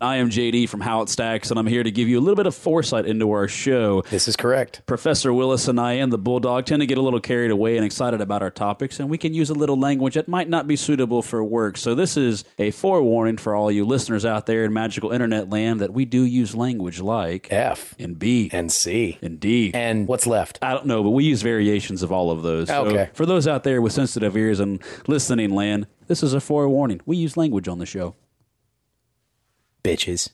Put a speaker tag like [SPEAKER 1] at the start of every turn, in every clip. [SPEAKER 1] I am JD from How It Stacks, and I'm here to give you a little bit of foresight into our show.
[SPEAKER 2] This is correct.
[SPEAKER 1] Professor Willis and I and the Bulldog tend to get a little carried away and excited about our topics, and we can use a little language that might not be suitable for work. So, this is a forewarning for all you listeners out there in magical internet land that we do use language like
[SPEAKER 2] F
[SPEAKER 1] and B
[SPEAKER 2] and C.
[SPEAKER 1] and D.
[SPEAKER 2] And what's left?
[SPEAKER 1] I don't know, but we use variations of all of those. So
[SPEAKER 2] Okay.
[SPEAKER 1] for those out there with sensitive ears and listening land, this is a forewarning. We use language on the show.
[SPEAKER 2] Bitches.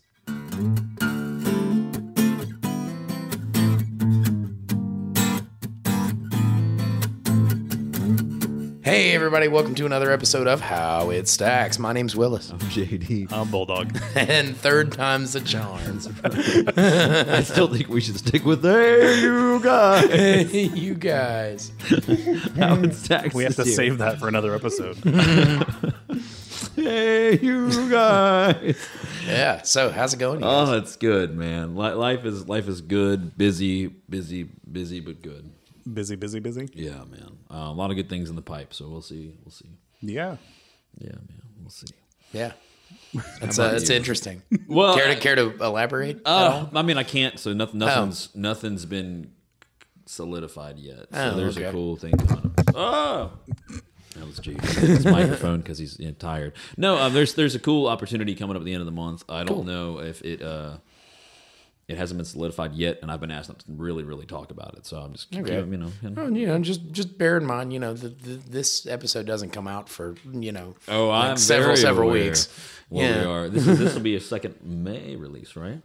[SPEAKER 2] Hey, everybody, welcome to another episode of How It Stacks. My name's Willis.
[SPEAKER 3] JD.
[SPEAKER 4] I'm Bulldog.
[SPEAKER 2] And third time's the charm.
[SPEAKER 3] I still think we should stick with hey you guys.
[SPEAKER 2] you guys.
[SPEAKER 3] Howard Stacks.
[SPEAKER 4] We have to
[SPEAKER 3] is here.
[SPEAKER 4] save that for another episode.
[SPEAKER 3] Hey you guys.
[SPEAKER 2] Yeah. So, how's it going? you guys?
[SPEAKER 3] oh, it's good, man. Li- life is life is good. Busy, busy, busy, but good.
[SPEAKER 4] busy, busy, busy.
[SPEAKER 3] Yeah, man. Uh, a lot of good things in the pipe. So we'll see. We'll see.
[SPEAKER 4] Yeah.
[SPEAKER 3] Yeah, man. We'll see.
[SPEAKER 2] yeah. That's, uh, that's interesting.
[SPEAKER 3] Well,
[SPEAKER 2] care, to, care to elaborate?
[SPEAKER 3] Uh, I mean, I can't. So nothing, nothing's nothing's been solidified yet. So
[SPEAKER 2] Oh,
[SPEAKER 3] there's a
[SPEAKER 2] okay.
[SPEAKER 3] cool thing going on. Oh, that was Jake. His microphone because he's you know, tired. No, um, there's there's a cool opportunity coming up at the end of the month. I don't know if it uh, it hasn't been solidified yet, and I've been asked not to really really talk about it. So I'm just keep-
[SPEAKER 2] Okay.
[SPEAKER 3] you know. and-
[SPEAKER 2] Well, Oh, you know, just just bear in mind, you know, the, the, this episode doesn't come out for you know,
[SPEAKER 3] Oh,
[SPEAKER 2] like
[SPEAKER 3] I'm
[SPEAKER 2] several
[SPEAKER 3] very
[SPEAKER 2] several
[SPEAKER 3] aware
[SPEAKER 2] weeks.
[SPEAKER 3] Where
[SPEAKER 2] Yeah.
[SPEAKER 3] we are. This is this will be a second May release, right?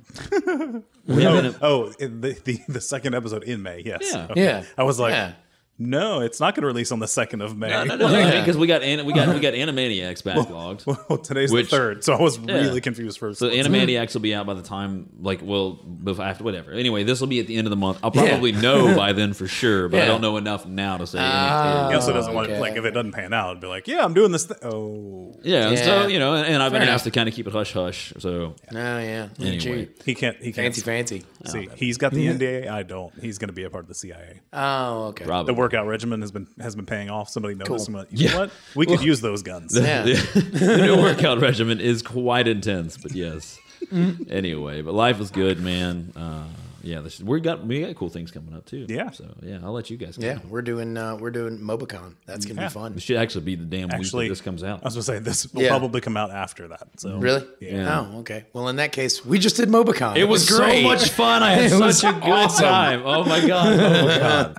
[SPEAKER 3] We
[SPEAKER 4] Oh,
[SPEAKER 3] haven't-
[SPEAKER 4] oh, in the, the the second episode in May. Yes.
[SPEAKER 3] Yeah.
[SPEAKER 4] Okay.
[SPEAKER 2] Yeah.
[SPEAKER 4] I was like,
[SPEAKER 2] Yeah.
[SPEAKER 4] no, it's not going to release on the second of May.
[SPEAKER 3] No, no, no, because we got Ana- we got we got Animaniacs backlogged.
[SPEAKER 4] Oh, well, today's
[SPEAKER 3] Which-
[SPEAKER 4] the third, so I was really confused for a
[SPEAKER 3] So
[SPEAKER 4] second.
[SPEAKER 3] Animaniacs will be out by the time, like, well, before, after whatever. Anyway, this will be at the end of the month. I'll probably know by then for sure, but I
[SPEAKER 2] Yeah.
[SPEAKER 3] don't know enough now to say.
[SPEAKER 2] Ah.
[SPEAKER 4] He
[SPEAKER 3] anything.
[SPEAKER 4] also doesn't want
[SPEAKER 2] okay.
[SPEAKER 4] like if it doesn't pan out, it'd be like, yeah, I'm doing this. Th- oh,
[SPEAKER 3] yeah, and so
[SPEAKER 2] Yeah.
[SPEAKER 3] you know, and, and I've been
[SPEAKER 2] Fair
[SPEAKER 3] asked to kind of keep it hush hush. So
[SPEAKER 2] Oh yeah.
[SPEAKER 3] Anyway.
[SPEAKER 2] Gee,
[SPEAKER 4] he can't. He can't.
[SPEAKER 2] fancy fancy.
[SPEAKER 3] Oh,
[SPEAKER 4] See, he's got the NDA. I don't. He's going to be a part of the CIA.
[SPEAKER 2] Oh okay.
[SPEAKER 3] Rob,
[SPEAKER 4] The workout regimen has been has been paying off. Somebody noticed.
[SPEAKER 2] Cool.
[SPEAKER 4] Somebody, you know what? We could use those guns.
[SPEAKER 2] Yeah.
[SPEAKER 3] the new workout regimen is quite intense, but yes.
[SPEAKER 2] Mm.
[SPEAKER 3] anyway, but life is good, man. Uh, yeah, this, we got we got cool things coming up too.
[SPEAKER 4] Yeah.
[SPEAKER 3] So yeah, I'll let you guys.
[SPEAKER 2] yeah,
[SPEAKER 3] Yeah.
[SPEAKER 2] we're doing uh, we're doing Mobicon. That's gonna
[SPEAKER 4] Yeah.
[SPEAKER 2] be fun.
[SPEAKER 3] This should actually be the damn
[SPEAKER 4] Actually,
[SPEAKER 3] week that this comes out.
[SPEAKER 4] I was going to say this will
[SPEAKER 2] Yeah.
[SPEAKER 4] probably come out after that. So
[SPEAKER 2] Really?
[SPEAKER 3] Yeah.
[SPEAKER 2] Oh, okay. Well, in that case, we just did Mobicon.
[SPEAKER 3] It was so
[SPEAKER 2] great.
[SPEAKER 3] much fun. I had
[SPEAKER 2] was
[SPEAKER 3] such a good
[SPEAKER 2] awesome.
[SPEAKER 3] time. Oh my god. Oh my god.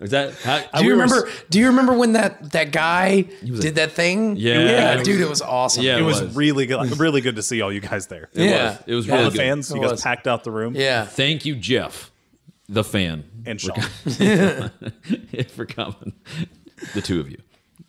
[SPEAKER 3] Is that how,
[SPEAKER 2] Do you
[SPEAKER 3] we were-
[SPEAKER 2] remember? do you remember when that that guy
[SPEAKER 3] was
[SPEAKER 2] did
[SPEAKER 3] a-
[SPEAKER 2] that thing?
[SPEAKER 3] Yeah.
[SPEAKER 2] dude, it was awesome.
[SPEAKER 3] Yeah.
[SPEAKER 4] it was,
[SPEAKER 3] was.
[SPEAKER 4] really good. like, really good to see all you guys there.
[SPEAKER 2] yeah.
[SPEAKER 3] It was
[SPEAKER 4] All
[SPEAKER 3] really
[SPEAKER 4] the
[SPEAKER 3] good.
[SPEAKER 4] fans, you
[SPEAKER 2] It
[SPEAKER 4] guys
[SPEAKER 2] was.
[SPEAKER 4] packed out the room.
[SPEAKER 2] yeah.
[SPEAKER 3] Thank you, Jeff, the fan,
[SPEAKER 4] and Sean.
[SPEAKER 3] for coming. The two of you.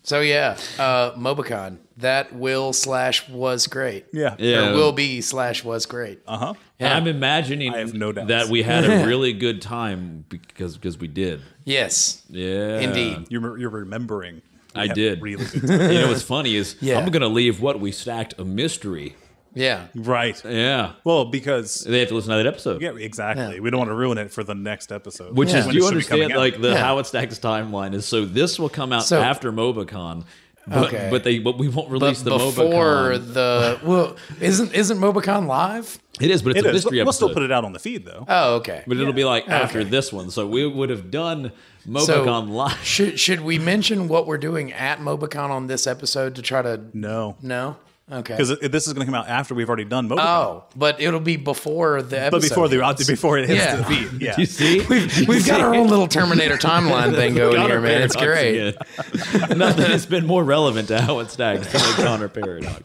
[SPEAKER 2] So yeah, uh, Mobicon that will slash was great.
[SPEAKER 4] Yeah,
[SPEAKER 3] Yeah.
[SPEAKER 2] Or will be slash was great.
[SPEAKER 4] Uh huh.
[SPEAKER 3] And I'm imagining
[SPEAKER 4] I have no doubts.
[SPEAKER 3] that we had a really good time because because we did.
[SPEAKER 2] Yes.
[SPEAKER 3] Yeah.
[SPEAKER 2] Indeed.
[SPEAKER 4] You're re- you're remembering.
[SPEAKER 3] I
[SPEAKER 4] We had
[SPEAKER 3] did.
[SPEAKER 4] really good. Time.
[SPEAKER 3] You know what's funny is
[SPEAKER 2] Yeah.
[SPEAKER 3] I'm gonna leave what we stacked a mystery.
[SPEAKER 2] Yeah.
[SPEAKER 4] right.
[SPEAKER 3] Yeah.
[SPEAKER 4] Well, because
[SPEAKER 3] They have to listen to that episode.
[SPEAKER 4] yeah, exactly. We don't want to ruin it for the next episode.
[SPEAKER 3] Which
[SPEAKER 2] Yeah.
[SPEAKER 3] is,
[SPEAKER 4] when
[SPEAKER 3] do you
[SPEAKER 4] it should be coming
[SPEAKER 3] understand,
[SPEAKER 4] out.
[SPEAKER 3] like the
[SPEAKER 2] Yeah.
[SPEAKER 3] how it stacks timeline is? So this will come out
[SPEAKER 2] So-
[SPEAKER 3] after MobaCon, but
[SPEAKER 2] Okay.
[SPEAKER 3] but they but we won't release
[SPEAKER 2] But
[SPEAKER 3] the
[SPEAKER 2] before
[SPEAKER 3] MobaCon.
[SPEAKER 2] the well, isn't isn't Mobicon live?
[SPEAKER 3] It is, but it's
[SPEAKER 4] it
[SPEAKER 3] a
[SPEAKER 4] is.
[SPEAKER 3] mystery
[SPEAKER 4] We'll
[SPEAKER 3] episode. Uh,
[SPEAKER 4] still put it out on the feed though.
[SPEAKER 2] Oh, okay.
[SPEAKER 3] but it'll be like after
[SPEAKER 2] Okay.
[SPEAKER 3] this one. So we would have done MobaCon
[SPEAKER 2] So-
[SPEAKER 3] live.
[SPEAKER 2] Should should we mention what we're doing at Mobicon on this episode to try to
[SPEAKER 4] no,
[SPEAKER 2] no? Okay.
[SPEAKER 4] because this is going to come out after we've already done Mobile.
[SPEAKER 2] Oh, but it'll be before the episode.
[SPEAKER 4] but before the before it hits
[SPEAKER 2] Yeah.
[SPEAKER 4] the feed, yeah.
[SPEAKER 3] You see, we've,
[SPEAKER 2] We've got our own little Terminator timeline thing going here, man. It's great.
[SPEAKER 3] Nothing has been more relevant to how it stacks than the Connor paradox.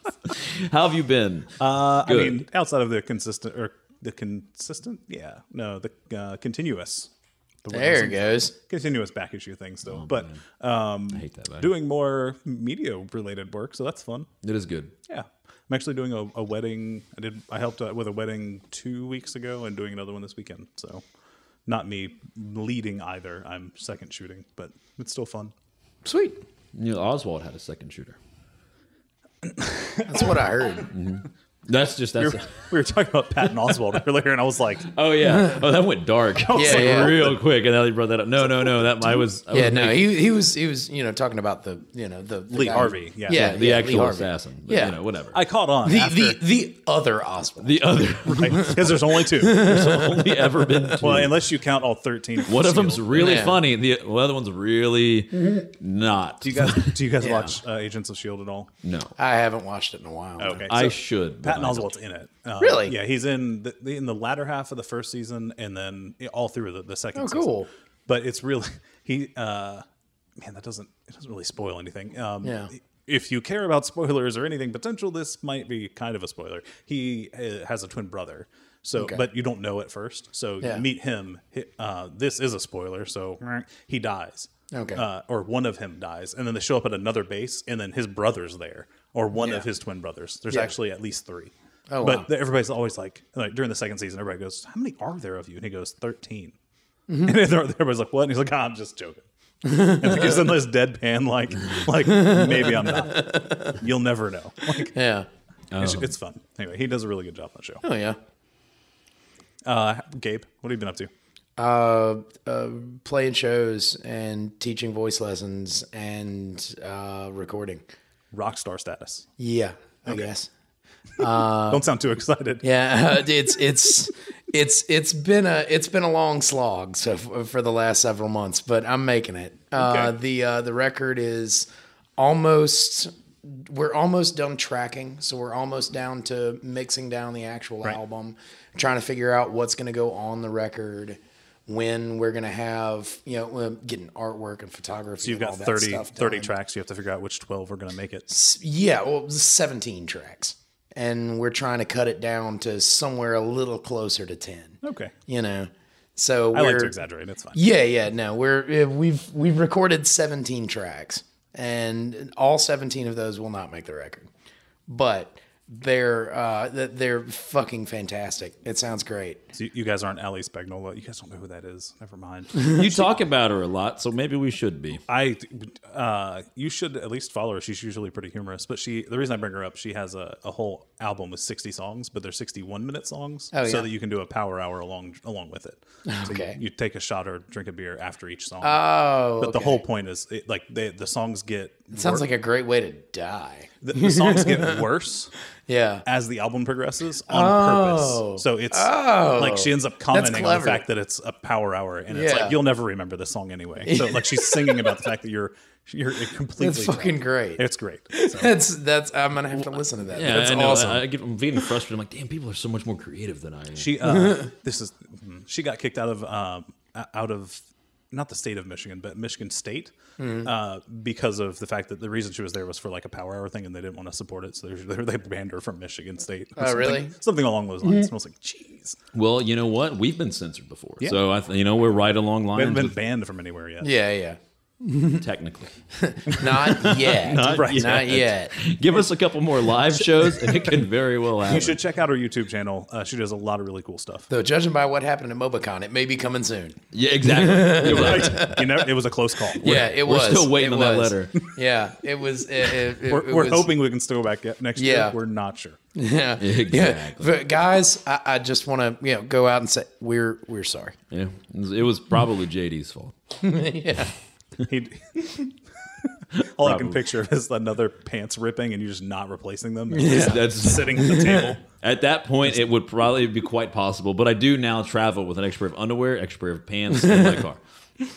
[SPEAKER 3] How have you been?
[SPEAKER 4] Uh, I
[SPEAKER 3] Good.
[SPEAKER 4] mean, outside of the consistent or the consistent, yeah, no, the uh, continuous. The word
[SPEAKER 2] There
[SPEAKER 4] is-
[SPEAKER 2] it goes.
[SPEAKER 4] Continuous back issue thing still, but um,
[SPEAKER 3] Oh, I hate that. man.
[SPEAKER 4] doing more media related work, so that's fun.
[SPEAKER 3] It is good.
[SPEAKER 4] Yeah, I'm actually doing a, a wedding. I did. I helped out with a wedding two weeks ago, and doing another one this weekend. So, not me leading either. I'm second shooting, but it's still fun.
[SPEAKER 2] Sweet.
[SPEAKER 3] Neil Oswald had a second shooter.
[SPEAKER 2] That's what I heard.
[SPEAKER 3] That's just
[SPEAKER 4] We
[SPEAKER 3] that's.
[SPEAKER 4] were, we were talking about Patton Oswald earlier, and I was like,
[SPEAKER 3] oh yeah. Oh, that went dark.
[SPEAKER 2] was Yeah, like, yeah.
[SPEAKER 3] real quick, and then they brought that up. No, no, no. That I was. I
[SPEAKER 2] Yeah,
[SPEAKER 3] was
[SPEAKER 2] no,
[SPEAKER 3] making-
[SPEAKER 2] he he was he was you know talking about the you know the, the
[SPEAKER 4] Lee
[SPEAKER 2] guy-
[SPEAKER 4] Harvey, yeah.
[SPEAKER 2] yeah,
[SPEAKER 4] The
[SPEAKER 3] the
[SPEAKER 2] yeah, Lee
[SPEAKER 3] actual
[SPEAKER 2] Harvey.
[SPEAKER 3] assassin. But,
[SPEAKER 2] Yeah.
[SPEAKER 3] you know, whatever.
[SPEAKER 4] I caught on.
[SPEAKER 2] The,
[SPEAKER 4] after,
[SPEAKER 2] the the other Oswald.
[SPEAKER 3] the other
[SPEAKER 4] because there's only two.
[SPEAKER 3] only ever been. Two.
[SPEAKER 4] Well, unless you count all thirteen.
[SPEAKER 3] one of them's
[SPEAKER 4] sealed.
[SPEAKER 3] really
[SPEAKER 2] Yeah.
[SPEAKER 3] funny. The well, other one's really not.
[SPEAKER 4] Do you guys do you guys watch uh, Agents of Shield at all?
[SPEAKER 3] No,
[SPEAKER 2] I haven't watched it in a while.
[SPEAKER 4] Oh, Okay,
[SPEAKER 3] I
[SPEAKER 4] so
[SPEAKER 3] should. but
[SPEAKER 4] Patton
[SPEAKER 3] I don't.
[SPEAKER 4] Oswald's in it. Uh,
[SPEAKER 2] Really?
[SPEAKER 4] Yeah, he's in the, the- in the latter half of the first season, and then all through the, the second.
[SPEAKER 2] Oh,
[SPEAKER 4] season.
[SPEAKER 2] cool.
[SPEAKER 4] But it's really he. Uh, man, that doesn't it doesn't really spoil anything. Um,
[SPEAKER 2] Yeah.
[SPEAKER 4] If you care about spoilers or anything potential, this might be kind of a spoiler. He uh, has a twin brother. So, but you don't know at first. So
[SPEAKER 2] Yeah.
[SPEAKER 4] you meet him. Hi- Uh, this is a spoiler. So he dies.
[SPEAKER 2] Okay.
[SPEAKER 4] Uh, or one of him dies, and then they show up at another base, and then his brother's there, or one of his twin brothers. There's
[SPEAKER 2] Yeah.
[SPEAKER 4] actually at least three.
[SPEAKER 2] Oh,
[SPEAKER 4] but
[SPEAKER 2] wow.
[SPEAKER 4] the- everybody's always like, like during the second season, everybody goes, "How many are there of you?" And he goes, 13
[SPEAKER 2] Mm-hmm.
[SPEAKER 4] And then everybody's like, "What?" And he's like, "Ah, "I'm just joking." and he gives them this deadpan, like, like maybe I'm not. You'll never know. Like,
[SPEAKER 2] Yeah.
[SPEAKER 4] it's, it's fun. Anyway, he does a really good job on the show.
[SPEAKER 2] Oh yeah.
[SPEAKER 4] Uh, Gabe, what have you been up to?
[SPEAKER 2] Uh, uh, playing shows and teaching voice lessons and uh, recording.
[SPEAKER 4] Rock star status.
[SPEAKER 2] Yeah, I guess.
[SPEAKER 4] Don't sound too excited.
[SPEAKER 2] Yeah, it's it's it's it's been a it's been a long slog so f- for the last several months, but I'm making it. Uh,
[SPEAKER 4] Okay.
[SPEAKER 2] The uh, the record is almost we're almost done tracking, so we're almost down to mixing down the actual album, trying to figure out what's going to go on the record, when we're going to have you know uh, getting artwork and photography.
[SPEAKER 4] You've
[SPEAKER 2] and
[SPEAKER 4] got
[SPEAKER 2] all that
[SPEAKER 4] 30,
[SPEAKER 2] stuff
[SPEAKER 4] 30
[SPEAKER 2] done.
[SPEAKER 4] tracks. You have to figure out which 12 are going to make it.
[SPEAKER 2] S- yeah, well, 17 tracks. And we're trying to cut it down to somewhere a little closer to 10.
[SPEAKER 4] Okay.
[SPEAKER 2] You know. So we're
[SPEAKER 4] I like to exaggerate. It's fine.
[SPEAKER 2] Yeah, yeah, no. We're uh, we've we've recorded 17 tracks and all 17 of those will not make the record. But they're uh th- they're fucking fantastic. It sounds great.
[SPEAKER 4] So you, you guys aren't Ali Spagnola. You guys don't know who that is. Never mind.
[SPEAKER 3] You talk about her a lot, so maybe we should be.
[SPEAKER 4] I, uh, you should at least follow her. She's usually pretty humorous. But she, the reason I bring her up, she has a, a whole album with sixty songs, but they're sixty-one minute songs,
[SPEAKER 2] Oh,
[SPEAKER 4] so
[SPEAKER 2] yeah.
[SPEAKER 4] that you can do a power hour along along with it. So you-
[SPEAKER 2] Okay.
[SPEAKER 4] you, take a shot or drink a beer after each song.
[SPEAKER 2] Oh,
[SPEAKER 4] but the
[SPEAKER 2] okay.
[SPEAKER 4] whole point is, it, like, they, the songs get
[SPEAKER 2] sounds like a great way to die.
[SPEAKER 4] the, the songs get worse
[SPEAKER 2] Yeah.
[SPEAKER 4] as the album progresses on purpose. So it's like she ends up commenting on the
[SPEAKER 2] Oh. clever.
[SPEAKER 4] fact that it's a power hour, and it's
[SPEAKER 2] Yeah.
[SPEAKER 4] like you'll never remember this song anyway. So like she's singing about the fact that you're you're completely
[SPEAKER 2] That's fucking
[SPEAKER 4] drunk.
[SPEAKER 2] great.
[SPEAKER 4] It's great. So,
[SPEAKER 2] That's that's I'm gonna have to listen to that.
[SPEAKER 3] Yeah,
[SPEAKER 2] that's
[SPEAKER 3] I know.
[SPEAKER 2] awesome.
[SPEAKER 3] I, I get, I'm feeling frustrated. I'm like, damn, people are so much more creative than I am.
[SPEAKER 4] she uh, this is mm, she got kicked out of um, o- out of not the state of Michigan, but Michigan State
[SPEAKER 2] Mm-hmm.
[SPEAKER 4] uh, because of the fact that the reason she was there was for like a power hour thing, and they didn't want to support it, so they, they banned her from Michigan State. or
[SPEAKER 2] Oh,
[SPEAKER 4] something-
[SPEAKER 2] really? Mm-hmm.
[SPEAKER 4] Something along those lines. And I was like, jeez,
[SPEAKER 3] Well, you know what? We've been censored before, so I th- you know we're right along
[SPEAKER 4] they
[SPEAKER 3] lines
[SPEAKER 4] haven't been
[SPEAKER 3] with
[SPEAKER 4] banned from anywhere yet.
[SPEAKER 2] yeah, yeah.
[SPEAKER 3] technically.
[SPEAKER 2] Not yet. not,
[SPEAKER 4] Right.
[SPEAKER 2] yet.
[SPEAKER 3] Give us a couple more live shows, and it can very well happen.
[SPEAKER 4] You should check out her YouTube channel. Uh, she does a lot of really cool stuff.
[SPEAKER 2] Though judging by what happened at Mobicon, it may be coming soon.
[SPEAKER 3] Yeah, exactly. You're right.
[SPEAKER 4] you know, it was a close call. We're,
[SPEAKER 2] yeah, it
[SPEAKER 3] we're
[SPEAKER 2] was.
[SPEAKER 3] still waiting
[SPEAKER 2] It
[SPEAKER 3] on that
[SPEAKER 2] was.
[SPEAKER 3] letter.
[SPEAKER 2] Yeah, it was. It, it, it-
[SPEAKER 4] we're,
[SPEAKER 2] it
[SPEAKER 4] we're
[SPEAKER 2] was-
[SPEAKER 4] hoping we can still back it next
[SPEAKER 2] Yeah.
[SPEAKER 4] year. We're not sure.
[SPEAKER 2] Yeah, yeah.
[SPEAKER 3] Exactly.
[SPEAKER 2] But guys, I, I just want to you know go out and say we're we're sorry.
[SPEAKER 3] Yeah, it was- it was probably JD's fault.
[SPEAKER 2] yeah,
[SPEAKER 4] He, all I
[SPEAKER 3] Probably.
[SPEAKER 4] can picture is another pants ripping and you just not replacing them.
[SPEAKER 3] That's
[SPEAKER 4] Sitting at the table.
[SPEAKER 3] At that point, it would probably be quite possible, but I do now travel with an extra pair of underwear, extra pair of pants in my car.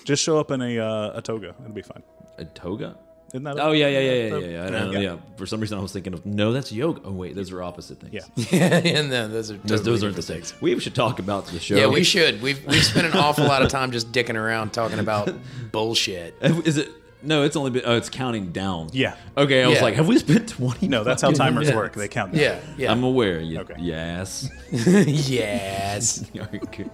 [SPEAKER 4] Just show up in a uh, a toga. It'll be fine.
[SPEAKER 3] A toga?
[SPEAKER 4] Isn't that?
[SPEAKER 3] Oh, yeah, yeah, yeah, yeah, yeah. yeah. I don't know, yeah. For some reason, I was thinking of, no, that's yoga. Oh, wait, those are opposite things.
[SPEAKER 4] Yeah.
[SPEAKER 2] and no, those are
[SPEAKER 3] Those,
[SPEAKER 2] totally
[SPEAKER 3] those aren't the
[SPEAKER 2] different
[SPEAKER 3] things. We should talk about the show.
[SPEAKER 2] Yeah, we should. We've we've spent an awful lot of time just dicking around talking about bullshit.
[SPEAKER 3] Is it? No, it's only been, oh, it's counting down.
[SPEAKER 4] Yeah.
[SPEAKER 3] Okay, I was
[SPEAKER 2] Yeah.
[SPEAKER 3] like, have we spent 20
[SPEAKER 4] No, that's how
[SPEAKER 3] fucking
[SPEAKER 4] timers
[SPEAKER 3] minutes?
[SPEAKER 4] work. They count. down.
[SPEAKER 2] Yeah, yeah.
[SPEAKER 3] I'm aware. You,
[SPEAKER 4] Okay.
[SPEAKER 3] Yes.
[SPEAKER 2] yes.
[SPEAKER 3] Okay.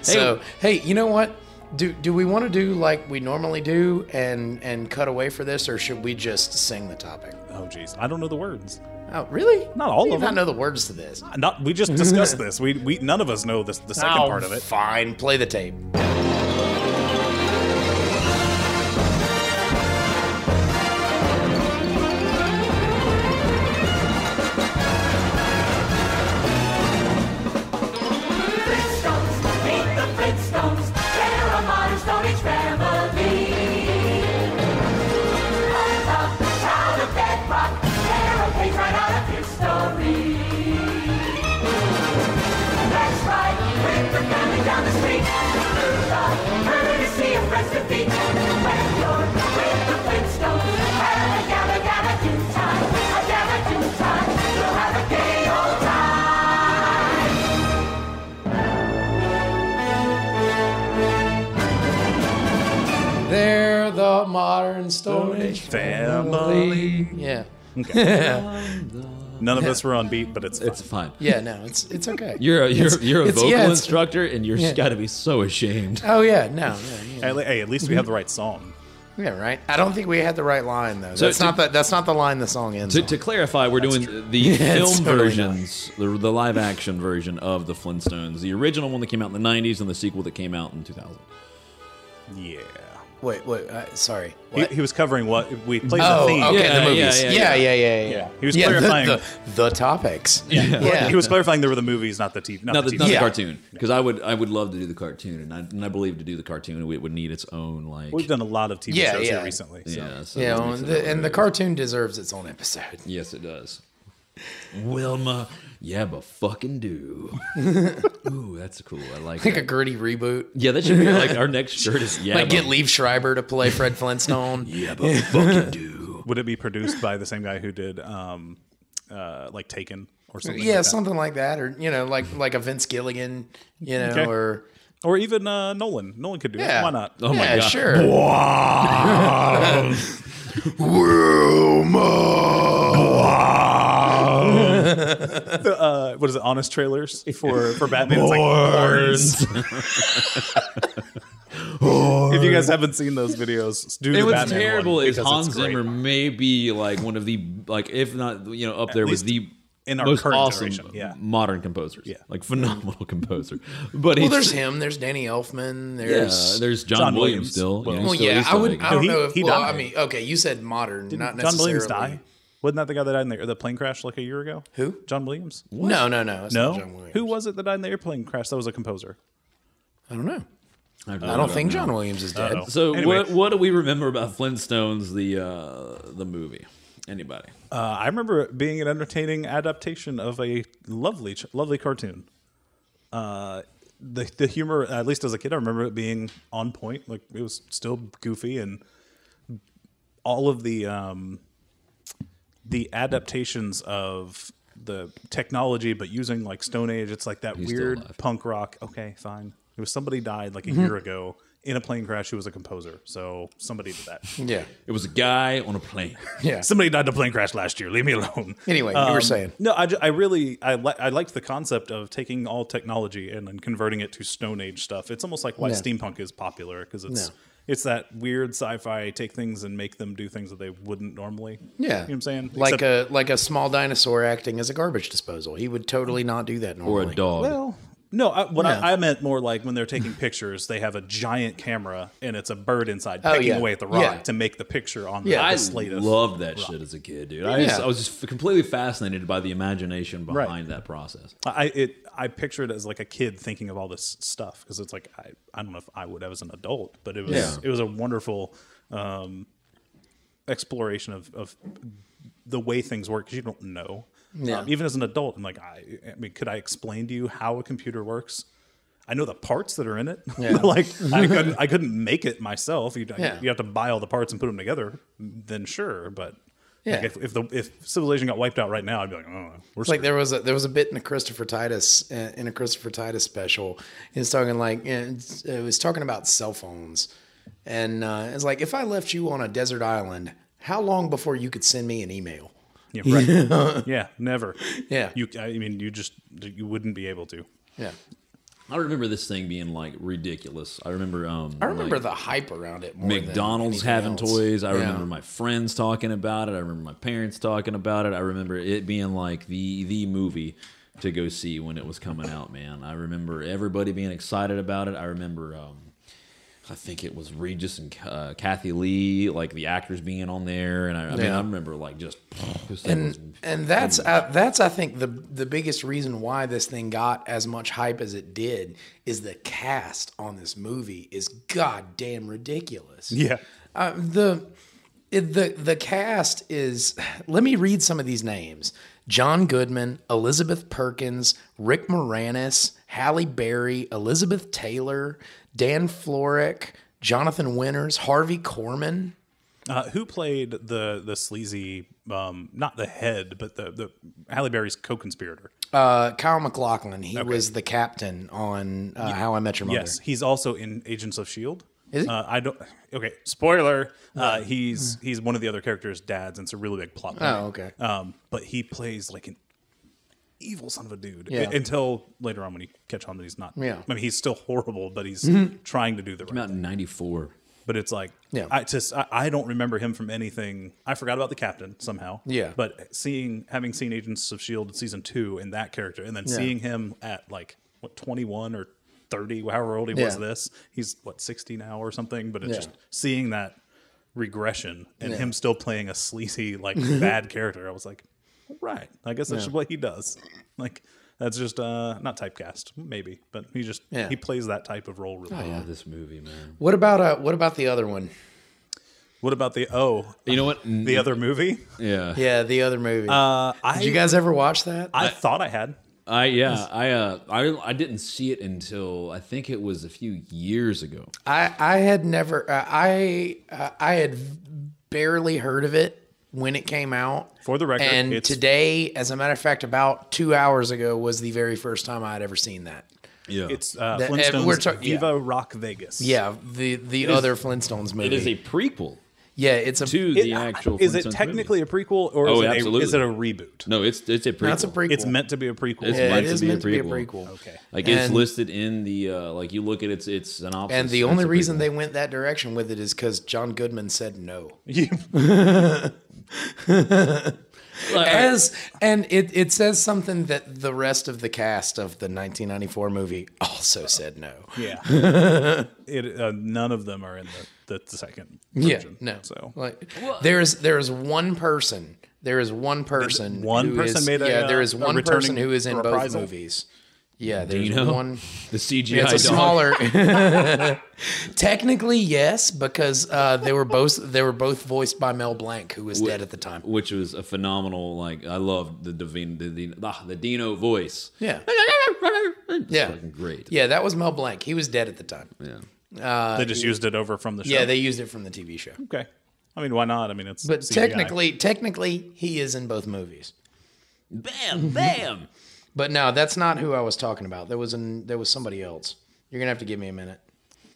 [SPEAKER 2] So hey, you know what? Do do we want to do like we normally do and and cut away for this, or should we just sing the topic?
[SPEAKER 4] Oh, geez. I don't know the words.
[SPEAKER 2] Oh, really?
[SPEAKER 4] Not all
[SPEAKER 2] We did
[SPEAKER 4] of them.
[SPEAKER 2] Not know the words to this.
[SPEAKER 4] Not. We just discussed this. We, we none of us know this, the second
[SPEAKER 2] Oh,
[SPEAKER 4] part of it.
[SPEAKER 2] Fine, play the tape. Potter and Stone Age.
[SPEAKER 4] Family.
[SPEAKER 2] Yeah.
[SPEAKER 4] None of us were on beat, but it's
[SPEAKER 3] It's fine.
[SPEAKER 2] Yeah, no, it's it's okay.
[SPEAKER 3] You're a, you're, you're a
[SPEAKER 2] it's-
[SPEAKER 3] vocal
[SPEAKER 2] yeah, it's-
[SPEAKER 3] instructor, and you're just got to be so ashamed.
[SPEAKER 2] oh yeah, no, yeah,
[SPEAKER 4] Hey, hey, at least we
[SPEAKER 2] Mhm.
[SPEAKER 4] have the right song.
[SPEAKER 2] yeah, yeah, right. I don't think we had the right line though.
[SPEAKER 3] So
[SPEAKER 2] that's
[SPEAKER 3] to-
[SPEAKER 2] not the that's not the line the song ends.
[SPEAKER 3] To,
[SPEAKER 2] on.
[SPEAKER 3] to clarify, we're doing the
[SPEAKER 2] it's
[SPEAKER 3] film
[SPEAKER 2] totally
[SPEAKER 3] versions, the, the live action version of the Flintstones, the original one that came out in the 90s and the sequel that came out in 2000.
[SPEAKER 4] Yeah.
[SPEAKER 2] Wait, wait, uh, sorry.
[SPEAKER 4] He,
[SPEAKER 2] What?
[SPEAKER 4] he was covering what we played
[SPEAKER 2] oh,
[SPEAKER 4] the theme.
[SPEAKER 2] okay,
[SPEAKER 3] Yeah,
[SPEAKER 2] the movies.
[SPEAKER 3] yeah,
[SPEAKER 2] Yeah,
[SPEAKER 3] yeah,
[SPEAKER 2] yeah, yeah, yeah. yeah,
[SPEAKER 4] He was
[SPEAKER 2] Yeah, the-
[SPEAKER 4] clarifying-
[SPEAKER 2] the, the topics. Yeah, yeah.
[SPEAKER 4] He was clarifying there were the movies, not the TV. Not,
[SPEAKER 3] Not
[SPEAKER 4] the,
[SPEAKER 3] the,
[SPEAKER 4] TV.
[SPEAKER 3] not the
[SPEAKER 2] Yeah.
[SPEAKER 3] cartoon, because I would I would love to do the cartoon, and I, and I believe to do the cartoon, it would need its own like
[SPEAKER 4] We've done a lot of TV
[SPEAKER 2] Yeah,
[SPEAKER 4] shows
[SPEAKER 2] yeah.
[SPEAKER 4] here recently. So.
[SPEAKER 3] yeah, so
[SPEAKER 2] You
[SPEAKER 3] that
[SPEAKER 2] know,
[SPEAKER 3] makes
[SPEAKER 2] and
[SPEAKER 3] it
[SPEAKER 2] the,
[SPEAKER 3] a
[SPEAKER 2] and the
[SPEAKER 3] little-
[SPEAKER 2] cartoon deserves its own episode.
[SPEAKER 3] Yes, it does. Wilma, yeah, but fucking do. Ooh, that's cool. I like
[SPEAKER 2] Like a
[SPEAKER 3] that.
[SPEAKER 2] gritty reboot.
[SPEAKER 3] Yeah, that should be like our next shirt is yeah,
[SPEAKER 2] like get
[SPEAKER 3] but-
[SPEAKER 2] Leave Schreiber to play Fred Flintstone.
[SPEAKER 3] yeah, but fucking do.
[SPEAKER 4] Would it be produced by the same guy who did um, uh, like Taken or something?
[SPEAKER 2] yeah,
[SPEAKER 4] like that?
[SPEAKER 2] something like that, or you know, like like a Vince Gilligan, you know,
[SPEAKER 4] Okay.
[SPEAKER 2] or
[SPEAKER 4] Or even uh, Nolan. Nolan could do
[SPEAKER 2] yeah,
[SPEAKER 4] it. Why not? Uh,
[SPEAKER 3] Oh my
[SPEAKER 2] yeah,
[SPEAKER 3] God.
[SPEAKER 2] sure.
[SPEAKER 4] Uh, what is it? Honest trailers for for Batman. It's like horns. if you guys haven't seen those videos, do
[SPEAKER 3] It
[SPEAKER 4] the
[SPEAKER 3] was
[SPEAKER 4] Batman
[SPEAKER 3] terrible.
[SPEAKER 4] One
[SPEAKER 3] Is
[SPEAKER 4] because
[SPEAKER 3] Hans
[SPEAKER 4] it's great.
[SPEAKER 3] Zimmer maybe like one of the like if not you know up there with
[SPEAKER 4] least
[SPEAKER 3] the
[SPEAKER 4] in our
[SPEAKER 3] most
[SPEAKER 4] current
[SPEAKER 3] awesome
[SPEAKER 4] generation, yeah.
[SPEAKER 3] modern composers.
[SPEAKER 4] Yeah.
[SPEAKER 3] like phenomenal composer.
[SPEAKER 2] Well,
[SPEAKER 3] But he's,
[SPEAKER 2] there's him. There's Danny Elfman.
[SPEAKER 3] yeah,
[SPEAKER 2] There's
[SPEAKER 3] there's John,
[SPEAKER 4] John
[SPEAKER 3] Williams still.
[SPEAKER 4] Williams.
[SPEAKER 3] you know,
[SPEAKER 4] Well,
[SPEAKER 3] he's
[SPEAKER 2] well, Oh,
[SPEAKER 3] still-
[SPEAKER 2] yeah.
[SPEAKER 3] he's
[SPEAKER 2] I
[SPEAKER 3] still
[SPEAKER 2] would.
[SPEAKER 3] making
[SPEAKER 2] I
[SPEAKER 3] it.
[SPEAKER 2] don't
[SPEAKER 4] he-
[SPEAKER 2] know if.
[SPEAKER 4] he
[SPEAKER 2] well,
[SPEAKER 4] died.
[SPEAKER 2] I mean, okay, you said modern, not
[SPEAKER 4] John
[SPEAKER 2] necessarily.
[SPEAKER 4] Williams die? Wasn't that the guy that died in the, or the plane crash like a year ago?
[SPEAKER 2] Who?
[SPEAKER 4] John Williams?
[SPEAKER 2] No, no, no. It's
[SPEAKER 4] No.
[SPEAKER 2] Not John Williams.
[SPEAKER 4] Who was it that died in the airplane crash? That was a composer.
[SPEAKER 2] I don't know.
[SPEAKER 3] have to
[SPEAKER 2] I
[SPEAKER 3] look
[SPEAKER 2] don't
[SPEAKER 3] it up
[SPEAKER 2] think
[SPEAKER 3] now.
[SPEAKER 2] John Williams is dead.
[SPEAKER 4] Uh-oh.
[SPEAKER 3] So
[SPEAKER 4] Anyway.
[SPEAKER 3] what what do we remember about Flintstones the uh, the movie? Anybody?
[SPEAKER 4] Uh, I remember it being an entertaining adaptation of a lovely, ch- lovely cartoon. Uh, the the humor, at least as a kid, I remember it being on point. Like it was still goofy, and all of the um, the adaptations of the technology, but using like Stone Age. It's like that
[SPEAKER 3] still
[SPEAKER 4] weird
[SPEAKER 3] alive. Mm-hmm.
[SPEAKER 4] punk rock. Okay, fine. It was somebody died like a year ago in a plane crash who was a composer. So somebody did that.
[SPEAKER 2] Yeah.
[SPEAKER 3] It was a guy on a plane.
[SPEAKER 2] Yeah.
[SPEAKER 4] somebody died in a plane crash last year. Leave me alone. Um,
[SPEAKER 2] Anyway, you were saying.
[SPEAKER 4] No, I, ju- I really I li- I liked the concept of taking all technology and then converting it to Stone Age stuff. It's almost like why
[SPEAKER 2] Yeah.
[SPEAKER 4] steampunk is popular because it's
[SPEAKER 2] No.
[SPEAKER 4] it's that weird sci-fi take things and make them do things that they wouldn't normally.
[SPEAKER 2] Yeah.
[SPEAKER 4] you know what I'm saying.
[SPEAKER 2] Like uh,
[SPEAKER 4] Except-
[SPEAKER 2] a like a small dinosaur acting as a garbage disposal. He would totally not do that
[SPEAKER 3] Or
[SPEAKER 2] normally.
[SPEAKER 3] a dog.
[SPEAKER 4] well, no, I, what
[SPEAKER 2] No.
[SPEAKER 4] I, I meant more like when they're taking pictures, they have a giant camera and it's a bird inside
[SPEAKER 2] Oh,
[SPEAKER 4] picking
[SPEAKER 2] yeah.
[SPEAKER 4] away at the rock
[SPEAKER 2] Yeah.
[SPEAKER 4] to make the picture on
[SPEAKER 2] Yeah.
[SPEAKER 4] the,
[SPEAKER 3] I
[SPEAKER 4] the slate of
[SPEAKER 3] loved that shit as a kid, dude. I, just,
[SPEAKER 2] Yeah.
[SPEAKER 3] I was just completely fascinated by the imagination behind that process.
[SPEAKER 4] I it I pictured it as like a kid thinking of all this stuff because it's like I, I don't know if I would have as an adult, but it was
[SPEAKER 3] Yeah.
[SPEAKER 4] it was a wonderful um, exploration of, of the way things work because you don't know.
[SPEAKER 2] Yeah.
[SPEAKER 4] Um, even as an adult, I'm like I, I mean, could I explain to you how a computer works? I know the parts that are in it.
[SPEAKER 2] Yeah.
[SPEAKER 4] like I couldn't I couldn't make it myself. You
[SPEAKER 2] Yeah.
[SPEAKER 4] you have to buy all the parts and put them together. Then sure, but. like,
[SPEAKER 2] Yeah.
[SPEAKER 4] if, if the if civilization got wiped out right now, I'd be like, oh, we're
[SPEAKER 2] It's like there was a there was a bit in a Christopher Titus uh, in a Christopher Titus special. He was talking like it's- it was talking about cell phones, and uh, it's like if I left you on a desert island, how long before you could send me an email?
[SPEAKER 4] Yeah, right. yeah, never.
[SPEAKER 2] Yeah.
[SPEAKER 4] you. I mean, you just you wouldn't be able to.
[SPEAKER 2] Yeah,
[SPEAKER 3] I remember this thing being like ridiculous. I remember um
[SPEAKER 2] I remember
[SPEAKER 3] like,
[SPEAKER 2] the hype around it. More than
[SPEAKER 3] McDonald's
[SPEAKER 2] anything
[SPEAKER 3] having
[SPEAKER 2] else.
[SPEAKER 3] toys. I
[SPEAKER 2] Yeah.
[SPEAKER 3] remember my friends talking about it. I remember my parents talking about it. I remember it being like the the movie to go see when it was coming out, man. I remember everybody being excited about it. I remember um I think it was Regis and uh, Kathy Lee, like the actors being on there, and I, I mean,
[SPEAKER 2] Yeah.
[SPEAKER 3] I remember like just this thing was-
[SPEAKER 2] and and that's uh, that's I think the the biggest reason why this thing got as much hype as it did is the cast on this movie is goddamn ridiculous.
[SPEAKER 4] Yeah,
[SPEAKER 2] Uh, the it- the the cast is. Let me read some of these names: John Goodman, Elizabeth Perkins, Rick Moranis, Halle Berry, Elizabeth Taylor, Dan Florek, Jonathan Winters, Harvey Korman.
[SPEAKER 4] uh, who played the the sleazy? Um, not the head, but the the Halle Berry's co-conspirator.
[SPEAKER 2] Uh, Kyle McLaughlin. He was the captain on uh, How I Met Your Mother.
[SPEAKER 4] Yes, he's also in Agents of Shield.
[SPEAKER 2] Is he?
[SPEAKER 4] Uh, I don't. Okay, spoiler. Uh, he's he's one of the other characters' dads, and it's a really big plot. Point.
[SPEAKER 2] Oh, okay.
[SPEAKER 4] Um, but he plays like an evil son of a dude
[SPEAKER 2] Yeah.
[SPEAKER 4] until later on when you catch on that he's not.
[SPEAKER 2] Yeah. Mm-hmm.
[SPEAKER 4] I mean, he's still horrible, but he's trying to do the right.
[SPEAKER 3] Came out in '94.
[SPEAKER 4] But it's like,
[SPEAKER 2] Yeah.
[SPEAKER 4] I just I, I don't remember him from anything. I forgot about the captain somehow.
[SPEAKER 2] Yeah.
[SPEAKER 4] But seeing having seen Agents of Shield season two and that character, and then seeing him at like what twenty one or thirty, however old he was.
[SPEAKER 2] Yeah.
[SPEAKER 4] This he's what sixty now or something. But it's
[SPEAKER 2] Yeah.
[SPEAKER 4] just seeing that regression and him still playing a sleazy like bad character. I was like, right. I guess that's what he does. Like. That's just uh, not typecast, maybe, but he just
[SPEAKER 2] Yeah. Oh,
[SPEAKER 4] he plays that type of role really. well.
[SPEAKER 3] Yeah, uh, this movie, man.
[SPEAKER 2] What about uh, what about the other one?
[SPEAKER 4] What about the oh
[SPEAKER 3] You know what?
[SPEAKER 4] the other movie.
[SPEAKER 3] yeah.
[SPEAKER 2] Yeah, the other movie.
[SPEAKER 4] Uh, I,
[SPEAKER 2] Did you guys ever watch that?
[SPEAKER 4] I thought I had.
[SPEAKER 3] I yeah. I uh. I I didn't see it until I think it was a few years ago.
[SPEAKER 2] I I had never uh, I uh, I had barely heard of it when it came out.
[SPEAKER 4] For the record,
[SPEAKER 2] and
[SPEAKER 4] it's-
[SPEAKER 2] today, as a matter of fact, about two hours ago was the very first time I had ever seen that.
[SPEAKER 3] Yeah.
[SPEAKER 4] It's uh,
[SPEAKER 2] The-
[SPEAKER 4] Flintstones.
[SPEAKER 2] we're talk-
[SPEAKER 4] Viva Rock Vegas.
[SPEAKER 2] Yeah, the the other Flintstones movie.
[SPEAKER 3] it is a prequel
[SPEAKER 2] yeah, it's a
[SPEAKER 3] to the actual.
[SPEAKER 4] Is uh, it
[SPEAKER 3] Flintstones
[SPEAKER 4] technically a prequel or
[SPEAKER 3] Oh,
[SPEAKER 4] is, it a,
[SPEAKER 3] absolutely.
[SPEAKER 4] is it a reboot?
[SPEAKER 3] movie. No, it's it's a prequel.
[SPEAKER 2] that's a prequel.
[SPEAKER 4] It's meant to be a prequel.
[SPEAKER 3] It's
[SPEAKER 2] Yeah,
[SPEAKER 3] meant
[SPEAKER 2] it
[SPEAKER 3] to
[SPEAKER 2] is
[SPEAKER 3] be a
[SPEAKER 2] meant to be a
[SPEAKER 3] prequel.
[SPEAKER 2] prequel.
[SPEAKER 4] Okay.
[SPEAKER 3] Like it's
[SPEAKER 2] And-
[SPEAKER 3] listed in the uh, like you look at its its synopsis.
[SPEAKER 2] And the
[SPEAKER 3] it's
[SPEAKER 2] only
[SPEAKER 3] a
[SPEAKER 2] reason
[SPEAKER 3] prequel.
[SPEAKER 2] they went that direction with it is because John Goodman said no. As and it, it says something that the rest of the cast of the 1994 movie also said no.
[SPEAKER 4] Yeah. it, uh, none of them are in the, the, the second
[SPEAKER 2] Yeah,
[SPEAKER 4] version.
[SPEAKER 2] no.
[SPEAKER 4] So
[SPEAKER 2] like there is there is one person. There is one person.
[SPEAKER 4] one
[SPEAKER 2] who
[SPEAKER 4] person
[SPEAKER 2] is-
[SPEAKER 4] made a,
[SPEAKER 2] yeah. There is
[SPEAKER 4] uh, a
[SPEAKER 2] one
[SPEAKER 4] returning
[SPEAKER 2] person who is in both
[SPEAKER 4] reprisal?
[SPEAKER 2] movies. Yeah, there's
[SPEAKER 3] you know?
[SPEAKER 2] one.
[SPEAKER 3] the CGI
[SPEAKER 2] It's a
[SPEAKER 3] dog.
[SPEAKER 2] smaller. Technically, yes, because uh, they were both they were both voiced by Mel Blanc, who was dead at the time.
[SPEAKER 3] which was a phenomenal. Like I love the Devin, the, the, ah, the Dino voice.
[SPEAKER 2] Yeah,
[SPEAKER 3] It's
[SPEAKER 2] Yeah.
[SPEAKER 3] fucking great.
[SPEAKER 2] yeah, that was Mel Blanc. He was dead at the time.
[SPEAKER 3] Yeah.
[SPEAKER 4] they just used it over from the show.
[SPEAKER 2] Yeah, they used it from the TV show.
[SPEAKER 4] okay. I mean, why not? I mean, it's
[SPEAKER 2] But
[SPEAKER 4] CGI.
[SPEAKER 2] technically, technically, he is in both movies.
[SPEAKER 3] Bam, bam.
[SPEAKER 2] But no, that's not who I was talking about. There was an there was somebody else. You're gonna have to give me a minute.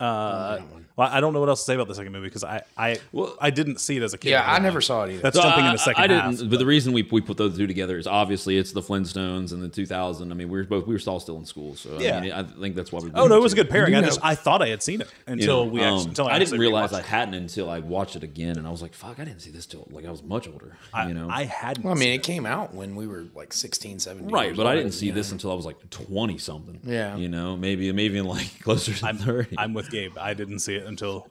[SPEAKER 4] Uh, Well, I don't know what else to say about the second movie because I I
[SPEAKER 3] Well-
[SPEAKER 4] I didn't see it as a kid.
[SPEAKER 2] Yeah, I never saw it either.
[SPEAKER 4] That's jumping
[SPEAKER 3] I-
[SPEAKER 4] in the second
[SPEAKER 3] Uh, I, I
[SPEAKER 4] half.
[SPEAKER 3] didn't, but the reason we, we put those two together is obviously it's the Flintstones and the 2000. I mean, we were both we were all still in school, so I,
[SPEAKER 4] Yeah.
[SPEAKER 3] mean, I think that's why we.
[SPEAKER 4] Oh no, it was a
[SPEAKER 3] did
[SPEAKER 4] good pairing. I
[SPEAKER 2] You
[SPEAKER 4] just
[SPEAKER 2] know-
[SPEAKER 4] I thought I had seen it
[SPEAKER 3] You
[SPEAKER 4] until
[SPEAKER 3] know,
[SPEAKER 4] we actually,
[SPEAKER 3] um,
[SPEAKER 4] until I,
[SPEAKER 3] I didn't
[SPEAKER 4] actually
[SPEAKER 3] realize
[SPEAKER 4] rewatched
[SPEAKER 3] I
[SPEAKER 4] it.
[SPEAKER 3] hadn't until I watched it again, and I was like, "Fuck, I didn't see this till like I was much older." you know,
[SPEAKER 4] I hadn't.
[SPEAKER 2] Well, I
[SPEAKER 4] seen
[SPEAKER 2] mean, it came out when we were like 16, 17.
[SPEAKER 3] right?
[SPEAKER 2] years
[SPEAKER 3] But I
[SPEAKER 2] old,
[SPEAKER 3] didn't see
[SPEAKER 2] you
[SPEAKER 3] this until I was like twenty something.
[SPEAKER 2] Yeah.
[SPEAKER 3] you know, maybe maybe in like closer to thirty.
[SPEAKER 4] I'm with Gabe. I didn't see it until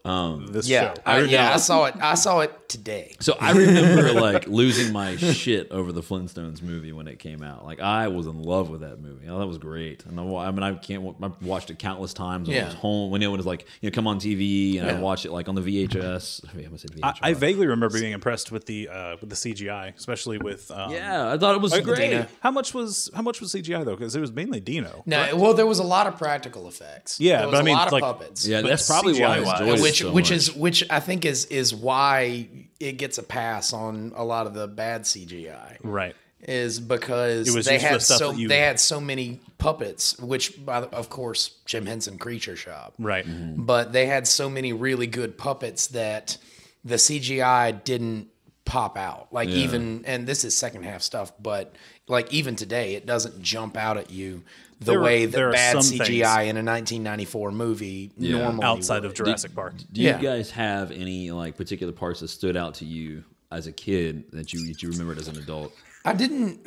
[SPEAKER 4] this
[SPEAKER 2] Yeah,
[SPEAKER 4] show.
[SPEAKER 2] I, yeah,
[SPEAKER 3] know.
[SPEAKER 2] I saw it. I saw it today.
[SPEAKER 3] so I remember like losing my shit over the Flintstones movie when it came out. Like I was in love with that movie. I thought it was great, and I, wa- I mean I can't. I watched it countless times when I was
[SPEAKER 2] Yeah.
[SPEAKER 3] home when it was like you know come on TV, and I
[SPEAKER 2] Yeah.
[SPEAKER 3] watched it like on the VHS. I, mean, I almost said
[SPEAKER 4] I,
[SPEAKER 3] VHS.
[SPEAKER 4] I vaguely remember being impressed with the uh, with the CGI, especially with um,
[SPEAKER 3] yeah, I thought it was
[SPEAKER 4] uh,
[SPEAKER 3] great.
[SPEAKER 4] Dino. How much was how much was CGI though? Because it was mainly Dino.
[SPEAKER 2] No, well, there was a lot of practical effects.
[SPEAKER 4] Yeah,
[SPEAKER 2] there was
[SPEAKER 4] but I
[SPEAKER 2] a
[SPEAKER 4] mean,
[SPEAKER 2] lot of
[SPEAKER 4] like-
[SPEAKER 2] puppets.
[SPEAKER 3] Yeah,
[SPEAKER 4] But
[SPEAKER 3] that's probably why
[SPEAKER 4] CGI
[SPEAKER 3] I
[SPEAKER 4] -wise.
[SPEAKER 3] enjoyed it
[SPEAKER 2] which
[SPEAKER 3] so
[SPEAKER 2] which
[SPEAKER 3] much.
[SPEAKER 2] is which I think is is why it gets a pass on a lot of the bad CGI.
[SPEAKER 4] Right.
[SPEAKER 2] Is because
[SPEAKER 4] It was
[SPEAKER 2] they
[SPEAKER 4] used for
[SPEAKER 2] had
[SPEAKER 4] the stuff
[SPEAKER 2] so
[SPEAKER 4] that you-
[SPEAKER 2] they had so many puppets, which by the, of course Jim Henson Creature Shop,
[SPEAKER 4] Right.
[SPEAKER 2] but they had so many really good puppets that the CGI didn't pop out. Like even and this is second half stuff, but like even today it doesn't jump out at you the
[SPEAKER 4] There-
[SPEAKER 2] way that
[SPEAKER 4] there are
[SPEAKER 2] bad
[SPEAKER 4] some
[SPEAKER 2] CGI
[SPEAKER 4] things-
[SPEAKER 2] in a 1994 movie normally
[SPEAKER 4] Outside
[SPEAKER 2] would.
[SPEAKER 4] of Jurassic Park.
[SPEAKER 3] Do you
[SPEAKER 2] Yeah.
[SPEAKER 3] guys have any like particular parts that stood out to you as a kid that you that you remembered as an adult?
[SPEAKER 2] I didn't,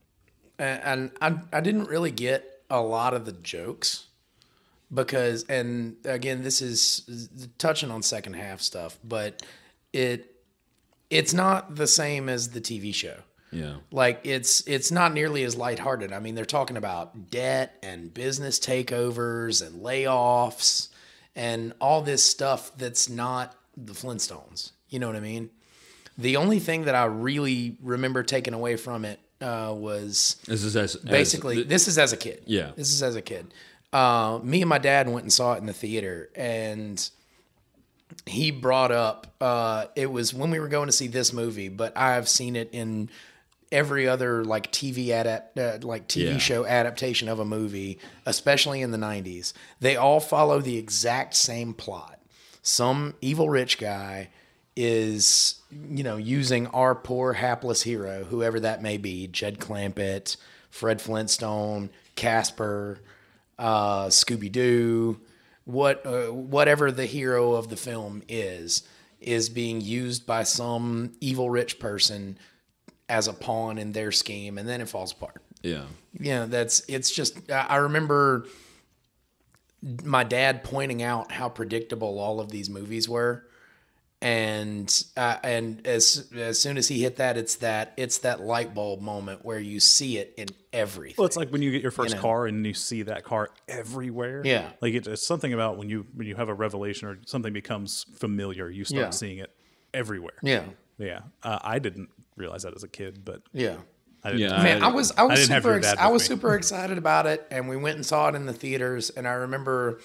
[SPEAKER 2] and I I didn't really get a lot of the jokes because, and again, this is touching on second half stuff, but it it's not the same as the TV show.
[SPEAKER 3] Yeah.
[SPEAKER 2] Like it's it's not nearly as lighthearted. I mean, they're talking about debt and business takeovers and layoffs and all this stuff that's not the Flintstones. You know what I mean? The only thing that I really remember taking away from it uh, was
[SPEAKER 3] This is as, as-
[SPEAKER 2] basically this is as a kid.
[SPEAKER 3] Yeah.
[SPEAKER 2] this is as a kid. Uh, me and my dad went and saw it in the theater, and he brought up uh, it was when we were going to see this movie, but I've seen it in every other like TV adapt uh, like TV
[SPEAKER 3] Yeah.
[SPEAKER 2] show adaptation of a movie, especially in the '90s. They all follow the exact same plot. some evil rich guy is, you know, using our poor hapless hero, whoever that may be, Jed Clampett, Fred Flintstone, Casper, uh, Scooby Doo, what uh, whatever the hero of the film is, is being used by some evil rich person as a pawn in their scheme, and then it falls apart
[SPEAKER 3] Yeah.
[SPEAKER 2] yeah that's it's just i I remember my dad pointing out how predictable all of these movies were and uh, and as as soon as he hit that it's that it's that light bulb moment where you see it in everything
[SPEAKER 4] Well, it's like when you get your first
[SPEAKER 2] know.
[SPEAKER 4] car and you see that car everywhere.
[SPEAKER 2] Yeah.
[SPEAKER 4] like it, it's something about when you when you have a revelation or something becomes familiar, you start
[SPEAKER 2] Yeah.
[SPEAKER 4] seeing it everywhere.
[SPEAKER 2] yeah
[SPEAKER 4] yeah. Uh, I didn't realize that as a kid, but
[SPEAKER 2] yeah
[SPEAKER 4] I didn't.
[SPEAKER 3] Yeah.
[SPEAKER 2] Man, I was I was
[SPEAKER 4] didn't have
[SPEAKER 2] super
[SPEAKER 4] your
[SPEAKER 2] ex-
[SPEAKER 4] dad
[SPEAKER 2] I
[SPEAKER 4] with
[SPEAKER 2] was
[SPEAKER 4] me.
[SPEAKER 2] super excited about it, and we went and saw it in the theaters. And I remember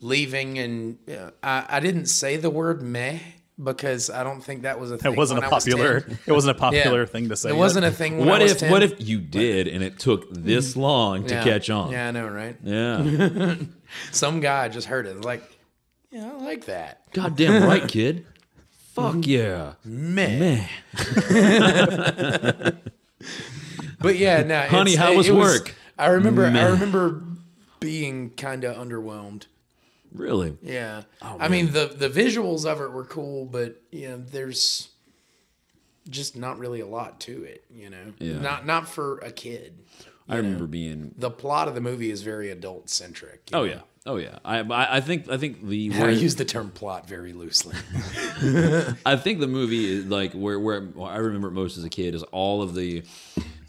[SPEAKER 2] leaving, and uh, I, I didn't say the word meh because I don't think that was a thing.
[SPEAKER 4] It wasn't a
[SPEAKER 2] when I was 10.
[SPEAKER 4] popular. It wasn't a
[SPEAKER 2] Yeah.
[SPEAKER 4] popular thing to say.
[SPEAKER 2] It wasn't a thing. When
[SPEAKER 3] What
[SPEAKER 2] I was
[SPEAKER 3] if
[SPEAKER 2] 10.
[SPEAKER 3] what if you did and it took this long to
[SPEAKER 2] Yeah.
[SPEAKER 3] catch on?
[SPEAKER 2] Yeah, I know, right?
[SPEAKER 3] Yeah.
[SPEAKER 2] Some guy just heard it, like, yeah, I like that.
[SPEAKER 3] Goddamn right, kid. Fuck yeah.
[SPEAKER 2] Mm-hmm. Meh.
[SPEAKER 3] Man.
[SPEAKER 2] But yeah, no. it's-
[SPEAKER 3] Honey, how was work?
[SPEAKER 2] I remember. I remember being kind of underwhelmed.
[SPEAKER 3] Really?
[SPEAKER 2] Yeah.
[SPEAKER 3] Oh,
[SPEAKER 2] I mean the the visuals of it were cool, but you know, there's just not really a lot to it, you know.
[SPEAKER 3] Yeah.
[SPEAKER 2] Not not for a kid.
[SPEAKER 3] I remember being
[SPEAKER 2] The plot of the movie is very adult centric.
[SPEAKER 3] Oh yeah. Oh yeah. I I I think I think the
[SPEAKER 2] I
[SPEAKER 3] word-
[SPEAKER 2] use the term plot very loosely.
[SPEAKER 3] I think the movie is like where where where I remember it most as a kid is all of the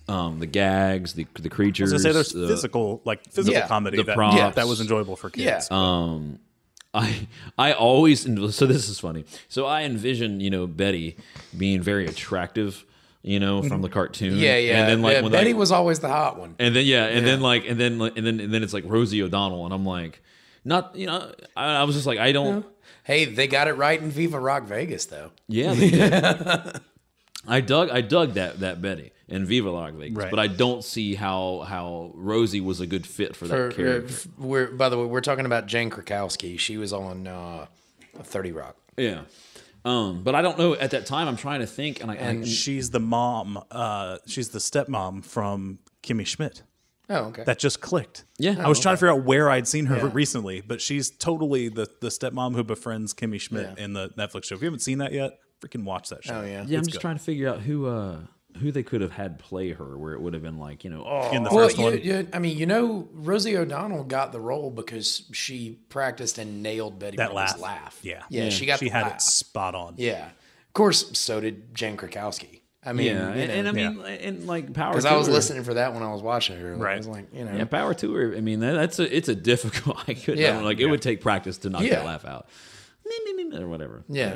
[SPEAKER 3] um the gags, the the creatures.
[SPEAKER 4] I was gonna say there's
[SPEAKER 3] the-
[SPEAKER 4] physical, like physical
[SPEAKER 2] uh, Yeah.
[SPEAKER 4] comedy
[SPEAKER 3] The
[SPEAKER 4] that
[SPEAKER 3] props.
[SPEAKER 4] that was enjoyable for
[SPEAKER 2] yeah.
[SPEAKER 4] kids.
[SPEAKER 3] um I I always so this is funny. So I envision, you know, Betty being very attractive, you know, from the cartoon.
[SPEAKER 2] yeah, yeah.
[SPEAKER 3] And then like
[SPEAKER 2] yeah,
[SPEAKER 3] when
[SPEAKER 2] Betty
[SPEAKER 3] like,
[SPEAKER 2] was always the hot one.
[SPEAKER 3] and then yeah, and then like and then like, and then and then it's like Rosie O'Donnell and I'm like not you know I, I was just like I don't
[SPEAKER 2] Hey, they got it right in Viva Rock Vegas though.
[SPEAKER 3] Yeah, they did. I dug I dug that that Betty and Viva Las Vegas,
[SPEAKER 4] Right.
[SPEAKER 3] but I don't see how how Rosie was a good fit for
[SPEAKER 2] Or,
[SPEAKER 3] that
[SPEAKER 2] uh,
[SPEAKER 3] character.
[SPEAKER 2] f- we're by the way, we're talking about Jane Krakowski. She was on uh, 30 Rock.
[SPEAKER 3] yeah. Um, but I don't know at that time. I'm trying to think, and I,
[SPEAKER 2] Um,
[SPEAKER 3] I
[SPEAKER 4] She's the mom. Uh, she's the stepmom from Kimmy Schmidt.
[SPEAKER 2] Oh, okay.
[SPEAKER 4] That just clicked.
[SPEAKER 3] Yeah.
[SPEAKER 4] I was trying to figure out where I'd seen her recently, but she's totally the the stepmom who befriends Kimmy Schmidt in the Netflix show. If you haven't seen that yet, freaking watch that show.
[SPEAKER 2] oh yeah.
[SPEAKER 3] yeah, I'm just trying to figure out who uh who they could have had play her, where it would have been like you know oh
[SPEAKER 4] In the
[SPEAKER 2] Well,
[SPEAKER 4] first
[SPEAKER 2] you,
[SPEAKER 4] one,
[SPEAKER 2] you, I mean, you know, Rosie O'Donnell got the role because she practiced and nailed Betty
[SPEAKER 4] that
[SPEAKER 2] Brooks'
[SPEAKER 4] laugh.
[SPEAKER 2] laugh.
[SPEAKER 4] Yeah.
[SPEAKER 2] yeah, she got
[SPEAKER 4] she
[SPEAKER 2] the
[SPEAKER 4] had
[SPEAKER 2] laugh.
[SPEAKER 4] it spot on.
[SPEAKER 2] Yeah, of course. So did Jane Krakowski. I mean,
[SPEAKER 3] yeah, and, and I mean and like power
[SPEAKER 2] because
[SPEAKER 3] to
[SPEAKER 2] I was
[SPEAKER 3] her.
[SPEAKER 2] listening for that when I was watching her. I was
[SPEAKER 4] Right.
[SPEAKER 2] like, you know,
[SPEAKER 3] Yeah, power to her. I mean that, that's a it's a difficult. I couldn't
[SPEAKER 2] Yeah.
[SPEAKER 3] like it would take practice to knock
[SPEAKER 2] Yeah.
[SPEAKER 3] that laugh out. Me, me, me, me, or whatever.
[SPEAKER 2] Yeah.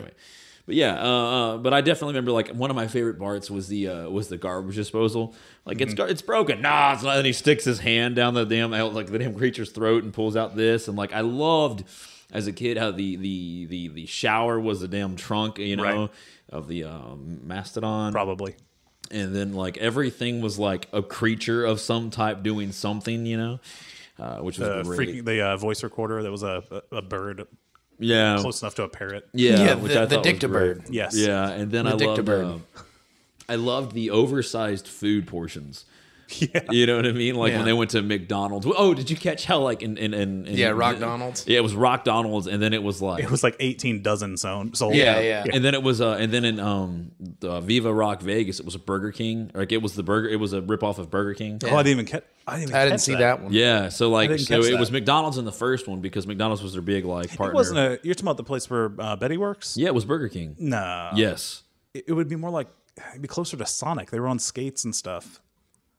[SPEAKER 3] But yeah, uh, uh, but I definitely remember like one of my favorite parts was the uh, was the garbage disposal. Like
[SPEAKER 2] Mhm.
[SPEAKER 3] it's gar- it's broken. Nah, it's not. And he sticks his hand down the damn out like the damn creature's throat and pulls out this. And like I loved as a kid how the the the the shower was the damn trunk, you know,
[SPEAKER 4] Right.
[SPEAKER 3] of the um, mastodon
[SPEAKER 4] Probably.
[SPEAKER 3] and then like everything was like a creature of some type doing something, you know, uh, which was
[SPEAKER 4] The
[SPEAKER 3] great.
[SPEAKER 4] freaking the uh, voice recorder that was a a a bird
[SPEAKER 3] yeah,
[SPEAKER 4] close enough to a parrot.
[SPEAKER 3] Oh. yeah,
[SPEAKER 2] yeah,
[SPEAKER 3] which I
[SPEAKER 2] the, the
[SPEAKER 3] thought was great.
[SPEAKER 2] Dictabird.
[SPEAKER 4] Yes.
[SPEAKER 3] Yeah, and then I loved,
[SPEAKER 2] Dictabird.
[SPEAKER 3] uh, I loved the oversized food portions. Yeah. You know what I mean? Like
[SPEAKER 2] Yeah.
[SPEAKER 3] when they went to McDonald's. Oh, did you catch how like in in, in, in
[SPEAKER 2] Yeah, Rock Donald's.
[SPEAKER 3] Yeah, it was Rock Donald's, and then it was like
[SPEAKER 4] It was like 18 dozen sold. sold.
[SPEAKER 2] Yeah, yeah.
[SPEAKER 3] And then it was, uh, and then in um, uh, Viva Rock Vegas, it was a Burger King. Like it was the burger, it was a ripoff of Burger King.
[SPEAKER 4] Oh, I didn't even catch. I didn't, even
[SPEAKER 2] I didn't
[SPEAKER 4] catch
[SPEAKER 2] see that one.
[SPEAKER 3] Yeah, so like
[SPEAKER 4] didn't
[SPEAKER 3] so
[SPEAKER 4] catch
[SPEAKER 3] it
[SPEAKER 4] that.
[SPEAKER 3] was McDonald's in the first one because McDonald's was their big like partner.
[SPEAKER 4] It wasn't a. You're talking about the place where uh, Betty works.
[SPEAKER 3] yeah, it was Burger King.
[SPEAKER 4] No.
[SPEAKER 3] Yes,
[SPEAKER 4] It, it would be more like it'd be closer to Sonic. They were on skates and stuff.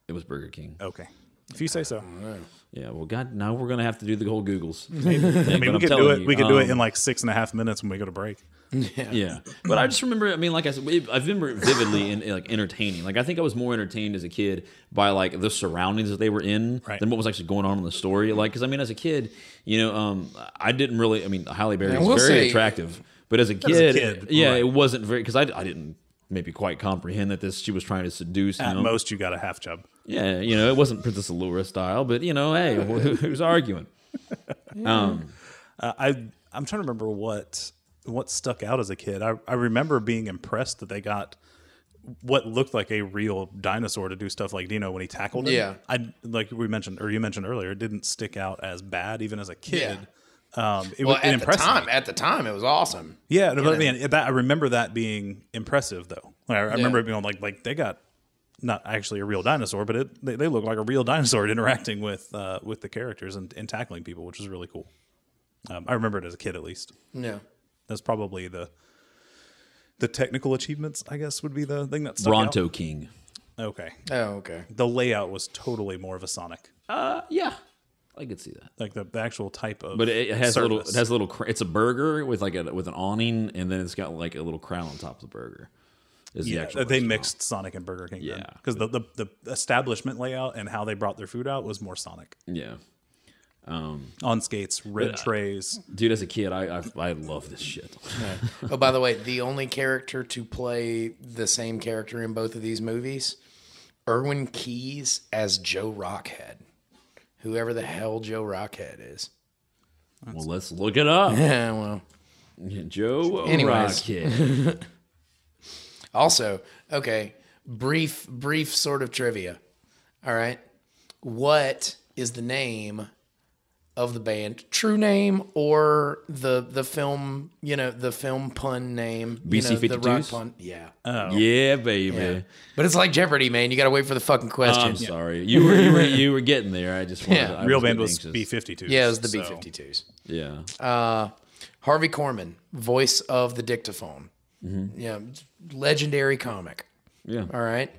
[SPEAKER 3] it was Burger King.
[SPEAKER 4] Okay. If you say so.
[SPEAKER 3] Yeah, well, God, now we're gonna have to do the whole Googles.
[SPEAKER 4] I mean, we
[SPEAKER 3] I'm
[SPEAKER 4] could do
[SPEAKER 3] telling
[SPEAKER 4] it.
[SPEAKER 3] you,
[SPEAKER 4] we could do it
[SPEAKER 3] um,
[SPEAKER 4] in like six and a half minutes when we go to break.
[SPEAKER 3] yeah, but I just remember. I mean, like I said, we- I remember it vividly and like entertaining. Like I think I was more entertained as a kid by like the surroundings that they were in
[SPEAKER 4] Right.
[SPEAKER 3] than what was actually going on in the story. Like, because I mean, as a kid, you know, um, I didn't really. I mean, Halle Berry
[SPEAKER 2] I
[SPEAKER 3] is
[SPEAKER 2] will
[SPEAKER 3] very
[SPEAKER 2] say-
[SPEAKER 3] attractive, but as a
[SPEAKER 4] a
[SPEAKER 3] kid,
[SPEAKER 4] kid,
[SPEAKER 3] yeah,
[SPEAKER 4] right.
[SPEAKER 3] it wasn't very because I, I didn't maybe quite comprehend that this she was trying to seduce. You
[SPEAKER 4] At
[SPEAKER 3] know?
[SPEAKER 4] most, you got a half chub.
[SPEAKER 3] Yeah, you know, it wasn't Princess Allura style, but you know, hey, wh- who's arguing?
[SPEAKER 4] Uh, I I'm trying to remember what what stuck out as a kid. I, I remember being impressed that they got what looked like a real dinosaur to do stuff like Dino when he tackled him.
[SPEAKER 2] Yeah.
[SPEAKER 4] I like we mentioned or you mentioned earlier, it didn't stick out as bad even as a kid. Um, it,
[SPEAKER 2] Well,
[SPEAKER 4] was it
[SPEAKER 2] at the
[SPEAKER 4] impressed me.
[SPEAKER 2] time, at the time, it was awesome.
[SPEAKER 4] Yeah, but man, it- that, I remember that being impressive though. Like, I, I remember it being like like they got not actually a real dinosaur, but it they, they look like a real dinosaur at interacting with uh, with the characters and, and tackling people, which was really cool. Um, I remember it as a kid at least.
[SPEAKER 2] Yeah.
[SPEAKER 4] That's probably the the technical achievements, I guess, would be the thing that stuck out.
[SPEAKER 3] Bronto King.
[SPEAKER 4] Okay,
[SPEAKER 2] Oh, okay.
[SPEAKER 4] the layout was totally more of a Sonic,
[SPEAKER 3] Uh, yeah, I could see that.
[SPEAKER 4] like the, the actual type of.
[SPEAKER 3] But it, it has a little. It
[SPEAKER 4] surface.
[SPEAKER 3] has a little. cr- It's a burger with like a with an awning, and then it's got like a little crown on top of the burger. Is the
[SPEAKER 4] Yeah,
[SPEAKER 3] actual
[SPEAKER 4] they
[SPEAKER 3] restaurant.
[SPEAKER 4] mixed Sonic and Burger King.
[SPEAKER 3] Yeah.
[SPEAKER 4] because the, the the establishment layout and how they brought their food out was more Sonic.
[SPEAKER 3] Yeah,
[SPEAKER 4] on skates, red
[SPEAKER 3] uh,
[SPEAKER 4] trays.
[SPEAKER 3] dude. As a kid, I I, I love this shit.
[SPEAKER 2] Oh, by the way, the only character to play the same character in both of these movies, Erwin Keys as Joe Rockhead. Whoever the hell Joe Rockhead is.
[SPEAKER 3] well, let's look it up.
[SPEAKER 2] Yeah, well.
[SPEAKER 3] Joe
[SPEAKER 2] Anyways.
[SPEAKER 3] Rocket.
[SPEAKER 2] Also, okay, brief brief sort of trivia. All right. What is the name of the band? True name or the the film, you know, the film pun name, you know, the rock
[SPEAKER 3] BC52s?
[SPEAKER 2] pun. Yeah.
[SPEAKER 3] Yeah, baby.
[SPEAKER 2] But it's like Jeopardy, man. You got to wait for the fucking question.
[SPEAKER 3] I'm sorry. You were, you were you were getting there. I just wanted,
[SPEAKER 2] Yeah.
[SPEAKER 3] I
[SPEAKER 4] Real
[SPEAKER 3] getting
[SPEAKER 4] band was
[SPEAKER 3] anxious.
[SPEAKER 4] B fifty two.
[SPEAKER 2] yeah, it was the B52s.
[SPEAKER 3] Yeah.
[SPEAKER 4] Uh,
[SPEAKER 2] Harvey Korman, voice of the dictaphone. Yeah, legendary comic.
[SPEAKER 3] Mm-hmm. yeah.
[SPEAKER 2] All right.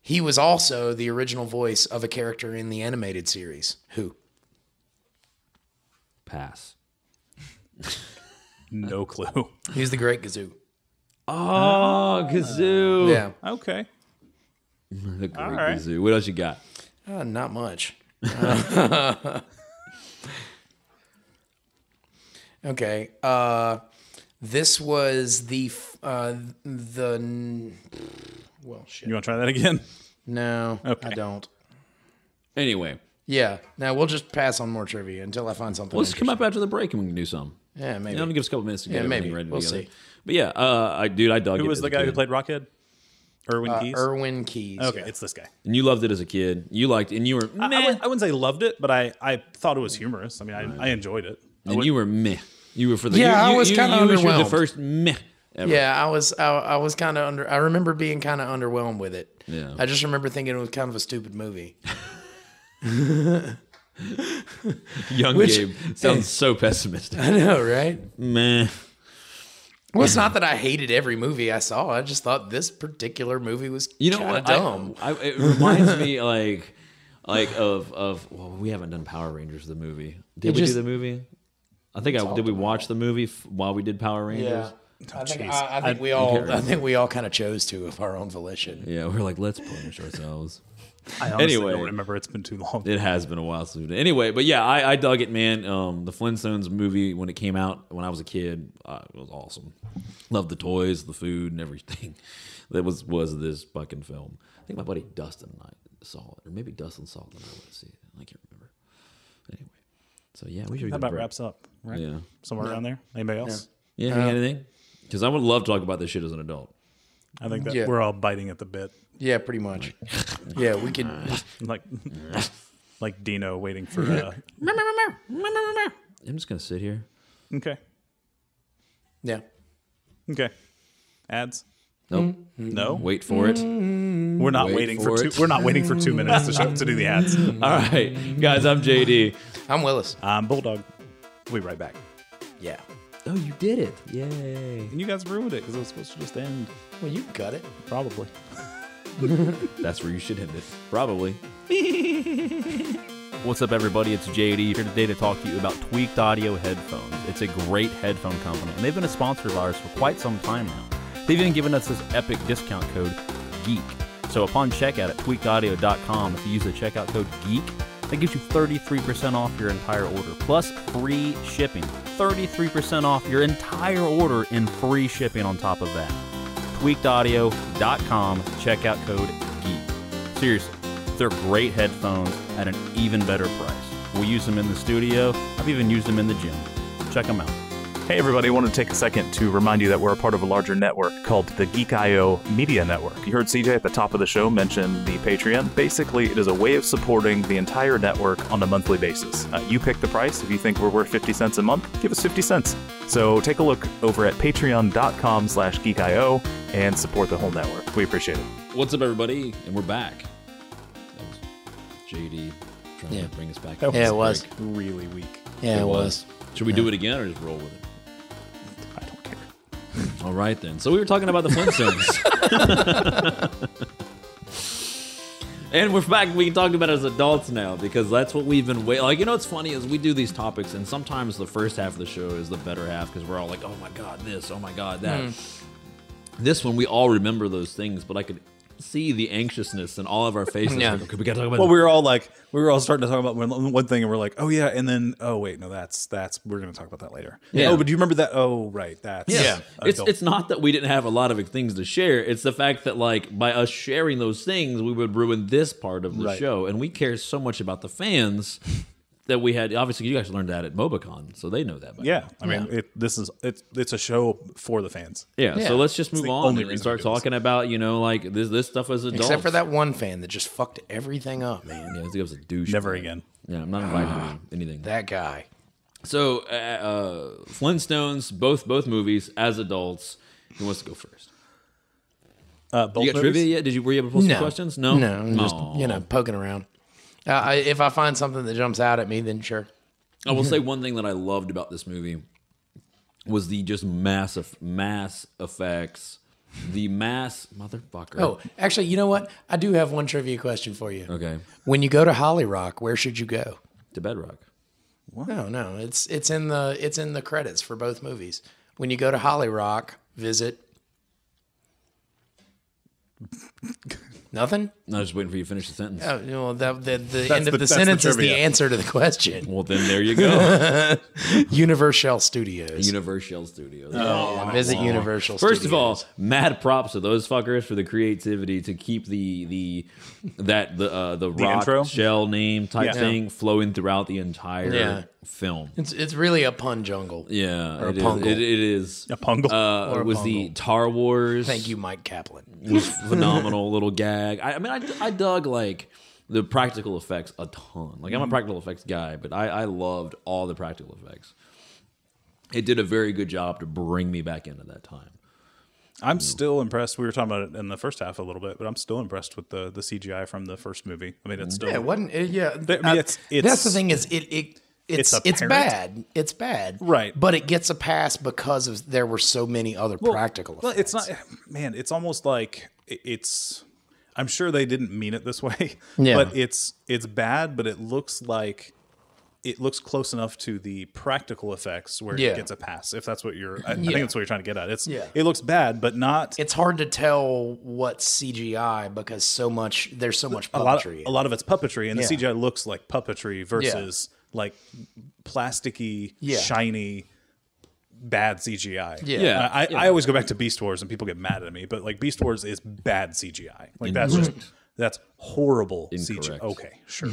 [SPEAKER 2] He was also the original voice of a character in the animated series. Who?
[SPEAKER 3] Pass.
[SPEAKER 4] No clue.
[SPEAKER 2] He's the Great Gazoo.
[SPEAKER 3] Oh, Kazoo.
[SPEAKER 2] Yeah.
[SPEAKER 4] Okay.
[SPEAKER 3] The great
[SPEAKER 4] Ah. right.
[SPEAKER 3] Kazoo. What else you got?
[SPEAKER 2] Uh, not much. Uh, okay. Uh, this was the f- uh, the n- well shit.
[SPEAKER 4] You want to try that again?
[SPEAKER 2] No,
[SPEAKER 4] Okay.
[SPEAKER 2] I don't.
[SPEAKER 3] Anyway,
[SPEAKER 2] Yeah. Now we'll just pass on more trivia until I find something.
[SPEAKER 3] let's come
[SPEAKER 2] interesting.
[SPEAKER 3] up after the break and we can do some.
[SPEAKER 2] Yeah, maybe.
[SPEAKER 3] You know, give us a couple minutes to get
[SPEAKER 2] Yeah,
[SPEAKER 3] everything
[SPEAKER 2] maybe.
[SPEAKER 3] ready
[SPEAKER 2] We'll
[SPEAKER 3] together.
[SPEAKER 2] see.
[SPEAKER 3] But yeah, uh, I dude, I dug it.
[SPEAKER 4] Who was
[SPEAKER 3] as
[SPEAKER 4] the
[SPEAKER 3] a
[SPEAKER 4] guy who
[SPEAKER 3] kid.
[SPEAKER 4] played Rockhead? Erwin Keys.
[SPEAKER 2] Erwin Uh, Keys.
[SPEAKER 4] okay,
[SPEAKER 2] yeah.
[SPEAKER 4] it's this guy.
[SPEAKER 3] And you loved it as a kid. You liked, and you were
[SPEAKER 4] I, I
[SPEAKER 3] meh.
[SPEAKER 4] wouldn't- I wouldn't say loved it, but I, I thought it was humorous. I mean, I, I enjoyed it.
[SPEAKER 3] and you were meh. You were for the
[SPEAKER 2] Yeah,
[SPEAKER 3] you-
[SPEAKER 2] I
[SPEAKER 3] you-
[SPEAKER 2] was
[SPEAKER 3] you-
[SPEAKER 2] kinda
[SPEAKER 3] you was- you were The
[SPEAKER 2] underwhelmed.
[SPEAKER 3] first meh. Ever.
[SPEAKER 2] Yeah, I was I, I was kind of under. I remember being kind of underwhelmed with it.
[SPEAKER 3] Yeah.
[SPEAKER 2] I just remember thinking it was kind of a stupid movie.
[SPEAKER 3] Young
[SPEAKER 2] Which-
[SPEAKER 3] Gabe sounds so pessimistic.
[SPEAKER 2] I know, right?
[SPEAKER 3] meh.
[SPEAKER 2] Well, it's not that I hated every movie I saw. I just thought this particular movie was
[SPEAKER 3] You know
[SPEAKER 2] kinda
[SPEAKER 3] what? I-
[SPEAKER 2] dumb.
[SPEAKER 3] I, it reminds me like like of of well, we haven't done Power Rangers the movie. Did we
[SPEAKER 2] just-
[SPEAKER 3] do the movie? I think I did. We watch the movie f- while we did Power Rangers.
[SPEAKER 2] I think,
[SPEAKER 4] jeez.
[SPEAKER 2] I, I think we all I think we all kind of chose to of our own volition.
[SPEAKER 3] Yeah, we we're like, let's punish ourselves.
[SPEAKER 4] I honestly
[SPEAKER 3] Anyway.
[SPEAKER 4] don't remember. It's been too long.
[SPEAKER 3] It has been a while since we did. Anyway, but yeah, I, I dug it, man. Um, the Flintstones movie when it came out when I was a kid, uh, it was awesome. Loved the toys, the food, and everything. That was was this fucking film. I think my buddy Dustin and I saw it, or maybe Dustin saw it and I went to see it. I can't remember. Anyway, so yeah, we should.
[SPEAKER 4] That
[SPEAKER 3] do a
[SPEAKER 4] about
[SPEAKER 3] break.
[SPEAKER 4] wraps up, right?
[SPEAKER 3] Yeah,
[SPEAKER 4] Somewhere around there. Anybody else?
[SPEAKER 3] yeah. You got anything? Because I would love to talk about this shit as an adult.
[SPEAKER 4] I think that
[SPEAKER 2] Yeah.
[SPEAKER 4] we're all biting at the bit,
[SPEAKER 2] Yeah, pretty much. yeah, we could.
[SPEAKER 4] like like Dino waiting for. Uh,
[SPEAKER 3] I'm just gonna sit here.
[SPEAKER 4] okay.
[SPEAKER 2] Yeah.
[SPEAKER 4] Okay. Ads.
[SPEAKER 3] Nope.
[SPEAKER 4] No,
[SPEAKER 3] Mm-hmm. Wait for it.
[SPEAKER 4] we're not
[SPEAKER 3] Wait
[SPEAKER 4] waiting
[SPEAKER 3] for
[SPEAKER 4] for,
[SPEAKER 3] it.
[SPEAKER 4] two. We're not waiting for two minutes to, show, to do the ads.
[SPEAKER 3] All right, guys. I'm JD.
[SPEAKER 2] I'm Willis.
[SPEAKER 4] I'm Um, Bulldog. We'll be right back.
[SPEAKER 2] Yeah.
[SPEAKER 3] Oh, you did it! Yay!
[SPEAKER 4] And you guys ruined it because it was supposed to just end.
[SPEAKER 2] Well, you got it.
[SPEAKER 4] Probably.
[SPEAKER 3] That's where you should end it. Probably. What's up, everybody? It's JD here today to talk to you about Tweaked Audio Headphones. It's a great headphone company, and they've been a sponsor of ours for quite some time now. They've even given us this epic discount code, GEEK. So upon checkout at tweakedaudio.com, if you use the checkout code GEEK, that gives you 33% off your entire order, plus free shipping. 33% off your entire order and free shipping on top of that tweakedaudio.com. Checkout code GEEK. Seriously, they're great headphones at an even better price. We use them in the studio. I've even used them in the gym. Check them out.
[SPEAKER 4] Hey, everybody, I want to take a second to remind you that we're a part of a larger network called the Geek.io Media Network. You heard CJ at the top of the show mention the Patreon. Basically, it is a way of supporting the entire network on a monthly basis. Uh, you pick the price. If you think we're worth 50 cents a month, give us 50 cents. So take a look over at patreon.com slash geek.io and support the whole network. We appreciate it.
[SPEAKER 3] What's up, everybody? And we're back. That was JD trying
[SPEAKER 5] Yeah.
[SPEAKER 3] to bring us back.
[SPEAKER 5] Yeah, it was.
[SPEAKER 4] Really weak.
[SPEAKER 5] Yeah, it was.
[SPEAKER 3] Should we do it again or just roll with it?
[SPEAKER 4] I don't care.
[SPEAKER 3] All right then. So we were talking about the Flintstones. And we're back. We can talk about it as adults now because that's what we've been waiting. Like, you know, what's funny is we do these topics, and sometimes the first half of the show is the better half because we're all like, "Oh my god, this! Oh my god,
[SPEAKER 4] Hmm.
[SPEAKER 3] that!" This one, we all remember those things, but I could see the anxiousness in all of our faces.
[SPEAKER 5] Yeah.
[SPEAKER 3] Like, okay, we gotta talk about.
[SPEAKER 4] Well, we were all like, we were all starting to talk about one, one thing, and we're like, oh yeah, and then oh wait, no, that's that's we're gonna talk about that later.
[SPEAKER 3] Yeah.
[SPEAKER 4] Oh, but do you remember that? Oh right, that's
[SPEAKER 3] Yeah. It's
[SPEAKER 4] adult.
[SPEAKER 3] it's not that we didn't have a lot of things to share. It's the fact that like by us sharing those things, we would ruin this part of the
[SPEAKER 4] Right.
[SPEAKER 3] show. And we care so much about the fans that we had obviously you guys learned that at MobaCon, so they know that by now.
[SPEAKER 4] yeah. I mean, It, this is it's it's a show for the fans.
[SPEAKER 3] Yeah.
[SPEAKER 5] Yeah.
[SPEAKER 3] So let's just move
[SPEAKER 4] the
[SPEAKER 3] on
[SPEAKER 4] only
[SPEAKER 3] and
[SPEAKER 4] reason
[SPEAKER 3] start
[SPEAKER 4] we do this.
[SPEAKER 3] talking about, you know, like this this stuff as adults.
[SPEAKER 2] Except for that one fan that just fucked everything up, man.
[SPEAKER 3] Yeah, I think it was a douche.
[SPEAKER 4] Never again.
[SPEAKER 3] Yeah, I'm not inviting you to anything.
[SPEAKER 2] That guy.
[SPEAKER 3] So uh, uh Flintstones, both both movies as adults. Who wants to go first?
[SPEAKER 4] Uh, both
[SPEAKER 3] You got
[SPEAKER 4] movies?
[SPEAKER 3] trivia yet? Did you were you able to post some questions? No.
[SPEAKER 2] No, I'm just, you know, poking around. Uh, I, if I find something that jumps out at me, then sure.
[SPEAKER 3] I will say one thing that I loved about this movie was the just massive mass effects. The mass motherfucker.
[SPEAKER 2] Oh, actually, you know what? I do have one trivia question for you.
[SPEAKER 3] Okay.
[SPEAKER 2] When you go to Holly Rock, where should you go?
[SPEAKER 3] To bedrock.
[SPEAKER 2] No, no, it's it's in the it's in the credits for both movies. When you go to Holly Rock, visit. Nothing.
[SPEAKER 3] No, I was just waiting for you to finish the sentence.
[SPEAKER 2] Oh, well, that, the, the end of
[SPEAKER 4] the-
[SPEAKER 2] the,
[SPEAKER 4] that's the
[SPEAKER 2] sentence is the
[SPEAKER 4] trivia.
[SPEAKER 2] answer to the question.
[SPEAKER 3] Well then there you go.
[SPEAKER 2] Universal Studios.
[SPEAKER 3] Universal Studios.
[SPEAKER 4] Oh.
[SPEAKER 2] Visit Universal.
[SPEAKER 3] First of
[SPEAKER 2] Studios.
[SPEAKER 3] all, mad props to those fuckers for the creativity to keep the the that the uh, the, rock
[SPEAKER 4] intro?
[SPEAKER 3] shell name type
[SPEAKER 4] Yeah.
[SPEAKER 3] thing flowing throughout the entire
[SPEAKER 2] Yeah.
[SPEAKER 3] film.
[SPEAKER 2] it's it's really a pun jungle.
[SPEAKER 3] Yeah,
[SPEAKER 2] Or a
[SPEAKER 3] it is.
[SPEAKER 2] pungle.
[SPEAKER 3] It, it is.
[SPEAKER 4] A pungle.
[SPEAKER 3] Uh,
[SPEAKER 2] Or a
[SPEAKER 3] was the Tar Wars?
[SPEAKER 2] Thank you, Mike Kaplan.
[SPEAKER 3] was phenomenal little gag. I, I mean, I, I dug like the practical effects a ton. Like I'm
[SPEAKER 2] Mm-hmm.
[SPEAKER 3] a practical effects guy, but I, I loved all the practical effects. It did a very good job to bring me back into that time.
[SPEAKER 4] I'm still impressed. We were talking about it in the first half a little bit, but I'm still impressed with the the CGI from the first movie. I mean, it's still
[SPEAKER 2] Mm. Yeah, it wasn't. It, yeah,
[SPEAKER 4] But, I mean,
[SPEAKER 2] I-
[SPEAKER 4] it's- it's-
[SPEAKER 2] that's the thing is it it it's
[SPEAKER 4] It's
[SPEAKER 2] it's,
[SPEAKER 4] apparent.
[SPEAKER 2] bad. It's bad.
[SPEAKER 4] Right.
[SPEAKER 2] But it gets a pass because of there were so many other practical.
[SPEAKER 4] Well,
[SPEAKER 2] effects.
[SPEAKER 4] it's not, man. It's almost like i- it's. I'm sure they didn't mean it this way,
[SPEAKER 2] Yeah.
[SPEAKER 4] but it's it's bad. But it looks like it looks close enough to the practical effects where
[SPEAKER 2] Yeah.
[SPEAKER 4] it gets a pass. If that's what you're, I, I think that's what you're trying to get at. It's
[SPEAKER 2] Yeah.
[SPEAKER 4] it looks bad, but not
[SPEAKER 2] It's hard to tell what CGI because so much there's so much
[SPEAKER 4] a lot.
[SPEAKER 2] puppetry.
[SPEAKER 4] A lot of it's puppetry, and
[SPEAKER 2] Yeah.
[SPEAKER 4] the CGI looks like puppetry versus like plasticky,
[SPEAKER 2] Yeah.
[SPEAKER 4] shiny. Bad CGI.
[SPEAKER 2] Yeah.
[SPEAKER 3] Yeah.
[SPEAKER 4] I, I, I always go back to Beast Wars, and people get mad at me, but like Beast Wars is bad CGI. Like that's just that's horrible CGI.
[SPEAKER 3] Incorrect.
[SPEAKER 4] Okay, sure.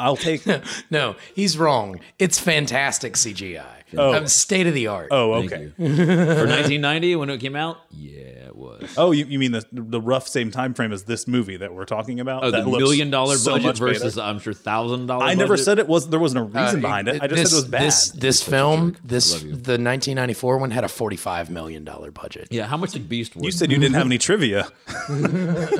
[SPEAKER 4] I'll take.
[SPEAKER 2] No, he's wrong. It's fantastic CGI. Um, state of the art.
[SPEAKER 4] Oh,
[SPEAKER 3] Thank
[SPEAKER 4] okay.
[SPEAKER 3] you. For 1990 when it came out, yeah, it was.
[SPEAKER 4] Oh, you, you mean the the rough same time frame as this movie that we're talking about?
[SPEAKER 3] Oh,
[SPEAKER 4] that
[SPEAKER 3] the
[SPEAKER 4] looks
[SPEAKER 3] million dollar
[SPEAKER 4] so
[SPEAKER 3] budget
[SPEAKER 4] much better.
[SPEAKER 3] versus I'm sure thousand dollar.
[SPEAKER 4] I never said it was. There wasn't a reason
[SPEAKER 2] Uh,
[SPEAKER 4] behind it. I just
[SPEAKER 2] this,
[SPEAKER 4] said it was bad.
[SPEAKER 2] This, this film, this the 1994 one had a 45 million dollar budget.
[SPEAKER 3] Yeah, how much did Beast Wars?
[SPEAKER 4] you said you didn't have any trivia.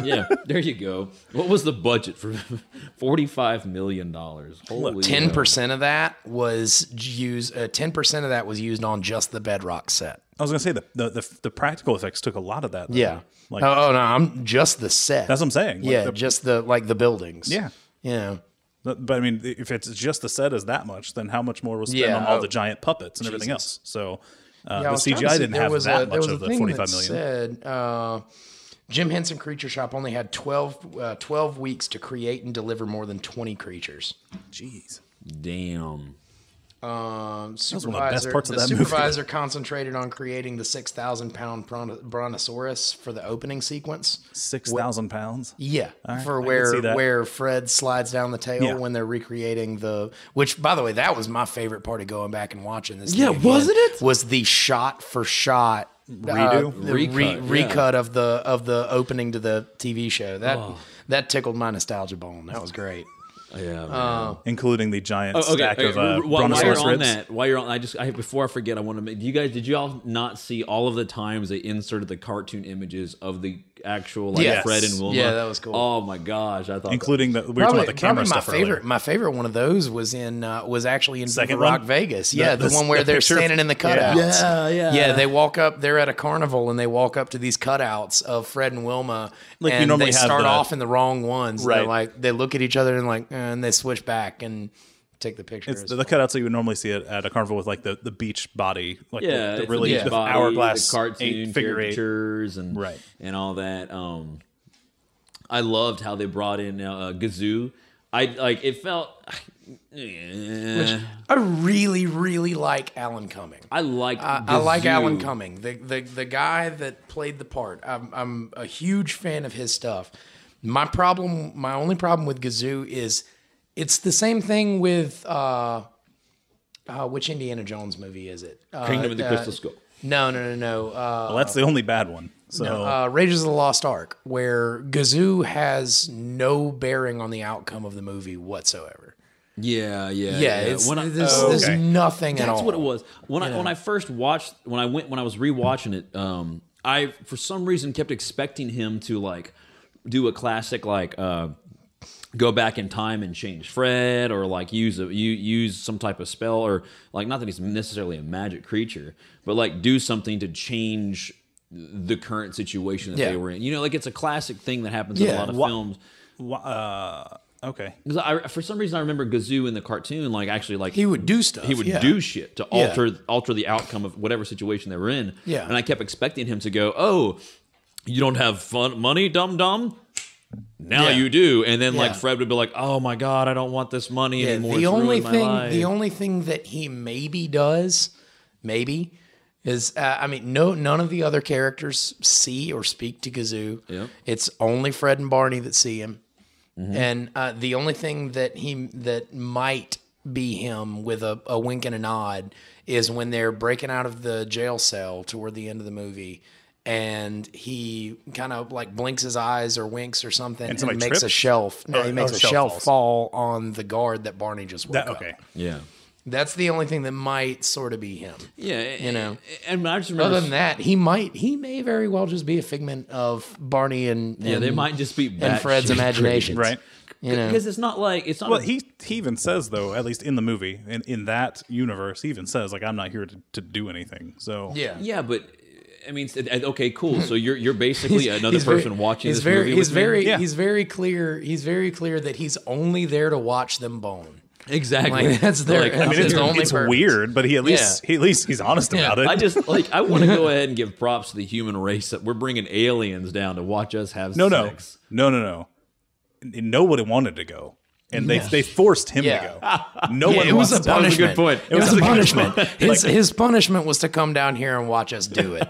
[SPEAKER 3] yeah, there you go. What was the budget for? Forty-five million dollars. Holy
[SPEAKER 2] Ten percent of that was used. Ten percent of that was used on just the Bedrock set.
[SPEAKER 4] I was gonna say the the, the, the practical effects took a lot of that. though. like
[SPEAKER 2] oh, oh, no, I'm just the set.
[SPEAKER 4] that's what I'm saying. Like,
[SPEAKER 2] yeah,
[SPEAKER 4] the-
[SPEAKER 2] just the like the buildings.
[SPEAKER 4] Yeah.
[SPEAKER 2] Yeah.
[SPEAKER 4] But but, I mean, if it's just the set is that much, then how much more was spent
[SPEAKER 2] Yeah,
[SPEAKER 4] on all
[SPEAKER 2] oh,
[SPEAKER 4] the giant puppets and everything else? So
[SPEAKER 2] Yeah,
[SPEAKER 4] uh,
[SPEAKER 2] I
[SPEAKER 4] the
[SPEAKER 2] was trying to
[SPEAKER 4] CGI
[SPEAKER 2] see-
[SPEAKER 4] didn't
[SPEAKER 2] there
[SPEAKER 4] have
[SPEAKER 2] was
[SPEAKER 4] that
[SPEAKER 2] a- there
[SPEAKER 4] much
[SPEAKER 2] was
[SPEAKER 4] of
[SPEAKER 2] a
[SPEAKER 4] the
[SPEAKER 2] thing
[SPEAKER 4] forty-five million.
[SPEAKER 2] that Said uh, Jim Henson Creature Shop only had 12, uh, 12 weeks to create and deliver more than twenty creatures.
[SPEAKER 4] Jeez,
[SPEAKER 3] damn.
[SPEAKER 2] Um,
[SPEAKER 4] was one of the best
[SPEAKER 2] supervisor,
[SPEAKER 4] parts of
[SPEAKER 2] the
[SPEAKER 4] that movie.
[SPEAKER 2] supervisor concentrated on creating the 6,000 pound bron- brontosaurus for the opening sequence.
[SPEAKER 4] Six thousand pounds.
[SPEAKER 2] Yeah,
[SPEAKER 4] right, I
[SPEAKER 2] for
[SPEAKER 4] can
[SPEAKER 2] where
[SPEAKER 4] see that.
[SPEAKER 2] where Fred slides down the tail
[SPEAKER 4] Yeah.
[SPEAKER 2] when they're recreating the. Which, by the way, that was my favorite part of going back and watching this.
[SPEAKER 1] Yeah,
[SPEAKER 2] thing
[SPEAKER 1] wasn't it?
[SPEAKER 2] Was the shot for shot uh,
[SPEAKER 4] Redo?
[SPEAKER 2] the
[SPEAKER 3] Recut,
[SPEAKER 2] re-
[SPEAKER 3] yeah.
[SPEAKER 2] recut of the of the opening to the TV show that
[SPEAKER 3] Oh.
[SPEAKER 2] that tickled my nostalgia bone. That was great.
[SPEAKER 3] Yeah.
[SPEAKER 2] Uh,
[SPEAKER 4] including the giant
[SPEAKER 3] Oh, okay.
[SPEAKER 4] stack
[SPEAKER 3] okay.
[SPEAKER 4] of uh,
[SPEAKER 3] Wh- wh- while you're
[SPEAKER 4] brontosaurus
[SPEAKER 3] on
[SPEAKER 4] ribs.
[SPEAKER 3] that, while you're on, I just I, before I forget, I want to make. Do you guys? Did you all not see all of the times they inserted the cartoon images of the actual like
[SPEAKER 2] Yes.
[SPEAKER 3] Fred and Wilma?
[SPEAKER 2] Yeah, that was cool.
[SPEAKER 3] Oh my gosh, I thought.
[SPEAKER 4] including the we were talking
[SPEAKER 2] Probably,
[SPEAKER 4] about the camera
[SPEAKER 2] probably my
[SPEAKER 4] stuff
[SPEAKER 2] favorite.
[SPEAKER 4] earlier.
[SPEAKER 2] My favorite one of those was in uh, was actually in
[SPEAKER 4] Second
[SPEAKER 2] Viva Rock
[SPEAKER 4] one?
[SPEAKER 2] Vegas. Yeah, the,
[SPEAKER 4] the-
[SPEAKER 2] one where
[SPEAKER 4] the
[SPEAKER 2] they're
[SPEAKER 4] picture of-
[SPEAKER 2] standing in the
[SPEAKER 4] Yeah.
[SPEAKER 2] cutouts.
[SPEAKER 1] Yeah, yeah.
[SPEAKER 2] Uh,
[SPEAKER 4] Uh,
[SPEAKER 2] yeah. They walk up. They're at a carnival and they walk up to these cutouts of Fred and Wilma.
[SPEAKER 4] Like you
[SPEAKER 2] and
[SPEAKER 4] normally
[SPEAKER 2] they
[SPEAKER 4] have
[SPEAKER 2] start
[SPEAKER 4] the-
[SPEAKER 2] off in the wrong ones. They're
[SPEAKER 4] Right.
[SPEAKER 2] like they look at each other and like, eh, and they switch back and take the picture.
[SPEAKER 4] It's the, the cutouts that you would normally see at, at a carnival with like the, the beach body, like the-
[SPEAKER 3] yeah,
[SPEAKER 4] the,
[SPEAKER 3] it's
[SPEAKER 4] really
[SPEAKER 3] beach
[SPEAKER 4] the
[SPEAKER 3] body,
[SPEAKER 4] hourglass
[SPEAKER 3] the cartoon
[SPEAKER 4] eight, figure eight.
[SPEAKER 3] caricatures and
[SPEAKER 4] Right.
[SPEAKER 3] and all that. Um, I loved how they brought in uh, Gazoo. I like it felt. Eh.
[SPEAKER 2] I really, really like Alan Cumming.
[SPEAKER 3] I like.
[SPEAKER 2] I, I like Alan
[SPEAKER 3] Gazoo.
[SPEAKER 2] Cumming, the, the the guy that played the part. I'm I'm a huge fan of his stuff. My problem, my only problem with Gazoo is it's the same thing with uh, uh, which Indiana Jones movie is it? Uh,
[SPEAKER 3] Kingdom of the
[SPEAKER 2] uh,
[SPEAKER 3] Crystal Skull.
[SPEAKER 2] No, no, no, no. Uh,
[SPEAKER 4] Well, that's the only bad one. So
[SPEAKER 2] uh, Rages of the Lost Ark, where Gazoo has no bearing on the outcome of the movie whatsoever.
[SPEAKER 3] Yeah, yeah,
[SPEAKER 2] Yeah, it's,
[SPEAKER 3] When I-
[SPEAKER 2] there's,
[SPEAKER 3] oh,
[SPEAKER 2] there's
[SPEAKER 4] okay.
[SPEAKER 2] nothing at all.
[SPEAKER 3] That's what it was. When I when I first watched when I went when I was rewatching it, um, I for some reason kept expecting him to like do a classic like uh, go back in time and change Fred or like use a you use some type of spell or like not that he's necessarily a magic creature, but like do something to change the current situation that
[SPEAKER 2] Yeah.
[SPEAKER 3] they were in. You know, like it's a classic thing that happens in a
[SPEAKER 2] Yeah.
[SPEAKER 3] lot of
[SPEAKER 4] Wha-
[SPEAKER 3] films.
[SPEAKER 4] wha- uh, okay,
[SPEAKER 3] 'Cause I, for some reason, I remember Gazoo in the cartoon, like actually, like
[SPEAKER 2] He would do stuff.
[SPEAKER 3] he would
[SPEAKER 2] yeah.
[SPEAKER 3] do shit to
[SPEAKER 2] Yeah.
[SPEAKER 3] alter alter the outcome of whatever situation they were in.
[SPEAKER 2] Yeah.
[SPEAKER 3] And I kept expecting him to go, "Oh, you don't have fun money, dum dum." Now
[SPEAKER 2] Yeah.
[SPEAKER 3] you do, and then like
[SPEAKER 2] Yeah.
[SPEAKER 3] Fred would be like, "Oh my god, I don't want this money
[SPEAKER 2] Yeah,
[SPEAKER 3] anymore."
[SPEAKER 2] The
[SPEAKER 3] It's
[SPEAKER 2] only
[SPEAKER 3] ruined my
[SPEAKER 2] thing,
[SPEAKER 3] life."
[SPEAKER 2] the only thing that he maybe does, maybe, is uh, I mean, no, none of the other characters see or speak to Kazoo.
[SPEAKER 3] Yep. Mm-hmm.
[SPEAKER 2] It's only Fred and Barney that see him, and uh, the only thing that he that might be him with a, a wink and a nod is when they're breaking out of the jail cell toward the end of the movie. And he kind of like blinks his eyes or winks or something, and,
[SPEAKER 4] somebody
[SPEAKER 2] makes a
[SPEAKER 4] trips?
[SPEAKER 2] shelf. No,
[SPEAKER 4] Oh,
[SPEAKER 2] he makes
[SPEAKER 4] oh,
[SPEAKER 2] a
[SPEAKER 4] shelf
[SPEAKER 2] shelf
[SPEAKER 4] falls.
[SPEAKER 2] fall on the guard that Barney just woke
[SPEAKER 4] that
[SPEAKER 2] up.
[SPEAKER 4] okay.
[SPEAKER 3] yeah,
[SPEAKER 2] That's the only thing that might sort of be him.
[SPEAKER 3] yeah,
[SPEAKER 2] You know.
[SPEAKER 3] And I just remember,
[SPEAKER 2] Other than that, he might he may very well just be a figment of Barney and, and
[SPEAKER 3] yeah, they might just be
[SPEAKER 2] and Fred's imagination.
[SPEAKER 4] Right.
[SPEAKER 2] You know.
[SPEAKER 3] because it's not like it's not.
[SPEAKER 4] Well,
[SPEAKER 3] a-
[SPEAKER 4] he he even says though, at least in the movie, in, in that universe, he even says like, "I'm not here to, to do anything." So
[SPEAKER 2] yeah.
[SPEAKER 3] yeah, but. I mean, it's- okay, cool. So you're you're basically another
[SPEAKER 2] He's
[SPEAKER 3] person
[SPEAKER 2] very-
[SPEAKER 3] watching
[SPEAKER 2] he's
[SPEAKER 3] this
[SPEAKER 2] very,
[SPEAKER 3] movie.
[SPEAKER 2] He's
[SPEAKER 3] with me?
[SPEAKER 2] very
[SPEAKER 4] Yeah.
[SPEAKER 2] he's very clear he's very clear that he's only there to watch them bone.
[SPEAKER 3] exactly.
[SPEAKER 2] Like, that's their-
[SPEAKER 3] Like,
[SPEAKER 2] I mean,
[SPEAKER 4] I mean, it's,
[SPEAKER 2] His only
[SPEAKER 4] it's
[SPEAKER 2] purpose.
[SPEAKER 4] weird, but he at least
[SPEAKER 2] Yeah.
[SPEAKER 4] he, at least he's honest about it.
[SPEAKER 3] I just like I want to go ahead and give props to the human race that we're bringing aliens down to watch us have
[SPEAKER 4] no, no,
[SPEAKER 3] sex.
[SPEAKER 4] no, no, no. N- Nobody wanted to go, and they they forced him
[SPEAKER 2] Yeah.
[SPEAKER 4] to go. No one
[SPEAKER 2] it was
[SPEAKER 4] wants
[SPEAKER 2] a
[SPEAKER 4] to go.
[SPEAKER 2] punishment.
[SPEAKER 3] good point.
[SPEAKER 2] It, was, a punishment. his his punishment was to come down here and watch us do it.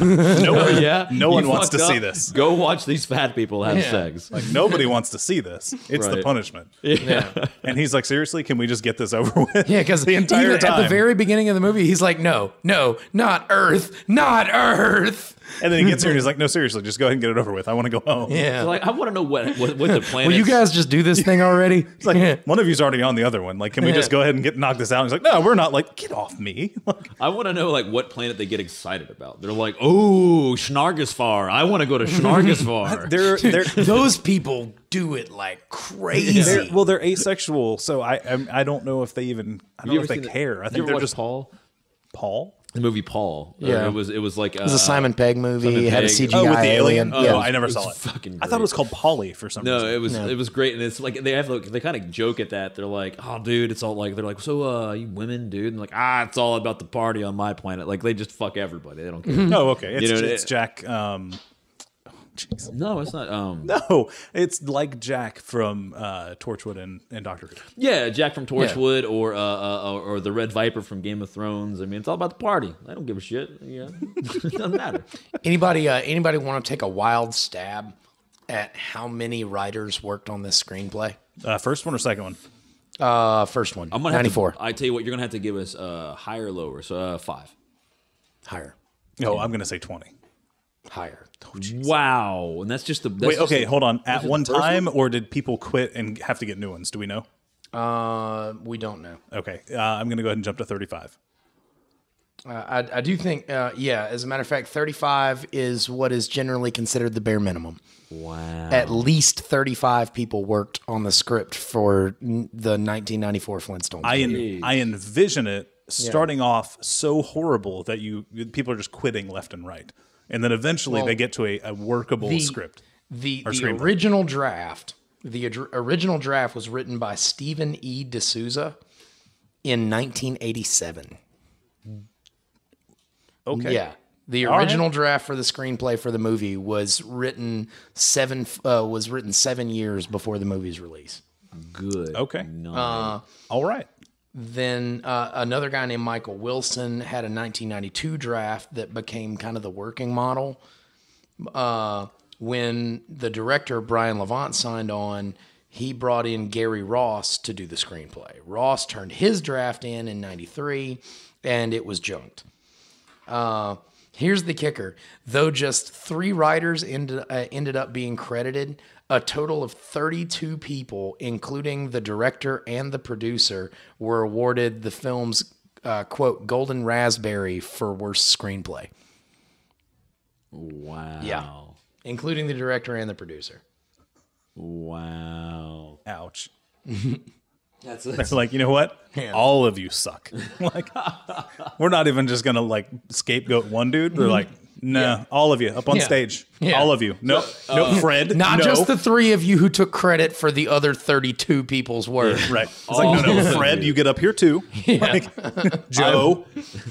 [SPEAKER 4] No one,
[SPEAKER 3] Yeah,
[SPEAKER 4] no one
[SPEAKER 3] you
[SPEAKER 4] wants to
[SPEAKER 3] fucked
[SPEAKER 4] see
[SPEAKER 3] up.
[SPEAKER 4] this.
[SPEAKER 3] Go watch these fat people have
[SPEAKER 2] Yeah.
[SPEAKER 3] sex.
[SPEAKER 4] Like nobody wants to see this. It's the
[SPEAKER 3] Right.
[SPEAKER 4] punishment.
[SPEAKER 2] Yeah.
[SPEAKER 4] And he's like, seriously, can we just get this over with?
[SPEAKER 2] Yeah, because
[SPEAKER 4] the entire
[SPEAKER 2] even
[SPEAKER 4] time.
[SPEAKER 2] at the very beginning of the movie, he's like, "No, no, not Earth, not Earth."
[SPEAKER 4] and then he gets here and he's like, no, seriously, just go ahead and get it over with. I want to go home.
[SPEAKER 2] Yeah.
[SPEAKER 3] So, like I want to know what what, what the plan.
[SPEAKER 2] Will you guys just do this thing already?
[SPEAKER 4] It's like one of you's already on the other one. Like, can we just go ahead and get knock this out? And he's like, no, we're not. Like, get off me. Like,
[SPEAKER 3] I want to know like what planet they get excited about. They're like, oh, Snargisfar. I want to go to Snargisfar.
[SPEAKER 4] they're they're
[SPEAKER 2] those people do it like crazy.
[SPEAKER 4] they're well, they're asexual. So I I'm, I don't know if they even I don't know if they care. I
[SPEAKER 3] you
[SPEAKER 4] think
[SPEAKER 3] ever
[SPEAKER 4] they're
[SPEAKER 3] watched
[SPEAKER 4] just
[SPEAKER 3] Paul.
[SPEAKER 4] Paul.
[SPEAKER 3] The movie Paul. Uh,
[SPEAKER 2] Yeah.
[SPEAKER 3] it was it was like uh,
[SPEAKER 2] it was a Simon Pegg movie.
[SPEAKER 3] Simon
[SPEAKER 2] It had a
[SPEAKER 3] Pegg.
[SPEAKER 2] CGI
[SPEAKER 4] Oh, with the alien. Oh,
[SPEAKER 2] yeah.
[SPEAKER 4] I never
[SPEAKER 3] It's
[SPEAKER 4] saw it.
[SPEAKER 3] fucking
[SPEAKER 4] I thought
[SPEAKER 3] great.
[SPEAKER 4] it was called Polly for some
[SPEAKER 3] No,
[SPEAKER 4] reason.
[SPEAKER 3] it was it was great, and it's like they have like they kind of joke at that. They're like, "Oh, dude, it's all like they're like, so uh, you women, dude?" And like, ah, it's all about the party
[SPEAKER 4] Mm-hmm.
[SPEAKER 3] on my planet. Like they just fuck everybody. They don't care.
[SPEAKER 4] No, okay. Oh, It's,
[SPEAKER 3] You know,
[SPEAKER 4] it's
[SPEAKER 3] it-
[SPEAKER 4] Jack. Um, Jeez.
[SPEAKER 3] No, it's not. Um,
[SPEAKER 4] No, oh, it's like Jack from uh, Torchwood and, and Doctor Who.
[SPEAKER 3] Yeah, Jack from Torchwood or, uh, uh, or or the Red Viper from Game of Thrones. I mean, it's all about the party. I don't give a shit. Yeah, it doesn't matter.
[SPEAKER 2] Anybody, uh, anybody want to take a wild stab at how many writers worked on this screenplay?
[SPEAKER 4] Uh, first one or second one?
[SPEAKER 2] Uh, first one,
[SPEAKER 3] I'm gonna have to-
[SPEAKER 2] 94.
[SPEAKER 3] I tell you what, you're gonna have to give us uh, higher, or lower. So uh, five.
[SPEAKER 2] higher,
[SPEAKER 4] No, Oh, I'm going to say 20.
[SPEAKER 2] higher.
[SPEAKER 3] Wow, and that's just the that's
[SPEAKER 4] Wait,
[SPEAKER 3] just
[SPEAKER 4] okay,
[SPEAKER 3] the-
[SPEAKER 4] hold on. At
[SPEAKER 3] the
[SPEAKER 4] one
[SPEAKER 3] first
[SPEAKER 4] time, or did people quit and have to get new ones? Do we know?
[SPEAKER 2] Uh, we don't know.
[SPEAKER 4] Okay, uh, I'm going to go ahead and jump to 35.
[SPEAKER 2] Uh, I, I do think, uh, yeah, as a matter of fact, 35 is what is generally considered the bare minimum.
[SPEAKER 3] Wow.
[SPEAKER 2] At least 35 people worked on the script for n- the 1994 Flintstones.
[SPEAKER 4] I en- I envision it starting off so horrible that you people are just quitting left and right, and then eventually they get to a, a workable
[SPEAKER 2] the-
[SPEAKER 4] script.
[SPEAKER 2] The,
[SPEAKER 4] Or
[SPEAKER 2] the
[SPEAKER 4] screenplay.
[SPEAKER 2] original draft, the adr- original draft was written by Stephen E. D'Souza in 1987.
[SPEAKER 4] Okay,
[SPEAKER 2] Yeah. The
[SPEAKER 4] right.
[SPEAKER 2] original draft for the screenplay for the movie was written seven f- uh, was written seven years before the movie's release.
[SPEAKER 3] good.
[SPEAKER 4] Okay.
[SPEAKER 3] night.
[SPEAKER 4] all right.
[SPEAKER 2] Then uh, another guy named Michael Wilson had a 1992 draft that became kind of the working model. Uh, when the director Brian Levant signed on, he brought in Gary Ross to do the screenplay. Ross turned his draft in in '93, and it was junked. Uh, here's the kicker: though just three writers ended uh, ended up being credited, a total of 32 people, including the director and the producer, were awarded the film's uh, quote golden raspberry for worst screenplay,
[SPEAKER 3] wow.
[SPEAKER 2] Yeah. including the director and the producer.
[SPEAKER 3] Wow.
[SPEAKER 4] Ouch.
[SPEAKER 3] That's
[SPEAKER 4] They're like, you know what? All of you suck. like, we're not even just gonna like scapegoat one dude. They're like, no, all of you up on
[SPEAKER 2] Mm-hmm. Yeah.
[SPEAKER 4] stage.
[SPEAKER 2] Yeah. Uh,
[SPEAKER 4] All of you. No, no, Fred.
[SPEAKER 2] Not
[SPEAKER 4] no.
[SPEAKER 2] just the three of you who took credit for the other 32 people's work.
[SPEAKER 4] right. It's like, no, no, Fred, you get up here too. Like, Joe,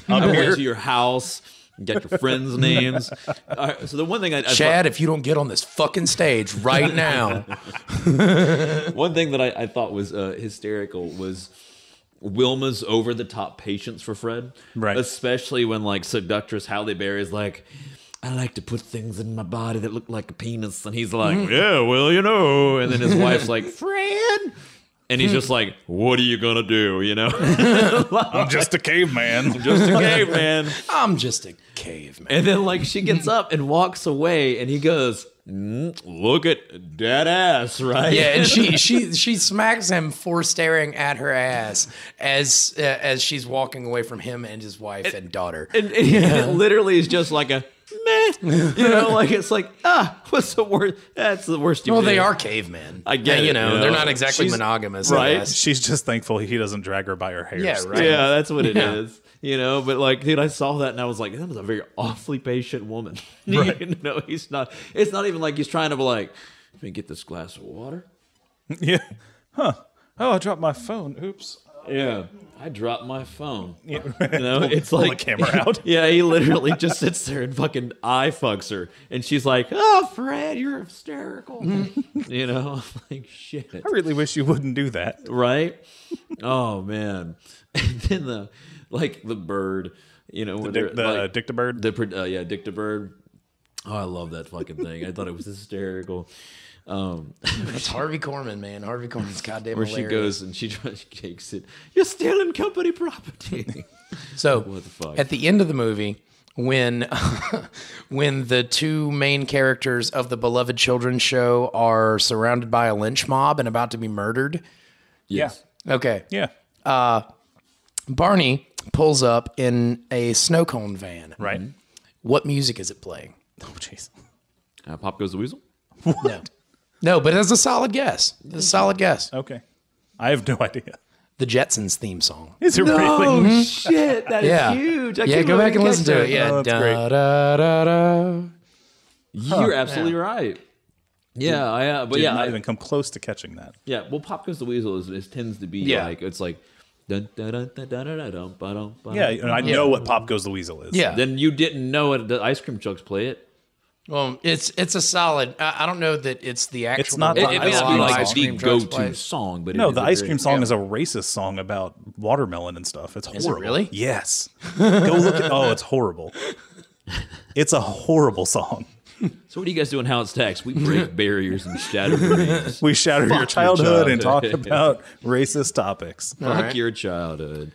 [SPEAKER 3] I
[SPEAKER 4] up
[SPEAKER 3] went
[SPEAKER 4] here.
[SPEAKER 3] to your house. You got your friends' names. All right, so the one thing I, I thought-
[SPEAKER 2] Chad, if you don't get on this fucking stage right now,
[SPEAKER 3] One thing that I, I thought was uh, hysterical was Wilma's over the top patience for Fred.
[SPEAKER 4] Right.
[SPEAKER 3] Especially when like seductress Halle Berry is like, I like to put things in my body that look like a penis. And he's like,
[SPEAKER 4] Mm.
[SPEAKER 3] Yeah, well, you know. And then his wife's like, Fred. And
[SPEAKER 4] Hmm.
[SPEAKER 3] he's just like, What are you going to do? You know?
[SPEAKER 4] I'm just a caveman.
[SPEAKER 3] just a gay man.
[SPEAKER 2] I'm just a caveman.
[SPEAKER 3] And then like she gets up and walks away and he goes, "Mm, Look at that ass, right?
[SPEAKER 2] Yeah, and she she she smacks him for staring at her ass as uh, as she's walking away from him and his wife and daughter.
[SPEAKER 3] and, and it literally is just like a meh. You know, like it's like ah, what's the worst? That's the worst. You
[SPEAKER 2] Well,
[SPEAKER 3] did.
[SPEAKER 2] they are cavemen.
[SPEAKER 3] I get
[SPEAKER 2] Uh, you
[SPEAKER 3] it,
[SPEAKER 2] know
[SPEAKER 3] you
[SPEAKER 2] they're
[SPEAKER 3] know.
[SPEAKER 2] not exactly
[SPEAKER 4] She's-
[SPEAKER 2] monogamous, I
[SPEAKER 3] Right.
[SPEAKER 2] guess.
[SPEAKER 4] She's just thankful he doesn't drag her by her hair.
[SPEAKER 2] Yeah, right.
[SPEAKER 3] Yeah, that's what it is.
[SPEAKER 2] Yeah.
[SPEAKER 3] You know, but like, dude, I saw that and I was like, that was a very awfully patient woman. you know, he's not. It's not even like he's trying to be like, let me get this glass of water.
[SPEAKER 4] Yeah. Huh. Oh, I dropped my phone. Oops.
[SPEAKER 3] Yeah, I dropped my phone. You know, it's like
[SPEAKER 4] the camera out.
[SPEAKER 3] Yeah, he literally just sits there and fucking eye fucks her, and she's like, "Oh, Fred, you're hysterical." you know, I'm like shit.
[SPEAKER 4] I really wish you wouldn't do that.
[SPEAKER 3] right? oh man! And then the like the bird, you know, the,
[SPEAKER 4] Dick, the Dictabird.
[SPEAKER 3] the pro- uh, yeah, Dick the bird. Oh, I love that fucking thing. I thought it was hysterical. Um,
[SPEAKER 2] It's Harvey Corman, man. Harvey Corman's goddamn
[SPEAKER 3] where she
[SPEAKER 2] hilarious.
[SPEAKER 3] goes and she tries she takes it. You're stealing company property.
[SPEAKER 2] So
[SPEAKER 3] the fuck?
[SPEAKER 2] at the end of the movie, when when the two main characters of the beloved children's show are surrounded by a lynch mob and about to be murdered,
[SPEAKER 3] yes.
[SPEAKER 2] okay,
[SPEAKER 4] Yeah.
[SPEAKER 2] Barney pulls up in a snow cone van.
[SPEAKER 4] Right.
[SPEAKER 2] What music is it playing?
[SPEAKER 4] Oh, jeez.
[SPEAKER 3] Uh, Pop goes the weasel.
[SPEAKER 2] No. No, but that's a solid guess. That's a solid guess.
[SPEAKER 3] Oh.
[SPEAKER 4] Okay. I have no idea.
[SPEAKER 2] The Jetsons theme song.
[SPEAKER 4] Is it really?
[SPEAKER 3] Oh shit, that is
[SPEAKER 2] Yeah.
[SPEAKER 3] huge. I
[SPEAKER 2] yeah,
[SPEAKER 3] couldn't
[SPEAKER 2] go back
[SPEAKER 3] even
[SPEAKER 2] and listen
[SPEAKER 3] catch
[SPEAKER 2] to it.
[SPEAKER 3] that.
[SPEAKER 2] Yeah.
[SPEAKER 4] Oh, that's great.
[SPEAKER 2] da, da, da, da.
[SPEAKER 3] You're absolutely right. Yeah, I, uh, but
[SPEAKER 4] Did
[SPEAKER 3] yeah,
[SPEAKER 4] not
[SPEAKER 3] I-
[SPEAKER 4] even come close to catching that.
[SPEAKER 3] Yeah, well, Pop Goes the Weasel is, is tends to be
[SPEAKER 2] Yeah.
[SPEAKER 3] like it's like. Dun, dun, dun, dun, dun, dun, dun, dun, ba, dun, ba,
[SPEAKER 4] Yeah,
[SPEAKER 3] dun.
[SPEAKER 4] and I know what Pop Goes the Weasel is.
[SPEAKER 2] Yeah.
[SPEAKER 3] Then you didn't know it. The ice cream trucks play it.
[SPEAKER 2] Well, it's it's a solid. I, I don't know that it's the actual.
[SPEAKER 4] not
[SPEAKER 3] It,
[SPEAKER 4] the
[SPEAKER 3] it
[SPEAKER 4] ice
[SPEAKER 3] may not be
[SPEAKER 4] cream
[SPEAKER 3] like
[SPEAKER 4] song.
[SPEAKER 2] Ice
[SPEAKER 3] the
[SPEAKER 2] Trucks
[SPEAKER 3] go-to
[SPEAKER 2] Place.
[SPEAKER 3] song, but it
[SPEAKER 4] No,
[SPEAKER 3] is
[SPEAKER 4] the
[SPEAKER 3] a
[SPEAKER 4] ice
[SPEAKER 3] very-
[SPEAKER 4] cream song is a racist song about watermelon and stuff. It's
[SPEAKER 2] it
[SPEAKER 4] horrible.
[SPEAKER 2] really?
[SPEAKER 4] Yes. Go look at Oh, it's horrible. It's a horrible song.
[SPEAKER 3] So what do you guys do in How It's Taxed? We break barriers and shatter dreams.
[SPEAKER 4] We shattered your childhood and talk
[SPEAKER 3] childhood.
[SPEAKER 4] about racist topics.
[SPEAKER 3] Fuck
[SPEAKER 2] right.
[SPEAKER 3] your childhood.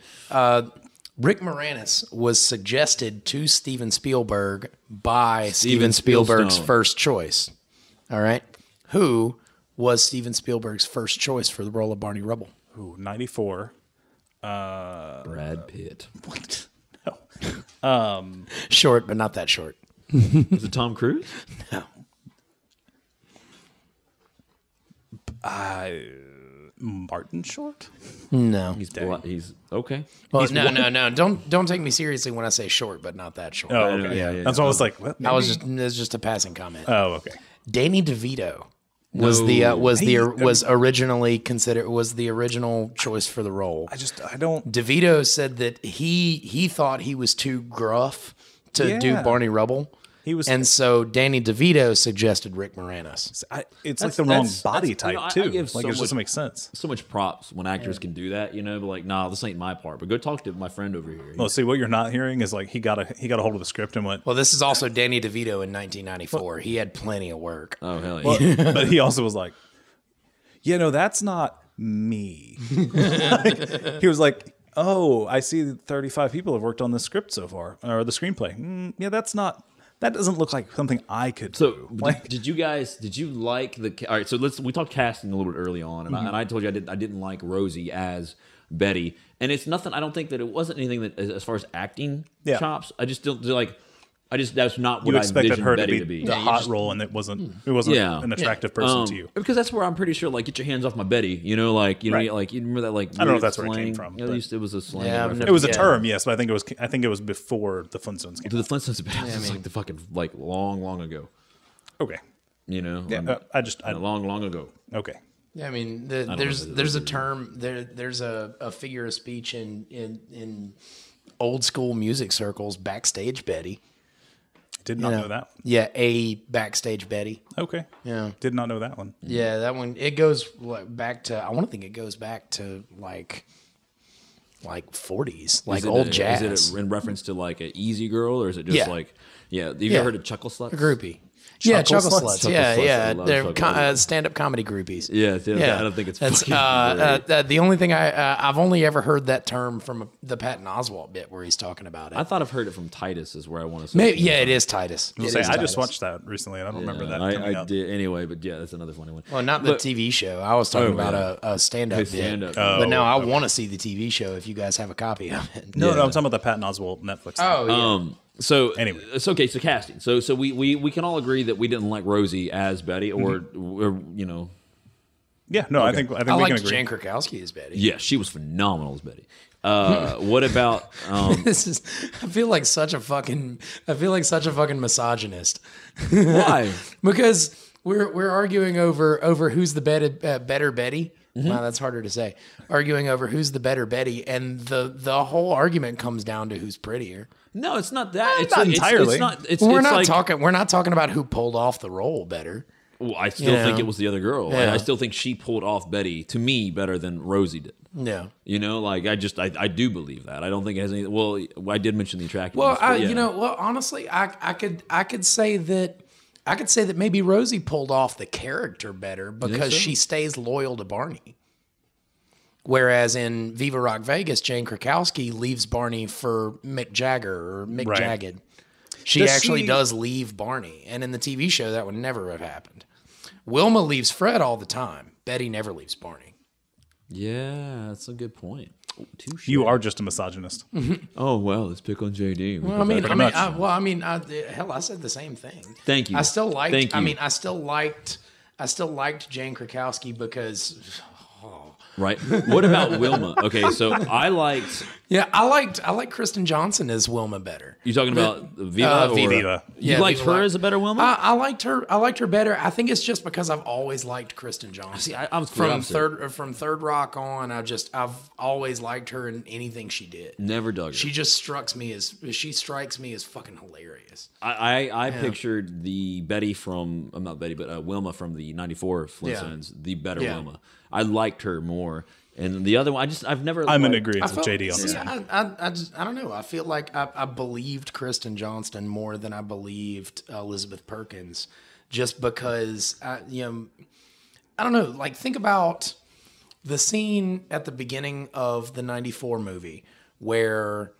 [SPEAKER 2] Rick Moranis was suggested to Steven Spielberg by Steven
[SPEAKER 3] Steven
[SPEAKER 2] Spielberg's
[SPEAKER 3] Spielstone.
[SPEAKER 2] first choice. All right. Who was Steven Spielberg's first choice for the role of Barney Rubble?
[SPEAKER 4] Ooh, 94.
[SPEAKER 3] Brad Pitt.
[SPEAKER 4] What? No.
[SPEAKER 2] Short, but not that short.
[SPEAKER 3] Is it Tom Cruise?
[SPEAKER 4] Martin Short?
[SPEAKER 2] No.
[SPEAKER 3] He's bla- he's okay.
[SPEAKER 2] Well, no, no, no. Don't don't take me seriously when I say short, but not that short.
[SPEAKER 4] Oh, okay.
[SPEAKER 3] yeah, yeah.
[SPEAKER 4] That's why I was like, what?
[SPEAKER 2] I was just that's just a passing comment.
[SPEAKER 4] Oh, okay.
[SPEAKER 2] Danny DeVito was the uh, was the
[SPEAKER 4] Hey, um,
[SPEAKER 2] was originally considered was the original choice for the role.
[SPEAKER 4] I just, I don't.
[SPEAKER 2] DeVito said that he he thought he was too gruff to do
[SPEAKER 4] Yeah.
[SPEAKER 2] Barney Rubble.
[SPEAKER 4] He was-
[SPEAKER 2] and so Danny DeVito suggested Rick Moranis.
[SPEAKER 4] I, it's like
[SPEAKER 3] That's-
[SPEAKER 4] the wrong
[SPEAKER 3] that's- that's-
[SPEAKER 4] body
[SPEAKER 3] you
[SPEAKER 4] type,
[SPEAKER 3] know, I- I
[SPEAKER 4] too.
[SPEAKER 3] give
[SPEAKER 4] like,
[SPEAKER 3] so
[SPEAKER 4] it just
[SPEAKER 3] much-
[SPEAKER 4] doesn't make sense.
[SPEAKER 3] So much props when actors can do that, you know. But like, nah, this ain't my part. But go talk to my friend over here.
[SPEAKER 4] Well, see, what you're not hearing is like he got a he got a hold of the script and went,
[SPEAKER 2] Well, this is also Danny DeVito in 1994. He had plenty of work.
[SPEAKER 3] oh hell yeah!
[SPEAKER 4] but he also was like, you know, that's not me. Like, he was like, oh, I see that 35 people have worked on this script so far or the screenplay. Mm, yeah, that's not, that doesn't look like something I could
[SPEAKER 3] So
[SPEAKER 4] do.
[SPEAKER 3] did-
[SPEAKER 4] Like,
[SPEAKER 3] did you guys? Did you like the? ca- All right, so let's. We talked casting a little bit early on,
[SPEAKER 4] Mm-hmm.
[SPEAKER 3] and, I, and I told you I didn't. I didn't like Rosie as Betty, and it's nothing. I don't think that it wasn't anything that, as, as far as acting
[SPEAKER 4] Yeah.
[SPEAKER 3] chops, I just don't like. I just that's not what
[SPEAKER 4] you
[SPEAKER 3] I
[SPEAKER 4] expected
[SPEAKER 3] envisioned
[SPEAKER 4] her
[SPEAKER 3] Betty Hmm.
[SPEAKER 4] to be the hot role and it wasn't, it wasn't
[SPEAKER 3] Yeah.
[SPEAKER 4] an attractive person
[SPEAKER 3] Um,
[SPEAKER 4] to you.
[SPEAKER 3] because that's where I'm pretty sure like get your hands off my Betty, you know, like you know,
[SPEAKER 4] Right.
[SPEAKER 3] like you remember that like I
[SPEAKER 4] don't know if that's where it came from,
[SPEAKER 3] At
[SPEAKER 4] but-
[SPEAKER 3] least it was a slang.
[SPEAKER 2] Yeah,
[SPEAKER 3] or
[SPEAKER 2] I've
[SPEAKER 3] whatever.
[SPEAKER 2] never-
[SPEAKER 4] It was a
[SPEAKER 2] Yeah.
[SPEAKER 4] term, yes, but I think it was, I think it was before the Flintstones came.
[SPEAKER 3] the Flintstones. it was like the fucking like long, long ago.
[SPEAKER 4] Okay.
[SPEAKER 3] You know,
[SPEAKER 4] Yeah,
[SPEAKER 3] Um,
[SPEAKER 4] uh, I just, I,
[SPEAKER 3] long, long ago.
[SPEAKER 4] okay.
[SPEAKER 2] Yeah, I mean, the, there's there's a term there there's a, a figure of speech in in in old school music circles, backstage Betty.
[SPEAKER 4] Did not know that.
[SPEAKER 2] Yeah, a backstage Betty.
[SPEAKER 4] Okay.
[SPEAKER 2] Yeah.
[SPEAKER 4] Did not know that one.
[SPEAKER 2] Yeah, that one it goes like, back to I want to think it goes back to like like 40s, like
[SPEAKER 3] Is it
[SPEAKER 2] old
[SPEAKER 3] a-
[SPEAKER 2] jazz.
[SPEAKER 3] Is it a, in reference to like an easy girl, or is it just
[SPEAKER 2] Yeah.
[SPEAKER 3] like yeah? Have you
[SPEAKER 2] Yeah.
[SPEAKER 3] ever heard of chuckle sluts?
[SPEAKER 2] groupie. Yeah,
[SPEAKER 4] Chuckle
[SPEAKER 2] chuckle
[SPEAKER 4] Sluts?
[SPEAKER 2] sluts.
[SPEAKER 3] Chuckle
[SPEAKER 2] Yeah,
[SPEAKER 3] Sluts, I
[SPEAKER 2] yeah,
[SPEAKER 3] love
[SPEAKER 2] they're
[SPEAKER 3] Chuckle
[SPEAKER 2] co- uh,
[SPEAKER 3] Sluts.
[SPEAKER 2] stand-up comedy groupies.
[SPEAKER 3] Yeah, yeah, I don't think it's
[SPEAKER 2] That's,
[SPEAKER 3] fucking
[SPEAKER 2] uh, uh,
[SPEAKER 3] great.
[SPEAKER 2] uh, the only thing I uh, I've only ever heard that term from the Patton Oswalt bit where he's talking about it.
[SPEAKER 3] I thought I've heard it from Titus. Is where I want to. say
[SPEAKER 2] Maybe, yeah, it is Titus. It
[SPEAKER 4] Say,
[SPEAKER 2] is
[SPEAKER 4] I just
[SPEAKER 2] Titus.
[SPEAKER 4] watched that recently, and I don't remember that. coming
[SPEAKER 3] I, I
[SPEAKER 4] up.
[SPEAKER 3] did anyway, but yeah, that's another funny one.
[SPEAKER 2] Well, not the TV show. I was talking
[SPEAKER 3] Oh,
[SPEAKER 2] about
[SPEAKER 3] yeah.
[SPEAKER 2] a, a stand-up
[SPEAKER 3] A
[SPEAKER 2] bit.
[SPEAKER 3] stand-up. Oh,
[SPEAKER 2] but no, I want to see the TV show if you guys have a copy of it.
[SPEAKER 4] No, no, I'm talking about the Patton Oswalt Netflix.
[SPEAKER 2] Oh, yeah.
[SPEAKER 3] Um. So
[SPEAKER 4] Anyway.
[SPEAKER 3] it's okay. So casting. So so we we we can all agree that we didn't like Rosie as Betty, or,
[SPEAKER 4] Mm-hmm.
[SPEAKER 3] or you know,
[SPEAKER 4] yeah, no, I think I think
[SPEAKER 2] I
[SPEAKER 4] we
[SPEAKER 2] like
[SPEAKER 4] can agree.
[SPEAKER 2] Jan Krakowski as Betty.
[SPEAKER 3] yeah, she was phenomenal as Betty. Uh, what about um?
[SPEAKER 2] This is. I feel like such a fucking. I feel like such a fucking misogynist
[SPEAKER 3] Why?
[SPEAKER 2] because we're we're arguing over over who's the better uh, better Betty. Wow, that's harder to say. Arguing over who's the better Betty, and the the whole argument comes down to who's prettier.
[SPEAKER 3] No, it's not that. It's
[SPEAKER 4] not
[SPEAKER 3] it's-
[SPEAKER 4] entirely.
[SPEAKER 3] It's, not. It's,
[SPEAKER 2] we're
[SPEAKER 3] it's
[SPEAKER 2] not
[SPEAKER 3] like,
[SPEAKER 2] talking. We're not talking about who pulled off the role better.
[SPEAKER 3] Well, I still
[SPEAKER 2] Yeah.
[SPEAKER 3] think it was the other girl. and
[SPEAKER 2] Yeah.
[SPEAKER 3] I still think she pulled off Betty to me better than Rosie did.
[SPEAKER 2] No.
[SPEAKER 3] You know, like I just I, I do believe that. I don't think it has any. Well, I did mention the attractiveness.
[SPEAKER 2] Well,
[SPEAKER 3] but
[SPEAKER 2] I,
[SPEAKER 3] yeah.
[SPEAKER 2] you know, well, honestly, I, I could, I could say that, I could say that maybe Rosie pulled off the character better because
[SPEAKER 3] so?
[SPEAKER 2] she stays loyal to Barney. Whereas in Viva Rock Vegas, Jane Krakowski leaves Barney for Mick Jagger or Mick
[SPEAKER 4] Right.
[SPEAKER 2] Jagged. She
[SPEAKER 4] Does
[SPEAKER 2] actually
[SPEAKER 4] she-
[SPEAKER 2] does leave Barney, and in the TV show, that would never have happened. Wilma leaves Fred all the time. Betty never leaves Barney.
[SPEAKER 3] yeah, that's a good point. Touche.
[SPEAKER 4] You are just a misogynist.
[SPEAKER 3] Oh well, let's pick on JD.
[SPEAKER 2] Well, I mean, I mean,
[SPEAKER 4] much.
[SPEAKER 2] I, well, I mean, I, hell, I said the same thing.
[SPEAKER 3] Thank you.
[SPEAKER 2] I still liked.
[SPEAKER 3] Thank
[SPEAKER 2] I
[SPEAKER 3] you.
[SPEAKER 2] mean, I still liked. I still liked Jane Krakowski because, oh,
[SPEAKER 3] right? What about Wilma? Okay, so I liked.
[SPEAKER 2] Yeah, I liked I like Kristen Johnson as Wilma better.
[SPEAKER 3] You talking about Viva?
[SPEAKER 2] Uh,
[SPEAKER 3] or-
[SPEAKER 2] Viva.
[SPEAKER 4] Viva.
[SPEAKER 3] You
[SPEAKER 2] Yeah,
[SPEAKER 3] liked
[SPEAKER 2] Viva Uh,
[SPEAKER 3] her
[SPEAKER 2] Lac-
[SPEAKER 3] as a better Wilma?
[SPEAKER 2] I, I liked her. I liked her better. I think it's just because I've always liked Kristen Johnson.
[SPEAKER 3] See, I- I was complete
[SPEAKER 2] from
[SPEAKER 3] opposite.
[SPEAKER 2] third uh, from Third Rock on. I just I've always liked her in anything she did.
[SPEAKER 3] Never dug her.
[SPEAKER 2] She just strikes me as she strikes me as fucking hilarious.
[SPEAKER 3] I, I, I pictured the Betty from I'm not Betty, but uh, Wilma from the '94 Flintstones, the better
[SPEAKER 2] Yeah.
[SPEAKER 3] Wilma. I liked her more, and the other one, I just I've never.
[SPEAKER 4] I'm in
[SPEAKER 3] liked,
[SPEAKER 4] agreement with
[SPEAKER 2] felt-
[SPEAKER 4] JD on this
[SPEAKER 2] see,
[SPEAKER 4] one.
[SPEAKER 2] I, I, I, just, I don't know. I feel like I, I believed Kristen Johnston more than I believed uh, Elizabeth Perkins, just because I, you know, I don't know. Like think about the scene at the beginning of the '94 movie where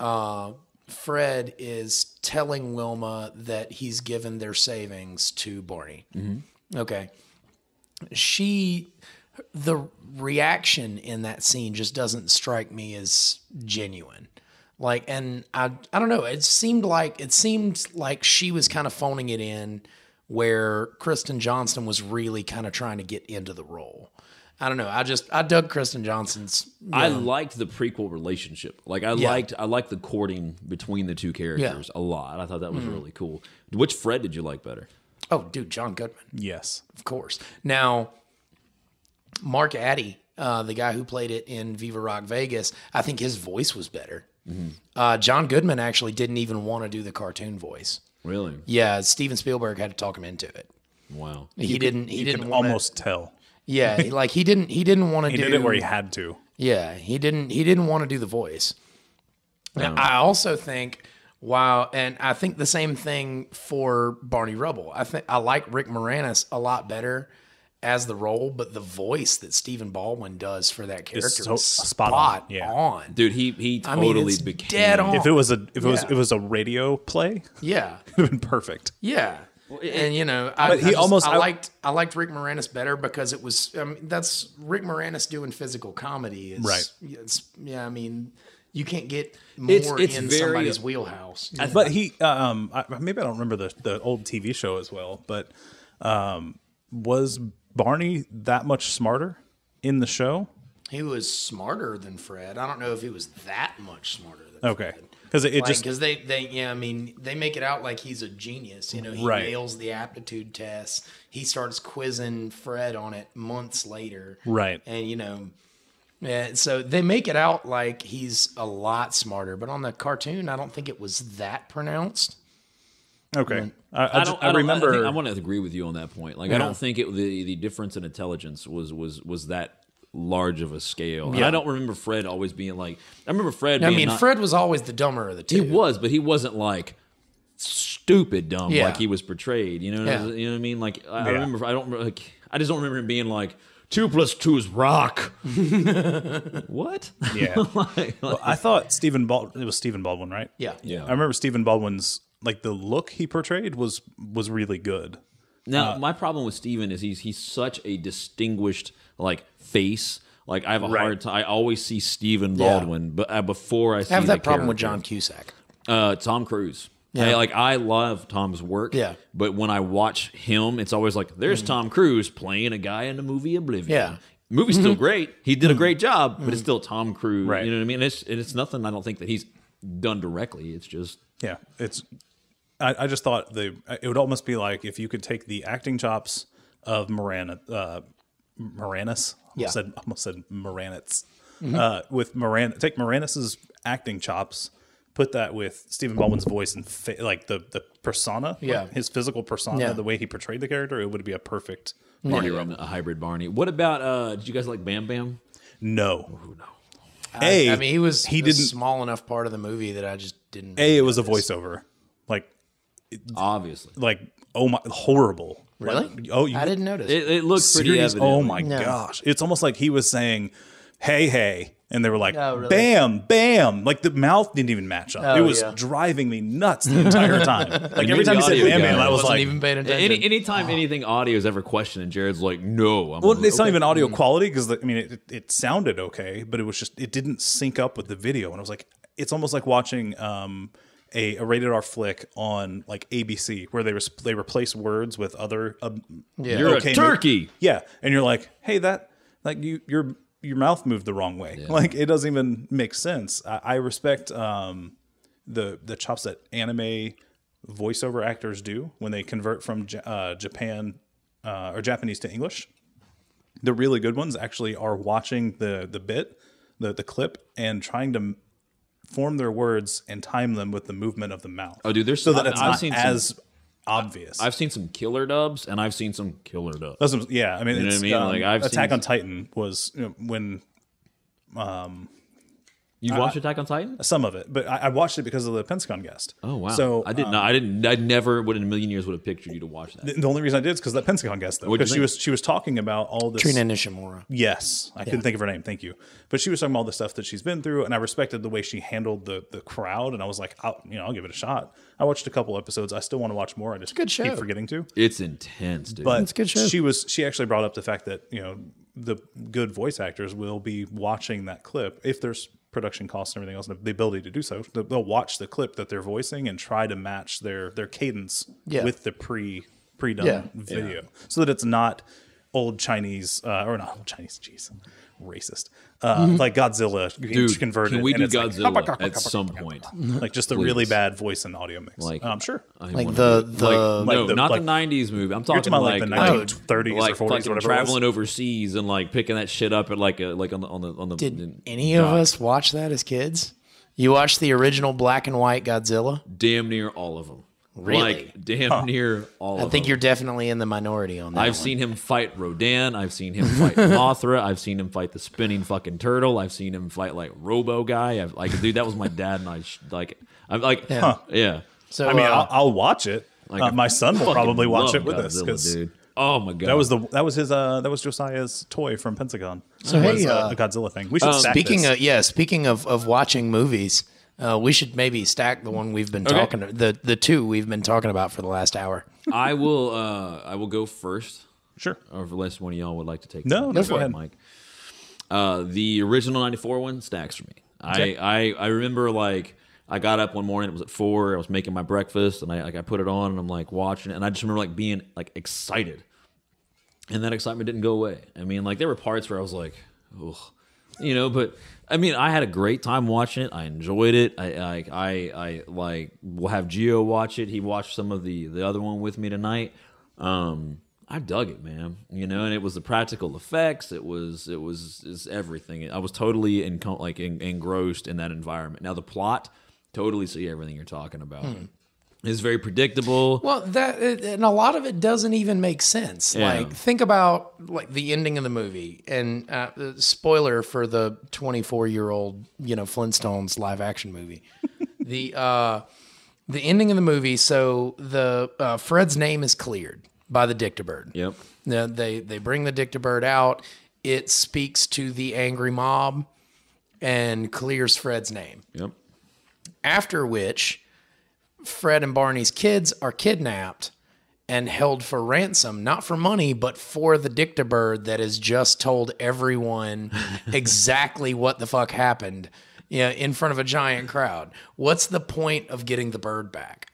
[SPEAKER 2] uh, Fred is telling Wilma that he's given their savings to Barney.
[SPEAKER 4] Mm-hmm.
[SPEAKER 2] Okay, she the reaction in that scene just doesn't strike me as genuine like and i i don't know it seemed like it seemed like she was kind of phoning it in where kristen johnston was really kind of trying to get into the role i don't know i just i dug kristen johnston's
[SPEAKER 3] I liked the prequel relationship. Like I liked I liked the courting between the two characters a lot. I thought that was
[SPEAKER 2] Mm-hmm.
[SPEAKER 3] really cool. Which Fred did you like better?
[SPEAKER 2] oh dude john goodman
[SPEAKER 4] Yes.
[SPEAKER 2] of course. Now, Mark Addy, uh, the guy who played it in Viva Rock Vegas, I think his voice was better.
[SPEAKER 4] Mm-hmm.
[SPEAKER 2] Uh, John Goodman actually didn't even want to do the cartoon voice.
[SPEAKER 3] Really?
[SPEAKER 2] Yeah, Steven Spielberg had to talk him into it.
[SPEAKER 3] Wow.
[SPEAKER 2] He didn't. He didn't want
[SPEAKER 4] Almost tell.
[SPEAKER 2] Yeah, he- like he didn't. He didn't want to
[SPEAKER 4] He
[SPEAKER 2] do
[SPEAKER 4] did it where he had to.
[SPEAKER 2] yeah, he didn't he didn't want to do the voice. Now, I also think wow, and I think the same thing for Barney Rubble. I think I like Rick Moranis a lot better as the role, but the voice that Stephen Baldwin does for that character
[SPEAKER 4] so-
[SPEAKER 2] is
[SPEAKER 4] spot
[SPEAKER 2] spot,
[SPEAKER 4] on,
[SPEAKER 2] on.
[SPEAKER 4] yeah.
[SPEAKER 3] Dude, he he
[SPEAKER 2] I mean,
[SPEAKER 3] totally
[SPEAKER 2] it's
[SPEAKER 3] became
[SPEAKER 2] dead on.
[SPEAKER 4] If it was a if it was
[SPEAKER 2] Yeah.
[SPEAKER 4] it was a radio play, it
[SPEAKER 2] yeah,
[SPEAKER 4] would have been perfect.
[SPEAKER 2] yeah. and you know, I,
[SPEAKER 4] But
[SPEAKER 2] I
[SPEAKER 4] he
[SPEAKER 2] just-
[SPEAKER 4] almost-
[SPEAKER 2] I
[SPEAKER 4] I-
[SPEAKER 2] liked I liked Rick Moranis better because it was I mean, that's Rick Moranis doing physical comedy is
[SPEAKER 4] Right.
[SPEAKER 2] It's, yeah, I mean, you can't get more
[SPEAKER 3] It's- it's
[SPEAKER 2] in
[SPEAKER 3] very-
[SPEAKER 2] somebody's wheelhouse.
[SPEAKER 4] But he, um, I, maybe I don't remember the the old TV show as well. But um, was Barney that much smarter in the show?
[SPEAKER 2] He was smarter than Fred. I don't know if he was that much smarter than
[SPEAKER 4] Okay,
[SPEAKER 2] Fred.
[SPEAKER 4] because it, it
[SPEAKER 2] Like,
[SPEAKER 4] just
[SPEAKER 2] because they, they, yeah, I mean, they make it out like he's a genius. You know, he
[SPEAKER 4] Right.
[SPEAKER 2] nails the aptitude test. He starts quizzing Fred on it months later.
[SPEAKER 4] Right.
[SPEAKER 2] And, you know, yeah, so they make it out like he's a lot smarter. But on the cartoon, I don't think it was that pronounced.
[SPEAKER 4] okay. I, I,
[SPEAKER 3] Mm. I
[SPEAKER 4] just,
[SPEAKER 3] don't.
[SPEAKER 4] I,
[SPEAKER 3] I, remember. I,
[SPEAKER 4] remember.
[SPEAKER 3] think I want to agree with you on that point. Like, I don't think it, the the difference in intelligence was was was that large of a scale. And I don't remember Fred always being like. I remember Fred.
[SPEAKER 2] I
[SPEAKER 3] being
[SPEAKER 2] mean,
[SPEAKER 3] not-
[SPEAKER 2] Fred was always the dumber of the two.
[SPEAKER 3] He was, but he wasn't like stupid dumb
[SPEAKER 2] Yeah.
[SPEAKER 3] like he was portrayed. You know,
[SPEAKER 2] Yeah.
[SPEAKER 3] you know what I mean? Like I, I remember, I don't, like, I just don't remember him being like two plus two is rock. what?
[SPEAKER 4] yeah,
[SPEAKER 3] Like, like,
[SPEAKER 4] I thought Stephen Bald. It was Stephen Baldwin, right?
[SPEAKER 2] Yeah.
[SPEAKER 3] yeah.
[SPEAKER 4] I remember Stephen Baldwin's like the look he portrayed was was really good.
[SPEAKER 3] Now, my problem with Steven is he's he's such a distinguished like face. Like I have a hard time. I always see Steven Baldwin, but uh, before I see
[SPEAKER 2] I have
[SPEAKER 3] the
[SPEAKER 2] that problem with
[SPEAKER 3] character.
[SPEAKER 2] John Cusack.
[SPEAKER 3] Uh, Tom Cruise. I, like I love Tom's work.
[SPEAKER 2] Yeah. Mm-hmm.
[SPEAKER 3] But when I watch him, it's always like there's Tom Cruise playing a guy in the movie Oblivion.
[SPEAKER 2] Yeah. Mm-hmm.
[SPEAKER 3] Movie's still great. He did a great job, but it's still Tom Cruise.
[SPEAKER 4] Right.
[SPEAKER 3] You know what I mean? It's and it's nothing I don't think that he's done directly. It's just
[SPEAKER 4] Yeah, it's. I, I just thought the it would almost be like if you could take the acting chops of Moran, uh, Moranis. Almost
[SPEAKER 2] Yeah. Mm-hmm.
[SPEAKER 4] said almost said Moranitz. Uh, with Moran, take Moranis's acting chops, put that with Stephen Baldwin's voice and fa- like the the persona, like
[SPEAKER 2] Yeah.
[SPEAKER 4] his physical persona,
[SPEAKER 2] Yeah.
[SPEAKER 4] the way he portrayed the character, it would be a perfect.
[SPEAKER 3] Barney Rubble, a hybrid Barney. What about uh did you guys like Bam Bam?
[SPEAKER 4] No,
[SPEAKER 2] I,
[SPEAKER 4] A,
[SPEAKER 2] I mean, he was
[SPEAKER 4] he
[SPEAKER 2] he a
[SPEAKER 4] didn't-
[SPEAKER 2] small enough part of the movie that I just didn't.
[SPEAKER 4] a it was a voiceover, like
[SPEAKER 3] Obviously.
[SPEAKER 4] like oh my horrible.
[SPEAKER 2] really.
[SPEAKER 4] Like, oh, you
[SPEAKER 2] I didn't notice.
[SPEAKER 3] It, it looked pretty
[SPEAKER 4] serious-
[SPEAKER 3] evident.
[SPEAKER 4] Oh my
[SPEAKER 2] No.
[SPEAKER 4] gosh. It's almost like he was saying, hey, hey. And they were like,
[SPEAKER 2] Oh, really? Oh,
[SPEAKER 4] bam, bam. Like the mouth didn't even match up. it was
[SPEAKER 2] yeah.
[SPEAKER 4] driving me nuts the entire time. like every
[SPEAKER 3] Maybe
[SPEAKER 4] time he said
[SPEAKER 3] audio
[SPEAKER 4] bam,
[SPEAKER 3] guy
[SPEAKER 4] bam, I was
[SPEAKER 2] wasn't
[SPEAKER 4] like,
[SPEAKER 2] even paying attention.
[SPEAKER 3] Any anytime anything audio is ever questioned, and Jared's like, "No, I'm
[SPEAKER 4] well, it's not even audio quality because, I mean, it, it, it sounded okay, but it was just, it didn't sync up with the video. And I was like, it's almost like watching, um, a, a rated R flick on like ABC where they res- they replace words with other um,
[SPEAKER 3] You're
[SPEAKER 4] okay,
[SPEAKER 3] a
[SPEAKER 4] mo-
[SPEAKER 3] turkey."
[SPEAKER 4] Yeah, and you're like, hey, that like you your your mouth moved the wrong way. Like it doesn't even make sense. I, I respect um, the the chops that anime voiceover actors do when they convert from Ja- uh, Japan uh, or Japanese to English. The really good ones actually are watching the the bit, the the clip, and trying to m- form their words and time them with the movement of the mouth.
[SPEAKER 3] Oh, dude, there's-
[SPEAKER 4] so that
[SPEAKER 3] I-
[SPEAKER 4] it's
[SPEAKER 3] I've
[SPEAKER 4] not
[SPEAKER 3] seen some-
[SPEAKER 4] as obvious.
[SPEAKER 3] I've seen some killer dubs, and I've seen some killer dubs.
[SPEAKER 4] That's what, yeah, I mean,
[SPEAKER 3] know
[SPEAKER 4] it's,
[SPEAKER 3] what I mean?
[SPEAKER 4] um,
[SPEAKER 3] Like, I've
[SPEAKER 4] Attack
[SPEAKER 3] seen-
[SPEAKER 4] on Titan was you know, when
[SPEAKER 3] You watched Attack on Titan?
[SPEAKER 4] some of it, but I, I watched it because of the Pensacon guest.
[SPEAKER 3] Oh wow!
[SPEAKER 4] So um,
[SPEAKER 3] I did not. I didn't. I never would in a million years would have pictured you to watch that.
[SPEAKER 4] The only reason I did is because that Pensacon guest, though,
[SPEAKER 3] What'd you
[SPEAKER 4] because she
[SPEAKER 3] think?
[SPEAKER 4] was she was talking about all this.
[SPEAKER 2] Trina Nishimura.
[SPEAKER 4] Yes, I couldn't think of her name. Thank you. But she was talking about all the stuff that she's been through, and I respected the way she handled the the crowd, and I was like, I'll, you know, I'll give it a shot. I watched a couple episodes. I still want to watch more. I just
[SPEAKER 2] good show.
[SPEAKER 4] keep forgetting to.
[SPEAKER 3] It's intense, dude.
[SPEAKER 4] But
[SPEAKER 2] That's a good show.
[SPEAKER 4] she was she actually brought up the fact that you know the good voice actors will be watching that clip if there's production costs and everything else and the ability to do so they'll- they'll watch the clip that they're voicing and try to match their their cadence
[SPEAKER 2] Yeah.
[SPEAKER 4] with the pre pre done
[SPEAKER 2] Yeah.
[SPEAKER 4] video so that it's not old Chinese uh, or not old Chinese jeez racist uh,
[SPEAKER 2] Mm-hmm.
[SPEAKER 4] like Godzilla
[SPEAKER 3] dude,
[SPEAKER 4] converted
[SPEAKER 3] can we
[SPEAKER 4] and
[SPEAKER 3] do
[SPEAKER 4] it's like-
[SPEAKER 3] Godzilla at some point?
[SPEAKER 4] like, just the really bad voice and audio mix
[SPEAKER 3] Like-
[SPEAKER 4] um, sure
[SPEAKER 3] I
[SPEAKER 2] Like
[SPEAKER 3] wanna-
[SPEAKER 2] the- the- Oh,
[SPEAKER 3] like,
[SPEAKER 4] Like
[SPEAKER 3] no,
[SPEAKER 4] the-
[SPEAKER 3] not
[SPEAKER 4] like-
[SPEAKER 3] the '90s movie. I'm
[SPEAKER 4] you're
[SPEAKER 3] talking,
[SPEAKER 4] talking about like, the
[SPEAKER 3] like
[SPEAKER 4] 1930s
[SPEAKER 3] like
[SPEAKER 4] or 40s
[SPEAKER 3] fucking
[SPEAKER 4] or whatever it was.
[SPEAKER 3] traveling overseas and like picking that shit up at like a like on the on the on the.
[SPEAKER 2] Did any of us watch that as kids? You watched the original black and white Godzilla?
[SPEAKER 3] damn near all of them.
[SPEAKER 2] Really?
[SPEAKER 3] Like damn near all.
[SPEAKER 2] I
[SPEAKER 3] of
[SPEAKER 2] think
[SPEAKER 3] them.
[SPEAKER 2] you're definitely in the minority on that.
[SPEAKER 3] I've seen him fight Rodan. I've seen him fight Mothra. I've seen him fight the spinning fucking turtle. I've seen him fight like Robo guy. I've, like, dude, that was my dad and I. sh- Like, I'm like, yeah.
[SPEAKER 2] So
[SPEAKER 4] I mean
[SPEAKER 2] uh,
[SPEAKER 4] I'll, I'll watch it
[SPEAKER 3] Like,
[SPEAKER 4] uh, my son will
[SPEAKER 3] Fucking
[SPEAKER 4] probably watch
[SPEAKER 3] love
[SPEAKER 4] it with us
[SPEAKER 3] Godzilla,
[SPEAKER 4] 'cause-
[SPEAKER 3] dude. Oh my god,
[SPEAKER 4] That was the that was his uh that was Josiah's toy from Pentagon.
[SPEAKER 2] So,
[SPEAKER 4] was,
[SPEAKER 2] hey,
[SPEAKER 4] uh,
[SPEAKER 2] uh,
[SPEAKER 4] a Godzilla thing. We should stack
[SPEAKER 2] Speaking
[SPEAKER 4] this.
[SPEAKER 2] of yeah, speaking of, of watching movies, uh, we should maybe stack the one we've been talking the the two we've been talking about for the last hour.
[SPEAKER 3] I will. Uh, I will go first,
[SPEAKER 4] sure.
[SPEAKER 3] or unless one of y'all would like to take.
[SPEAKER 4] No, no,
[SPEAKER 3] take
[SPEAKER 4] go
[SPEAKER 3] it,
[SPEAKER 4] ahead.
[SPEAKER 3] Mike. Uh, the original '94 one stacks for me. I, I I remember like I got up one morning. It was at four. I was making my breakfast, and I like I put it on, and I'm like watching it, and I just remember like being like excited, and that excitement didn't go away. I mean, like there were parts where I was like, ugh, you know, but I mean, I had a great time watching it. I enjoyed it. I like I I like will have Geo watch it. He watched some of the the other one with me tonight. Um, I dug it, man. You know, and it was the practical effects. It was it was is everything. I was totally in, like en- engrossed in that environment. Now the plot, totally see everything you're talking about.
[SPEAKER 4] Hmm.
[SPEAKER 3] It's very predictable.
[SPEAKER 2] Well, that and a lot of it doesn't even make sense.
[SPEAKER 3] Yeah.
[SPEAKER 2] Like think about like the ending of the movie and uh, spoiler for the 24-year-old, you know, Flintstones live action movie. the uh the ending of the movie, so the uh, Fred's name is cleared by the Dictabird.
[SPEAKER 3] Yep.
[SPEAKER 2] Now, they they bring the Dictabird out. It speaks to the angry mob and clears Fred's name.
[SPEAKER 3] Yep.
[SPEAKER 2] After which, Fred and Barney's kids are kidnapped and held for ransom, not for money, but for the Dictabird that has just told everyone exactly what the fuck happened. Yeah, in front of a giant crowd. What's the point of getting the bird back?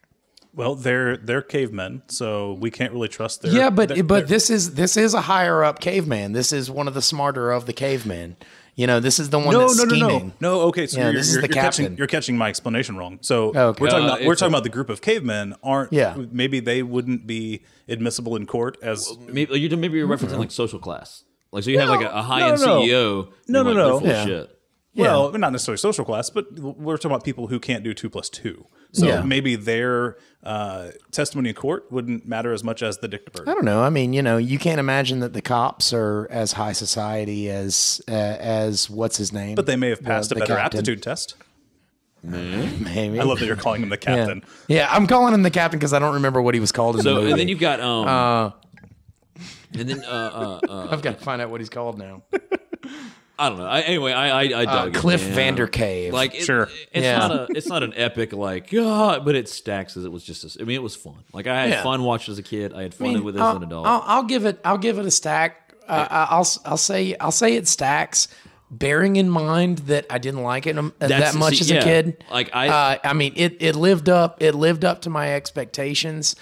[SPEAKER 4] Well, they're they're cavemen, so we can't really trust their
[SPEAKER 2] Yeah, but
[SPEAKER 4] their-
[SPEAKER 2] but this is this is a higher up caveman. This is one of the smarter of the cavemen. You know, this is the one
[SPEAKER 4] no,
[SPEAKER 2] that's
[SPEAKER 4] no, no,
[SPEAKER 2] scheming.
[SPEAKER 4] no, no. Okay, so
[SPEAKER 2] Yeah,
[SPEAKER 4] you're,
[SPEAKER 2] this is
[SPEAKER 4] you're,
[SPEAKER 2] the
[SPEAKER 4] you're catching
[SPEAKER 2] captain. Oh,
[SPEAKER 4] you're catching my explanation wrong. So
[SPEAKER 2] Okay.
[SPEAKER 4] we're talking
[SPEAKER 3] Uh,
[SPEAKER 4] about we're
[SPEAKER 3] it's
[SPEAKER 4] talking
[SPEAKER 3] a-
[SPEAKER 4] about the group of cavemen aren't
[SPEAKER 2] Yeah.
[SPEAKER 4] maybe they wouldn't be admissible in court as
[SPEAKER 3] Maybe you maybe you're referencing like social class. Like so you have like a, a high end
[SPEAKER 4] no, no.
[SPEAKER 3] CEO. you're
[SPEAKER 4] No, no,
[SPEAKER 3] like,
[SPEAKER 4] no.
[SPEAKER 3] they're full of
[SPEAKER 2] Yeah.
[SPEAKER 3] Shit.
[SPEAKER 4] well, not necessarily social class, but we're talking about people who can't do two plus two. So
[SPEAKER 2] Yeah.
[SPEAKER 4] maybe their uh, testimony in court wouldn't matter as much as the Dictabird.
[SPEAKER 2] I don't know. I mean, you know, you can't imagine that the cops are as high society as uh, as what's his name.
[SPEAKER 4] But they may have passed
[SPEAKER 2] The-
[SPEAKER 4] a
[SPEAKER 2] the
[SPEAKER 4] better
[SPEAKER 2] captain.
[SPEAKER 4] aptitude test.
[SPEAKER 2] Maybe.
[SPEAKER 4] I love that you're calling him the
[SPEAKER 2] yeah.
[SPEAKER 4] captain.
[SPEAKER 2] yeah, I'm calling him the captain because I don't remember what he was called in the
[SPEAKER 3] So
[SPEAKER 2] movie.
[SPEAKER 3] and then you've got um.
[SPEAKER 2] Uh,
[SPEAKER 3] and then uh, uh, uh,
[SPEAKER 2] I've got to find out what he's called now.
[SPEAKER 3] I don't know. I, anyway, I I, I dug it,
[SPEAKER 2] Uh, Cliff
[SPEAKER 3] man.
[SPEAKER 2] Vander Cave.
[SPEAKER 3] Like it,
[SPEAKER 4] Sure.
[SPEAKER 3] it's
[SPEAKER 2] Yeah.
[SPEAKER 3] not a it's not an epic like God, but it stacks as it was just. A, I mean, it was fun. Like I had
[SPEAKER 2] Yeah.
[SPEAKER 3] fun watching as a kid. I had fun
[SPEAKER 2] mean,
[SPEAKER 3] with it as
[SPEAKER 2] I'll,
[SPEAKER 3] an adult.
[SPEAKER 2] I'll, I'll give it. I'll give it a stack. Uh, I- I'll s- I'll say I'll say it stacks. Bearing in mind that I didn't like it um, that much
[SPEAKER 3] see,
[SPEAKER 2] as
[SPEAKER 3] yeah.
[SPEAKER 2] a kid,
[SPEAKER 3] Like, I-
[SPEAKER 2] uh, I mean, it it lived up. It lived up to my expectations.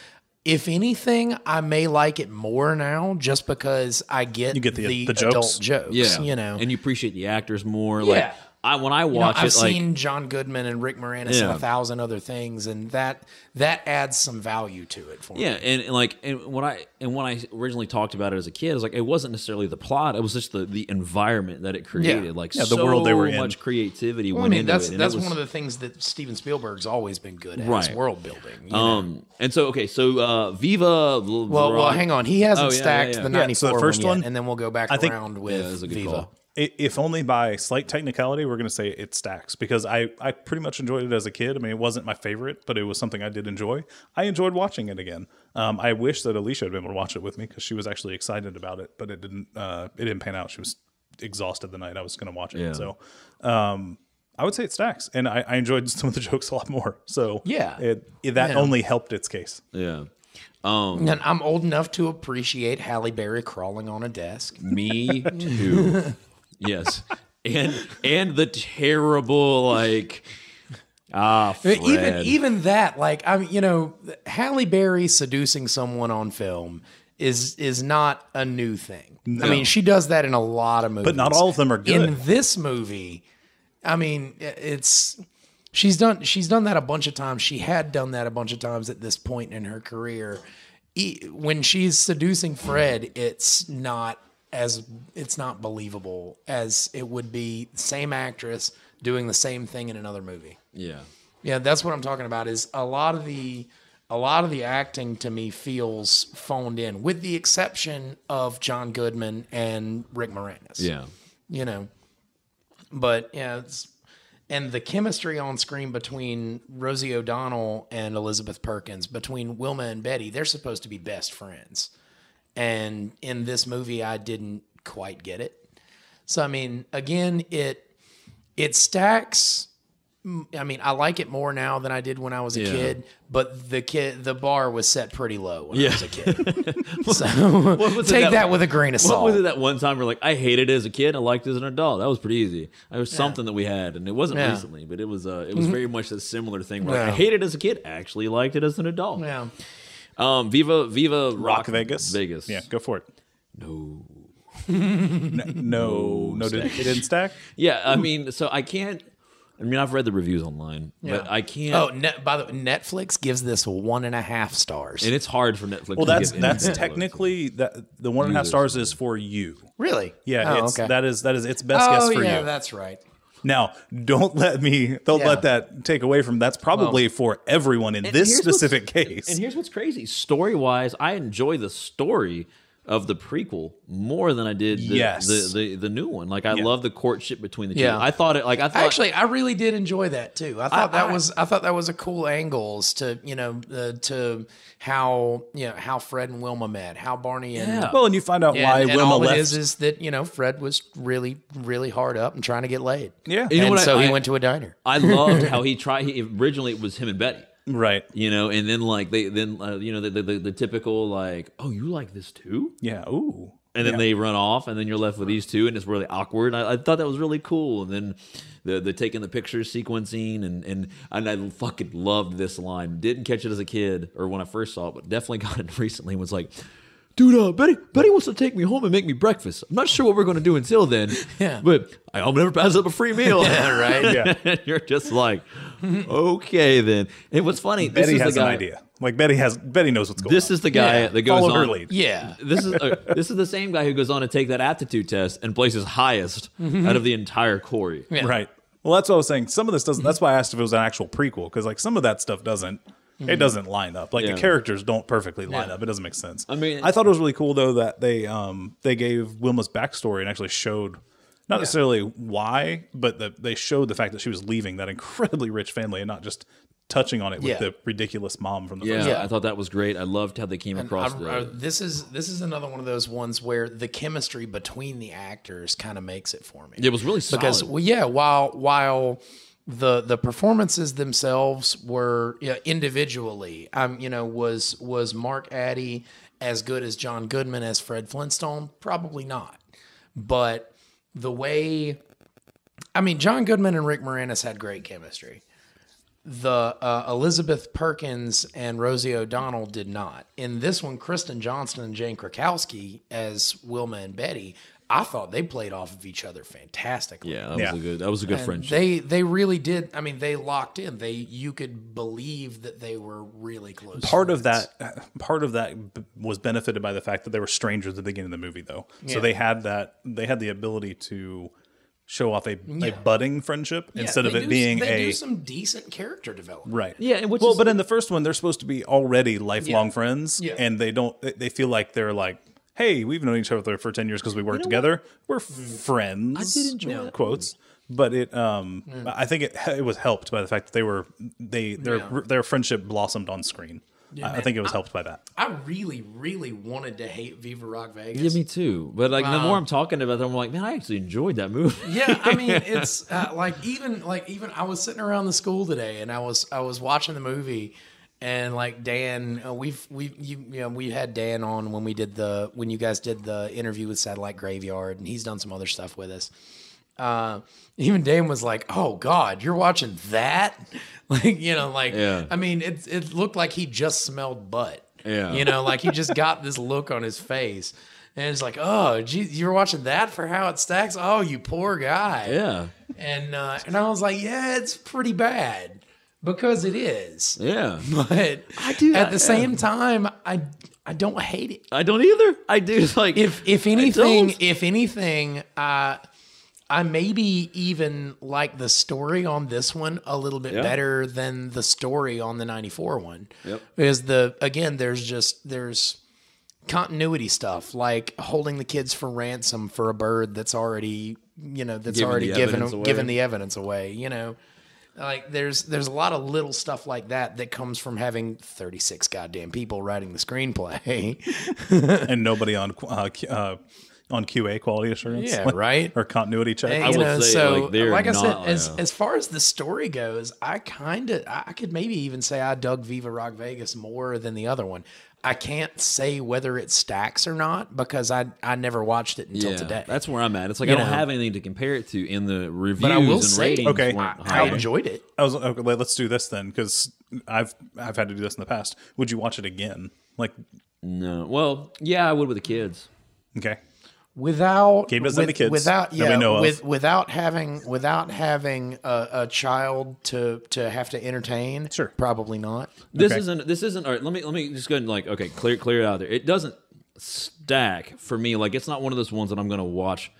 [SPEAKER 2] If anything, I may like it more now just because I get,
[SPEAKER 4] You get the- the jokes?
[SPEAKER 2] adult jokes.
[SPEAKER 3] Yeah,
[SPEAKER 2] You know,
[SPEAKER 3] and you appreciate the actors more.
[SPEAKER 2] Yeah.
[SPEAKER 3] Like I when I
[SPEAKER 2] You know,
[SPEAKER 3] watch
[SPEAKER 2] I've
[SPEAKER 3] it, like
[SPEAKER 2] seen John Goodman and Rick Moranis and
[SPEAKER 3] Yeah.
[SPEAKER 2] a thousand other things, and that that adds some value to it for me.
[SPEAKER 3] yeah, and, and like and when I and when I originally talked about it as a kid, I was like, it wasn't necessarily the plot; it was just the the environment that it created. Like
[SPEAKER 4] the
[SPEAKER 3] so
[SPEAKER 4] world they were in.
[SPEAKER 3] much creativity
[SPEAKER 2] Well, I
[SPEAKER 3] went
[SPEAKER 2] mean,
[SPEAKER 3] into
[SPEAKER 2] that's
[SPEAKER 3] it. and
[SPEAKER 2] that's
[SPEAKER 3] it was,
[SPEAKER 2] one of the things that Steven Spielberg's always been good at is
[SPEAKER 3] Right.
[SPEAKER 2] world building. you know?
[SPEAKER 3] Um, and so okay, so uh, Viva.
[SPEAKER 2] well, well, hang on, he hasn't
[SPEAKER 3] Oh, yeah, yeah,
[SPEAKER 2] stacked
[SPEAKER 3] yeah.
[SPEAKER 2] the
[SPEAKER 4] Yeah,
[SPEAKER 2] ninety
[SPEAKER 4] so
[SPEAKER 2] four
[SPEAKER 4] the first
[SPEAKER 2] one, yet,
[SPEAKER 4] one-
[SPEAKER 2] and then we'll go back
[SPEAKER 4] I think-
[SPEAKER 2] around
[SPEAKER 3] Yeah,
[SPEAKER 2] with
[SPEAKER 3] that was a good
[SPEAKER 2] Viva.
[SPEAKER 3] call.
[SPEAKER 4] I- if only by slight technicality, we're going to say it stacks because I, I pretty much enjoyed it as a kid. I mean, it wasn't my favorite, but it was something I did enjoy. I enjoyed watching it again. Um, I wish that Alicia had been able to watch it with me because she was actually excited about it, but it didn't uh, it didn't pan out. She was exhausted the night I was going to watch it.
[SPEAKER 3] Yeah.
[SPEAKER 4] So um, I would say it stacks, and I, I enjoyed some of the jokes a lot more. So
[SPEAKER 2] Yeah.
[SPEAKER 4] it, it- that
[SPEAKER 2] Yeah.
[SPEAKER 4] only helped its case.
[SPEAKER 3] Yeah.
[SPEAKER 2] And I'm old enough to appreciate Halle Berry crawling on a desk.
[SPEAKER 3] Me too. yes. And and the terrible like ah Fred.
[SPEAKER 2] Uh, Even even that, like I'm, you know, Halle Berry seducing someone on film is is not a new thing. I mean, she does that in a lot of movies,
[SPEAKER 4] But not all of them are good.
[SPEAKER 2] In this movie, I mean, i- it's she's done she's done that a bunch of times. She had done that a bunch of times at this point in her career. E- When she's seducing Fred, it's not as it's not believable as it would be same actress doing the same thing in another movie.
[SPEAKER 3] yeah.
[SPEAKER 2] Yeah, that's what I'm talking about. Is a lot of the a lot of the acting to me feels phoned in, with the exception of John Goodman and Rick Moranis.
[SPEAKER 3] Yeah.
[SPEAKER 2] you know, but yeah, it's, and the chemistry on screen between Rosie O'Donnell and Elizabeth Perkins, between Wilma and Betty, they're supposed to be best friends, and in this movie, I didn't quite get it. So I mean, again, it it stacks. mm, I mean, I like it more now than I did when I was a
[SPEAKER 3] Yeah.
[SPEAKER 2] kid, but the kid the bar was set pretty low when I was a kid. so
[SPEAKER 3] What was it
[SPEAKER 2] take that with a grain of
[SPEAKER 3] what
[SPEAKER 2] salt.
[SPEAKER 3] was it that one time we're like, I hated it as a kid, I liked it as an adult. That was pretty easy. It was something that we had, and it wasn't
[SPEAKER 2] Yeah. Mm-hmm.
[SPEAKER 3] recently, but it was uh, it was very much a similar thing. Where like,
[SPEAKER 2] Yeah.
[SPEAKER 3] I hated it as a kid, actually liked it as an adult.
[SPEAKER 2] yeah.
[SPEAKER 3] Um, Viva Viva Rock,
[SPEAKER 4] Rock Vegas.
[SPEAKER 3] Vegas.
[SPEAKER 4] Yeah, go for it.
[SPEAKER 3] No.
[SPEAKER 4] No, no, did, it didn't stack.
[SPEAKER 3] Yeah, I mean, so I can't. I mean, I've read the reviews online, but I can't.
[SPEAKER 2] Oh, net, by the way, Netflix gives this one and a half stars.
[SPEAKER 3] and it's hard for Netflix. to
[SPEAKER 4] Well, that's
[SPEAKER 3] give
[SPEAKER 4] that's
[SPEAKER 3] anything.
[SPEAKER 4] technically that the one and a half stars is for you.
[SPEAKER 2] really?
[SPEAKER 4] Yeah,
[SPEAKER 2] Oh,
[SPEAKER 4] it's,
[SPEAKER 2] okay.
[SPEAKER 4] that is that is its best
[SPEAKER 2] oh,
[SPEAKER 4] guess for
[SPEAKER 2] yeah,
[SPEAKER 4] you.
[SPEAKER 2] that's right.
[SPEAKER 4] now, don't let me don't
[SPEAKER 2] Yeah.
[SPEAKER 4] let that take away from that's probably for everyone in
[SPEAKER 3] And
[SPEAKER 4] this
[SPEAKER 3] here's what's-
[SPEAKER 4] specific case.
[SPEAKER 3] And here's what's crazy: story wise, I enjoy the story of the prequel more than I did the
[SPEAKER 4] Yes.
[SPEAKER 3] the, the, the new one. Like, I love the courtship between the two.
[SPEAKER 2] Yeah.
[SPEAKER 3] I thought it like I thought
[SPEAKER 2] Actually, I really did enjoy that too. I thought that
[SPEAKER 3] I-
[SPEAKER 2] was I thought that was a cool angles to you know uh, to how you know how Fred and Wilma met, how Barney and
[SPEAKER 3] Yeah.
[SPEAKER 4] well, and you find out
[SPEAKER 2] And,
[SPEAKER 4] why
[SPEAKER 2] and
[SPEAKER 4] Wilma
[SPEAKER 2] all
[SPEAKER 4] left.
[SPEAKER 2] it is is that you know Fred was really, really hard up and trying to get laid.
[SPEAKER 4] yeah,
[SPEAKER 3] You know
[SPEAKER 2] and
[SPEAKER 3] what I-
[SPEAKER 2] so he
[SPEAKER 3] I-
[SPEAKER 2] went to a diner.
[SPEAKER 3] I loved how he tried. He, originally, it was him and Betty.
[SPEAKER 4] right.
[SPEAKER 3] You know, and then like they then uh, you know the, the the the typical like oh you like this too,
[SPEAKER 4] Yeah. Ooh.
[SPEAKER 3] and then they run off, and then you're left with these two, and it's really awkward. I, I thought that was really cool, and then the the taking the pictures, sequencing, and and and I fucking loved this line. Didn't catch it as a kid or when I first saw it, but definitely got it recently. and Was like. Dude, uh, Betty, Betty wants to take me home and make me breakfast. I'm not sure what we're going to do until then,
[SPEAKER 2] Yeah.
[SPEAKER 3] but I'll never pass up a free meal.
[SPEAKER 2] right?
[SPEAKER 4] Yeah.
[SPEAKER 3] and you're just like, okay, then. And what's funny, this
[SPEAKER 4] Betty
[SPEAKER 3] is
[SPEAKER 4] has
[SPEAKER 3] the guy,
[SPEAKER 4] an idea. Like Betty has Betty knows what's going
[SPEAKER 3] This
[SPEAKER 4] on.
[SPEAKER 3] is the guy
[SPEAKER 2] Yeah.
[SPEAKER 3] that goes
[SPEAKER 4] Follow her
[SPEAKER 3] on.
[SPEAKER 4] lead.
[SPEAKER 2] Yeah.
[SPEAKER 3] This is uh, this is the same guy who goes on to take that aptitude test and places highest out of the entire quarry.
[SPEAKER 2] Mm-hmm. Yeah.
[SPEAKER 4] Right. Well, that's what I was saying. Some of this doesn't. That's why I asked if it was an actual prequel because like some of that stuff doesn't. It doesn't line up. Like
[SPEAKER 3] Yeah.
[SPEAKER 4] the characters don't perfectly line up. It doesn't make sense. I
[SPEAKER 3] mean-
[SPEAKER 4] I thought it was really cool though that they um they gave Wilma's backstory and actually showed not necessarily why, but that they showed the fact that she was leaving that incredibly rich family and not just touching on it with
[SPEAKER 2] Yeah.
[SPEAKER 4] the ridiculous mom from the
[SPEAKER 3] Yeah,
[SPEAKER 4] first.
[SPEAKER 3] I thought that was great. I loved how they came across
[SPEAKER 2] I-
[SPEAKER 3] the.
[SPEAKER 2] I- this is this is another one of those ones where the chemistry between the actors kind of makes it for me.
[SPEAKER 3] it was really solid.
[SPEAKER 2] because well, yeah, while while the the performances themselves were yeah, individually, um, you know, was was Mark Addy as good as John Goodman as Fred Flintstone? Probably not. But the way, I mean, John Goodman and Rick Moranis had great chemistry. the uh, Elizabeth Perkins and Rosie O'Donnell did not. In this one, Kristen Johnston and Jane Krakowski as Wilma and Betty, I thought they played off of each other fantastically.
[SPEAKER 3] Yeah, that
[SPEAKER 4] Yeah.
[SPEAKER 3] was a good. That was a good friendship.
[SPEAKER 2] They they really did. I mean, they locked in. They you could believe that they were really close.
[SPEAKER 4] part of
[SPEAKER 2] friends.
[SPEAKER 4] that part of that b- was benefited by the fact that they were strangers at the beginning of the movie though so they had that they had the ability to show off a, a budding friendship
[SPEAKER 2] Yeah,
[SPEAKER 4] instead of
[SPEAKER 2] they
[SPEAKER 4] it
[SPEAKER 2] do-
[SPEAKER 4] being
[SPEAKER 2] they
[SPEAKER 4] a
[SPEAKER 2] do some decent character development.
[SPEAKER 4] right
[SPEAKER 3] Yeah, and which
[SPEAKER 4] well
[SPEAKER 3] is-
[SPEAKER 4] but in the first one they're supposed to be already lifelong friends
[SPEAKER 2] Yeah.
[SPEAKER 4] and they don't they- they feel like they're like hey we've known each other for 10 years because we worked together we're f- friends i did enjoy quotes but it um i think it it was helped by the fact that they were they their their friendship blossomed on screen I, I think it was helped by that
[SPEAKER 2] I really, really wanted to hate Viva Rock Vegas.
[SPEAKER 3] yeah, me too. But like the more I'm talking about them, I'm like, man, I actually enjoyed that movie.
[SPEAKER 2] yeah i mean it's uh, like even like even i was sitting around the school today and i was i was watching the movie and like dan uh, we've we you, you know we had dan on when we did the when you guys did the interview with satellite graveyard and he's done some other stuff with us uh, even Dan was like, "Oh God, you're watching that?" Like, you know, like
[SPEAKER 3] Yeah.
[SPEAKER 2] I mean, it it looked like he just smelled butt.
[SPEAKER 3] Yeah.
[SPEAKER 2] you know, like he just got this look on his face, and it's like, "Oh, geez, you're watching that for how it stacks? Oh, you poor guy."
[SPEAKER 3] yeah,
[SPEAKER 2] and uh, and I was like, "Yeah, it's pretty bad because it is."
[SPEAKER 3] yeah.
[SPEAKER 2] But I
[SPEAKER 3] do-
[SPEAKER 2] at the
[SPEAKER 3] yeah.
[SPEAKER 2] same time, I I don't hate it
[SPEAKER 3] I don't either. I do like
[SPEAKER 2] if if anything,
[SPEAKER 3] don't.
[SPEAKER 2] if anything, uh, I maybe even like the story on this one a little bit better than the story on the '94 one.
[SPEAKER 3] Yep.
[SPEAKER 2] Because the again, there's just there's continuity stuff like holding the kids for ransom for a bird that's already you know that's
[SPEAKER 3] Giving
[SPEAKER 2] already
[SPEAKER 3] the evidence
[SPEAKER 2] given
[SPEAKER 3] away.
[SPEAKER 2] given the evidence away. You know. Like there's there's a lot of little stuff like that that comes from having 36 goddamn people writing the screenplay.
[SPEAKER 4] and nobody on qu- uh, Q- uh, on QA quality assurance.
[SPEAKER 2] Yeah, right?
[SPEAKER 4] or continuity check.
[SPEAKER 2] And,
[SPEAKER 3] I
[SPEAKER 2] you
[SPEAKER 3] would
[SPEAKER 2] know,
[SPEAKER 3] say,
[SPEAKER 2] so
[SPEAKER 3] like, they're
[SPEAKER 2] I said,
[SPEAKER 3] not,
[SPEAKER 2] as
[SPEAKER 3] yeah.
[SPEAKER 2] as far as the story goes, I kind of I I could maybe even say I dug Viva Rock Vegas more than the other one. I can't say whether it stacks or not because I I never watched it until
[SPEAKER 3] yeah,
[SPEAKER 2] today.
[SPEAKER 3] that's where I'm at. It's like
[SPEAKER 2] You
[SPEAKER 3] I don't
[SPEAKER 2] know.
[SPEAKER 3] have anything to compare it to in the reviews
[SPEAKER 2] I will
[SPEAKER 3] and
[SPEAKER 2] say-
[SPEAKER 3] ratings.
[SPEAKER 4] Okay.
[SPEAKER 3] weren't
[SPEAKER 2] I
[SPEAKER 3] high.
[SPEAKER 2] enjoyed it.
[SPEAKER 4] I was okay. let- Let's do this then, because I've I've had to do this in the past. Would you watch it again? Like,
[SPEAKER 3] no. Well, yeah, I would with the kids.
[SPEAKER 4] okay,
[SPEAKER 2] without
[SPEAKER 4] Gabe doesn't have any kids
[SPEAKER 2] without
[SPEAKER 4] that
[SPEAKER 2] yeah
[SPEAKER 4] we know of.
[SPEAKER 2] with without having without having a, a child to to have to entertain.
[SPEAKER 4] Sure.
[SPEAKER 2] probably not.
[SPEAKER 3] This
[SPEAKER 4] Okay.
[SPEAKER 3] isn't. This isn't. All right. Let me. Let me just go ahead and like. Okay. Clear. Clear it out there. It doesn't stack for me. Like it's not one of those ones that I'm gonna watch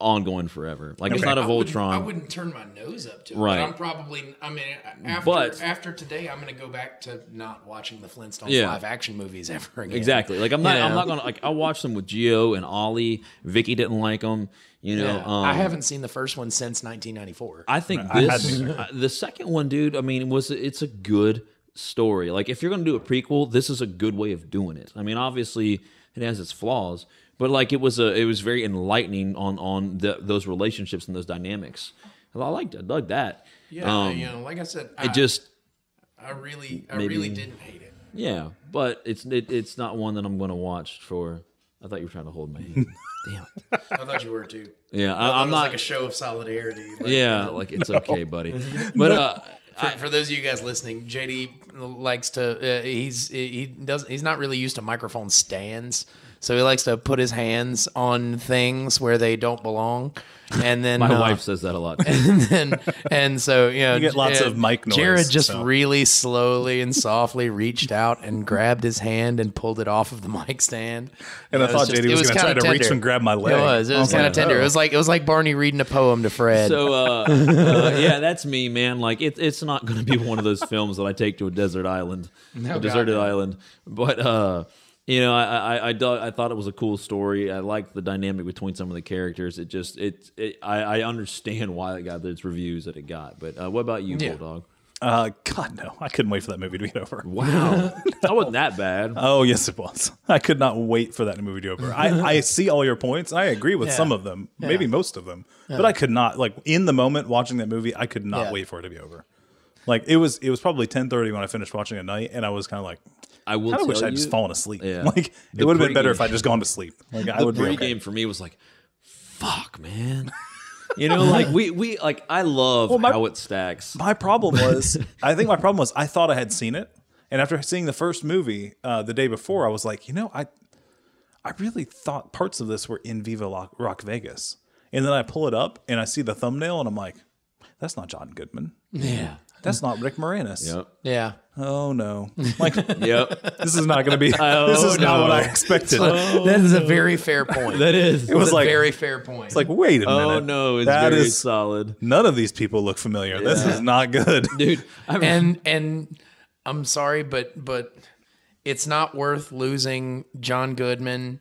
[SPEAKER 3] ongoing forever. Like it's
[SPEAKER 4] Okay.
[SPEAKER 3] not a Voltron.
[SPEAKER 2] I wouldn't turn my nose up to it.
[SPEAKER 3] Right.
[SPEAKER 2] But I'm probably. I mean, after
[SPEAKER 3] But-
[SPEAKER 2] after today, I'm going to go back to not watching the Flintstones
[SPEAKER 3] Yeah.
[SPEAKER 2] live action movies ever again.
[SPEAKER 3] Exactly. Like I'm not. I'm
[SPEAKER 2] know?
[SPEAKER 3] not gonna. Like I watched them with Gio and Ollie. Vicky didn't like them. You know.
[SPEAKER 2] Yeah.
[SPEAKER 3] Um,
[SPEAKER 2] I haven't seen the first one since 1994.
[SPEAKER 3] I think this uh, the second one, dude. I mean, was it's a good story. Like if you're gonna do a prequel, this is a good way of doing it. I mean, obviously it has its flaws, but like it was a it was very enlightening on on the, those relationships and those dynamics. I liked I dug that.
[SPEAKER 2] yeah,
[SPEAKER 3] um,
[SPEAKER 2] you know, like I said, I,
[SPEAKER 3] It just
[SPEAKER 2] I really, I really didn't hate it.
[SPEAKER 3] yeah, but it's it, it's not one that I'm gonna watch for. I thought you were trying to hold my hand. Damn. it.
[SPEAKER 2] I thought you were too.
[SPEAKER 3] Yeah, I, I'm
[SPEAKER 2] It was
[SPEAKER 3] not.
[SPEAKER 2] like a show of solidarity. Like,
[SPEAKER 3] yeah, like it's okay, buddy. But uh,
[SPEAKER 2] For, for those of you guys listening, JD likes to. Uh, he's he does. He's not really used to microphone stands, so he likes to put his hands on things where they don't belong, and then
[SPEAKER 3] my
[SPEAKER 2] uh,
[SPEAKER 3] wife says that a lot. too.
[SPEAKER 2] and then, and so you know,
[SPEAKER 4] get lots
[SPEAKER 2] uh,
[SPEAKER 4] of mic noise,
[SPEAKER 2] Jared just
[SPEAKER 4] so.
[SPEAKER 2] really slowly and softly reached out and grabbed his hand and pulled it off of the mic stand.
[SPEAKER 4] And I
[SPEAKER 2] It
[SPEAKER 4] thought
[SPEAKER 2] just- it
[SPEAKER 4] JD was gonna try
[SPEAKER 2] kinda
[SPEAKER 4] to reach
[SPEAKER 2] tender.
[SPEAKER 4] and grab my leg.
[SPEAKER 2] It was. It was
[SPEAKER 4] Okay.
[SPEAKER 2] kind of tender. It was like it was like Barney reading a poem to Fred.
[SPEAKER 3] So uh, uh, yeah, that's me, man. Like it, it's not going to be one of those films that I take to a desert island, a
[SPEAKER 2] God,
[SPEAKER 3] deserted
[SPEAKER 2] no.
[SPEAKER 3] island. But uh, you know, I I, I, dug- I thought it was a cool story. I liked the dynamic between some of the characters. It just it, it I, I understand why it got its reviews that it got. But uh, what about you,
[SPEAKER 2] Yeah.
[SPEAKER 3] Bulldog?
[SPEAKER 4] Uh, God no, I couldn't wait for that movie to be over.
[SPEAKER 3] Wow, that wasn't that bad.
[SPEAKER 4] Oh yes, it was. I could not wait for that movie to be over. I, I see all your points. I agree with some of them, maybe most of them, but I could not like in the moment watching that movie. I could not
[SPEAKER 2] Yeah.
[SPEAKER 4] wait for it to be over. Like it was, it was probably ten thirty when I finished watching at night, and I was kind of like,
[SPEAKER 3] I will.
[SPEAKER 4] I wish
[SPEAKER 3] tell
[SPEAKER 4] I'd just
[SPEAKER 3] you-
[SPEAKER 4] fallen asleep.
[SPEAKER 3] Yeah.
[SPEAKER 4] Like
[SPEAKER 3] The
[SPEAKER 4] it would have been better
[SPEAKER 3] pregame-
[SPEAKER 4] if I would just gone to sleep. Like I would
[SPEAKER 3] the
[SPEAKER 4] be
[SPEAKER 3] pregame
[SPEAKER 4] okay.
[SPEAKER 3] for me was like, fuck, man. You know, like we we like I love
[SPEAKER 4] my-
[SPEAKER 3] how it stacks.
[SPEAKER 4] My problem was, I think my problem was, I thought I had seen it, and after seeing the first movie uh, the day before, I was like, you know, I, I really thought parts of this were in Viva Rock, Rock Vegas, and then I pull it up and I see the thumbnail, and I'm like, that's not John Goodman,
[SPEAKER 3] yeah.
[SPEAKER 4] that's not Rick Moranis.
[SPEAKER 3] Yep.
[SPEAKER 2] Yeah.
[SPEAKER 4] Oh no, like
[SPEAKER 3] Yep.
[SPEAKER 4] this is not going to be.
[SPEAKER 3] Oh,
[SPEAKER 4] this is not what I expected.
[SPEAKER 2] That is a very fair point.
[SPEAKER 3] that is.
[SPEAKER 4] it was
[SPEAKER 2] That's
[SPEAKER 4] like,
[SPEAKER 2] a very fair point.
[SPEAKER 4] it's like, wait a minute.
[SPEAKER 3] Oh no, it's
[SPEAKER 4] That
[SPEAKER 3] very
[SPEAKER 4] is-
[SPEAKER 3] solid.
[SPEAKER 4] None of these people look familiar. This is not good.
[SPEAKER 3] Dude, I
[SPEAKER 2] and and I'm sorry, but but it's not worth losing John Goodman,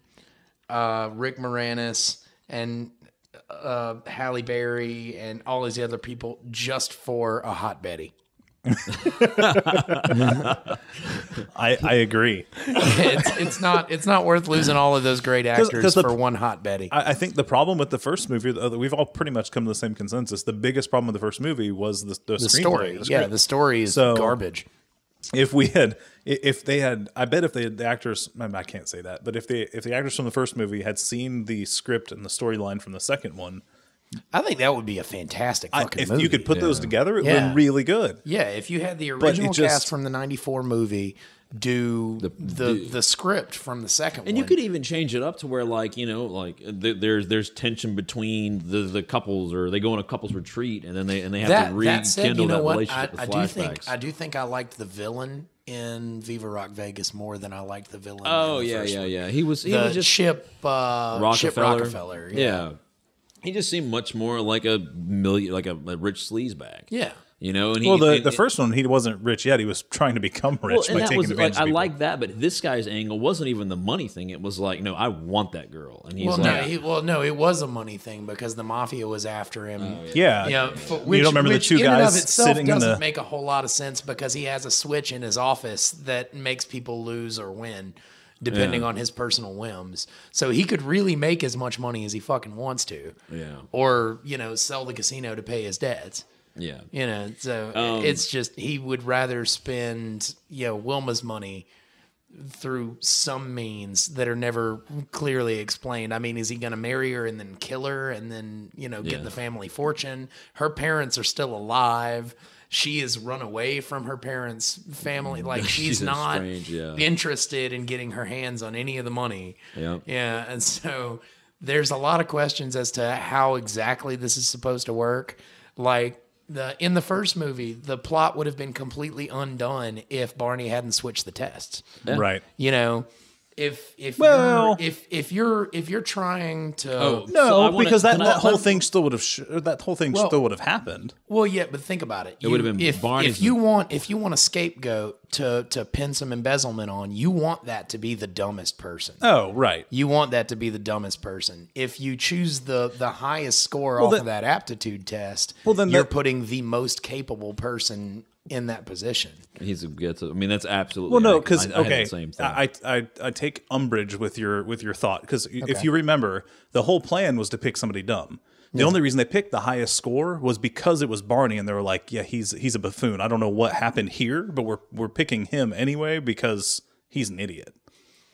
[SPEAKER 2] uh, Rick Moranis, and uh, Halle Berry, and all these other people just for a hot Betty.
[SPEAKER 4] I, I agree.
[SPEAKER 2] it's, it's not it's not worth losing all of those great actors
[SPEAKER 4] 'cause the-
[SPEAKER 2] for one hot Betty.
[SPEAKER 4] I, I think the problem with the first movie, uh, we've all pretty much come to the same consensus. The biggest problem with the first movie was the,
[SPEAKER 2] the
[SPEAKER 4] the, screenplay,
[SPEAKER 2] story,
[SPEAKER 4] the
[SPEAKER 2] yeah,
[SPEAKER 4] script.
[SPEAKER 2] the story is
[SPEAKER 4] So-
[SPEAKER 2] garbage.
[SPEAKER 4] If we had, i- if they had, I bet if they had the actors, I mean, I can't say that, but if they, if the actors from the first movie had seen the script and the storyline from the second one,
[SPEAKER 2] I think that would be a fantastic
[SPEAKER 4] I,
[SPEAKER 2] fucking
[SPEAKER 4] if
[SPEAKER 2] movie.
[SPEAKER 4] you could put those together, it would
[SPEAKER 2] Yeah.
[SPEAKER 4] been really good.
[SPEAKER 2] yeah, if you had the
[SPEAKER 4] it
[SPEAKER 2] original cast
[SPEAKER 4] just-
[SPEAKER 2] from the '94 movie do the the,
[SPEAKER 3] do-
[SPEAKER 2] script from the second one,
[SPEAKER 3] And you could even change it up to where, like, you know, like th- there's there's tension between the, the couples, or they go on a couples retreat, and then they and they have
[SPEAKER 2] that
[SPEAKER 3] to
[SPEAKER 2] that
[SPEAKER 3] rekindle
[SPEAKER 2] said, you know
[SPEAKER 3] that
[SPEAKER 2] what? I,
[SPEAKER 3] relationship.
[SPEAKER 2] I
[SPEAKER 3] with
[SPEAKER 2] do think
[SPEAKER 3] flashbacks.
[SPEAKER 2] I do think I liked the villain in Viva Rock Vegas more than I liked the villain.
[SPEAKER 3] oh
[SPEAKER 2] in the
[SPEAKER 3] yeah,
[SPEAKER 2] first
[SPEAKER 3] yeah,
[SPEAKER 2] one.
[SPEAKER 3] yeah. He was he
[SPEAKER 2] The
[SPEAKER 3] was just
[SPEAKER 2] ship, uh, ship
[SPEAKER 3] Rockefeller.
[SPEAKER 2] Rockefeller.
[SPEAKER 3] yeah. he just seemed much more like a million, like a, a rich sleazebag.
[SPEAKER 2] Yeah.
[SPEAKER 3] you know. And he,
[SPEAKER 4] Well, the,
[SPEAKER 3] and-
[SPEAKER 4] the first one, he wasn't rich yet. He was trying to become rich
[SPEAKER 3] Well, and
[SPEAKER 4] by
[SPEAKER 3] that
[SPEAKER 4] taking
[SPEAKER 3] was
[SPEAKER 4] advantage
[SPEAKER 3] like
[SPEAKER 4] of
[SPEAKER 3] I
[SPEAKER 4] people.
[SPEAKER 3] like that, but this guy's angle wasn't even the money thing. It was like, no, I want that girl, and he's
[SPEAKER 2] Well,
[SPEAKER 3] like,
[SPEAKER 2] no, he, well, no, it was a money thing because the mafia was after him.
[SPEAKER 3] Oh,
[SPEAKER 4] Yeah.
[SPEAKER 2] Yeah, f- which,
[SPEAKER 4] you don't remember the
[SPEAKER 2] which
[SPEAKER 4] two
[SPEAKER 2] in and of
[SPEAKER 4] guys
[SPEAKER 2] itself
[SPEAKER 4] sitting in
[SPEAKER 2] doesn't
[SPEAKER 4] the.
[SPEAKER 2] make a whole lot of sense because he has a switch in his office that makes people lose or win depending on his personal whims. So he could really make as much money as he fucking wants to.
[SPEAKER 3] Yeah.
[SPEAKER 2] Or, you know, sell the casino to pay his debts.
[SPEAKER 3] yeah,
[SPEAKER 2] You know, so
[SPEAKER 3] Um,
[SPEAKER 2] it's just he would rather spend, you know, Wilma's money through some means that are never clearly explained. I mean, is he going to marry her and then kill her and then, you know, get
[SPEAKER 3] Yeah.
[SPEAKER 2] the family fortune? Her parents are still alive. She has run away from her parents' family. Like she's,
[SPEAKER 3] She's
[SPEAKER 2] not
[SPEAKER 3] Mm. strange, yeah.
[SPEAKER 2] interested in getting her hands on any of the money.
[SPEAKER 3] Yeah.
[SPEAKER 2] Yeah. And so there's a lot of questions as to how exactly this is supposed to work. Like the in the first movie, the plot would have been completely undone if Barney hadn't switched the tests.
[SPEAKER 4] Right.
[SPEAKER 2] You know, if if
[SPEAKER 4] Well-
[SPEAKER 2] you're, if if you're if you're trying to
[SPEAKER 4] No,
[SPEAKER 3] So I wanna-
[SPEAKER 4] because that,
[SPEAKER 3] can I-
[SPEAKER 4] that whole thing still would have sh- that whole thing still would have happened.
[SPEAKER 2] Well, yeah, but think about it. It
[SPEAKER 3] would've been
[SPEAKER 2] if,
[SPEAKER 3] Barney's-
[SPEAKER 2] if you want if you want a scapegoat to to pin some embezzlement on. You want that to be the dumbest person.
[SPEAKER 4] Oh, right.
[SPEAKER 2] You want that to be the dumbest person. If you choose the the highest score off
[SPEAKER 4] then-
[SPEAKER 2] of that aptitude test,
[SPEAKER 4] Well, then
[SPEAKER 2] you're
[SPEAKER 4] that-
[SPEAKER 2] putting the most capable person in that position.
[SPEAKER 3] he's a gets. I mean, that's absolutely.
[SPEAKER 4] Well, no,
[SPEAKER 3] like-
[SPEAKER 4] because
[SPEAKER 3] I- I had the
[SPEAKER 4] okay,
[SPEAKER 3] same thing.
[SPEAKER 4] I, I I take umbrage with your with your thought because if you remember, the whole plan was to pick somebody dumb. The only reason they picked the highest score was because it was Barney, and they were like, "Yeah, he's he's a buffoon. I don't know what happened here, but we're we're picking him anyway because he's an idiot."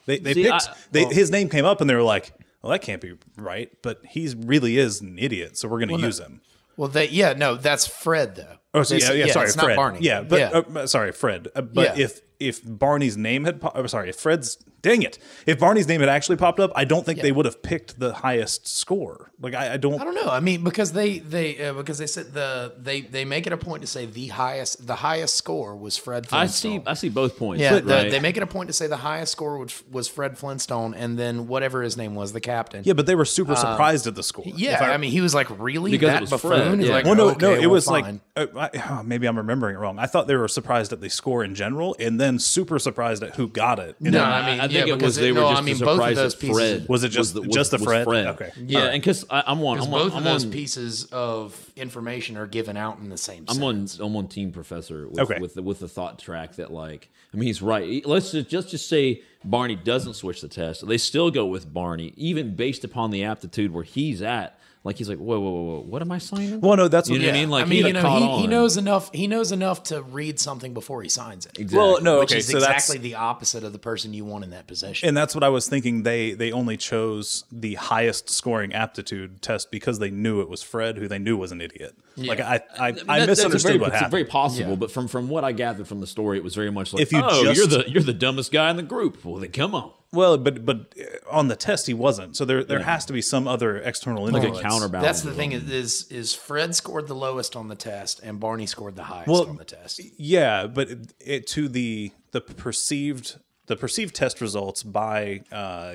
[SPEAKER 4] They they
[SPEAKER 3] See,
[SPEAKER 4] picked
[SPEAKER 3] I-
[SPEAKER 4] they, his name came up, and they were like, "Well, that can't be right, but he really is an idiot, so we're going to use him."
[SPEAKER 2] Well, that yeah, no, that's Fred though.
[SPEAKER 4] Oh, so
[SPEAKER 2] This-
[SPEAKER 4] yeah, yeah, sorry,
[SPEAKER 2] it's
[SPEAKER 4] Fred.
[SPEAKER 2] not Barney.
[SPEAKER 4] Yeah, but
[SPEAKER 2] yeah.
[SPEAKER 4] Uh, sorry, Fred. Uh, but
[SPEAKER 2] Yeah.
[SPEAKER 4] if if Barney's name had, po- I'm sorry, if Fred's, dang it, if Barney's name had actually popped up, I don't think they would have picked the highest score. Like I, I don't.
[SPEAKER 2] I don't know. I mean, because they they uh, because they said the they they make it a point to say the highest the highest score was Fred. Flintstone.
[SPEAKER 3] I see. I see both points.
[SPEAKER 2] Yeah, the-
[SPEAKER 3] right?
[SPEAKER 2] they make it a point to say the highest score was, was Fred Flintstone, and then whatever his name was, the captain.
[SPEAKER 4] yeah, but they were super surprised at the score. If
[SPEAKER 2] Um, Yeah, I, mean, he was like really
[SPEAKER 3] Because it
[SPEAKER 2] that
[SPEAKER 3] was
[SPEAKER 2] buffoon.
[SPEAKER 3] Fred,
[SPEAKER 2] He's
[SPEAKER 3] yeah.
[SPEAKER 2] like,
[SPEAKER 4] Well, no,
[SPEAKER 2] okay,
[SPEAKER 4] no, it
[SPEAKER 2] well,
[SPEAKER 4] was
[SPEAKER 2] fine.
[SPEAKER 4] like uh, I, oh, maybe I'm remembering it wrong. I thought they were surprised at the score in general, and then super surprised at who got it. And
[SPEAKER 2] No,
[SPEAKER 4] then-
[SPEAKER 2] I mean,
[SPEAKER 3] I think
[SPEAKER 2] yeah,
[SPEAKER 3] it
[SPEAKER 2] because
[SPEAKER 3] was they were
[SPEAKER 2] no,
[SPEAKER 3] just
[SPEAKER 2] I mean, both of
[SPEAKER 3] surprised
[SPEAKER 2] those
[SPEAKER 3] that
[SPEAKER 2] pieces,
[SPEAKER 3] Fred
[SPEAKER 4] Was it just- just the Fred? Okay.
[SPEAKER 3] Okay. Yeah,
[SPEAKER 4] Alright.
[SPEAKER 3] and because I'm on, I'm on,
[SPEAKER 2] both
[SPEAKER 3] I'm
[SPEAKER 2] of those
[SPEAKER 3] on,
[SPEAKER 2] pieces of information are given out in the same.
[SPEAKER 3] I'm
[SPEAKER 2] sentence.
[SPEAKER 3] on, I'm on Team Professor with
[SPEAKER 4] Okay.
[SPEAKER 3] with the, with the thought track that like I mean he's right. He- Let's just just just say Barney doesn't switch the test. They still go with Barney even based upon the aptitude where he's at. Like he's like, whoa, whoa, whoa, whoa, what am I signing?
[SPEAKER 4] Well, no, that's what
[SPEAKER 3] you know
[SPEAKER 4] yeah.
[SPEAKER 3] what I mean. Like,
[SPEAKER 2] I mean,
[SPEAKER 3] he
[SPEAKER 2] you
[SPEAKER 3] caught
[SPEAKER 2] know, he, he
[SPEAKER 3] on.
[SPEAKER 2] knows enough. He knows enough to read something before he signs it,
[SPEAKER 3] Exactly.
[SPEAKER 4] Well, no,
[SPEAKER 2] which
[SPEAKER 4] okay,
[SPEAKER 2] is
[SPEAKER 4] so that's
[SPEAKER 2] exactly the opposite of the person you want in that position.
[SPEAKER 4] and that's what I was thinking. They they only chose the highest scoring aptitude test because they knew it was Fred, who they knew was an idiot. Like I I, I
[SPEAKER 3] That- that's a
[SPEAKER 4] misunderstood
[SPEAKER 3] very-
[SPEAKER 4] what
[SPEAKER 3] it's
[SPEAKER 4] happened.
[SPEAKER 3] Very possible,
[SPEAKER 2] Yeah.
[SPEAKER 3] but from from what I gathered from the story, it was very much like,
[SPEAKER 4] If you
[SPEAKER 3] oh,
[SPEAKER 4] just-
[SPEAKER 3] you're the you're the dumbest guy in the group. Well, then come on,
[SPEAKER 4] well, but but uh, on the test he wasn't. So there there has to be some other external
[SPEAKER 3] like
[SPEAKER 4] influence.
[SPEAKER 3] a counterbalance.
[SPEAKER 2] That's the
[SPEAKER 3] or
[SPEAKER 2] thing
[SPEAKER 3] something.
[SPEAKER 2] is, is is Fred scored the lowest on the test, and Barney scored the highest
[SPEAKER 4] Well,
[SPEAKER 2] on the test.
[SPEAKER 4] Yeah, but it, it to the the perceived the perceived test results by uh,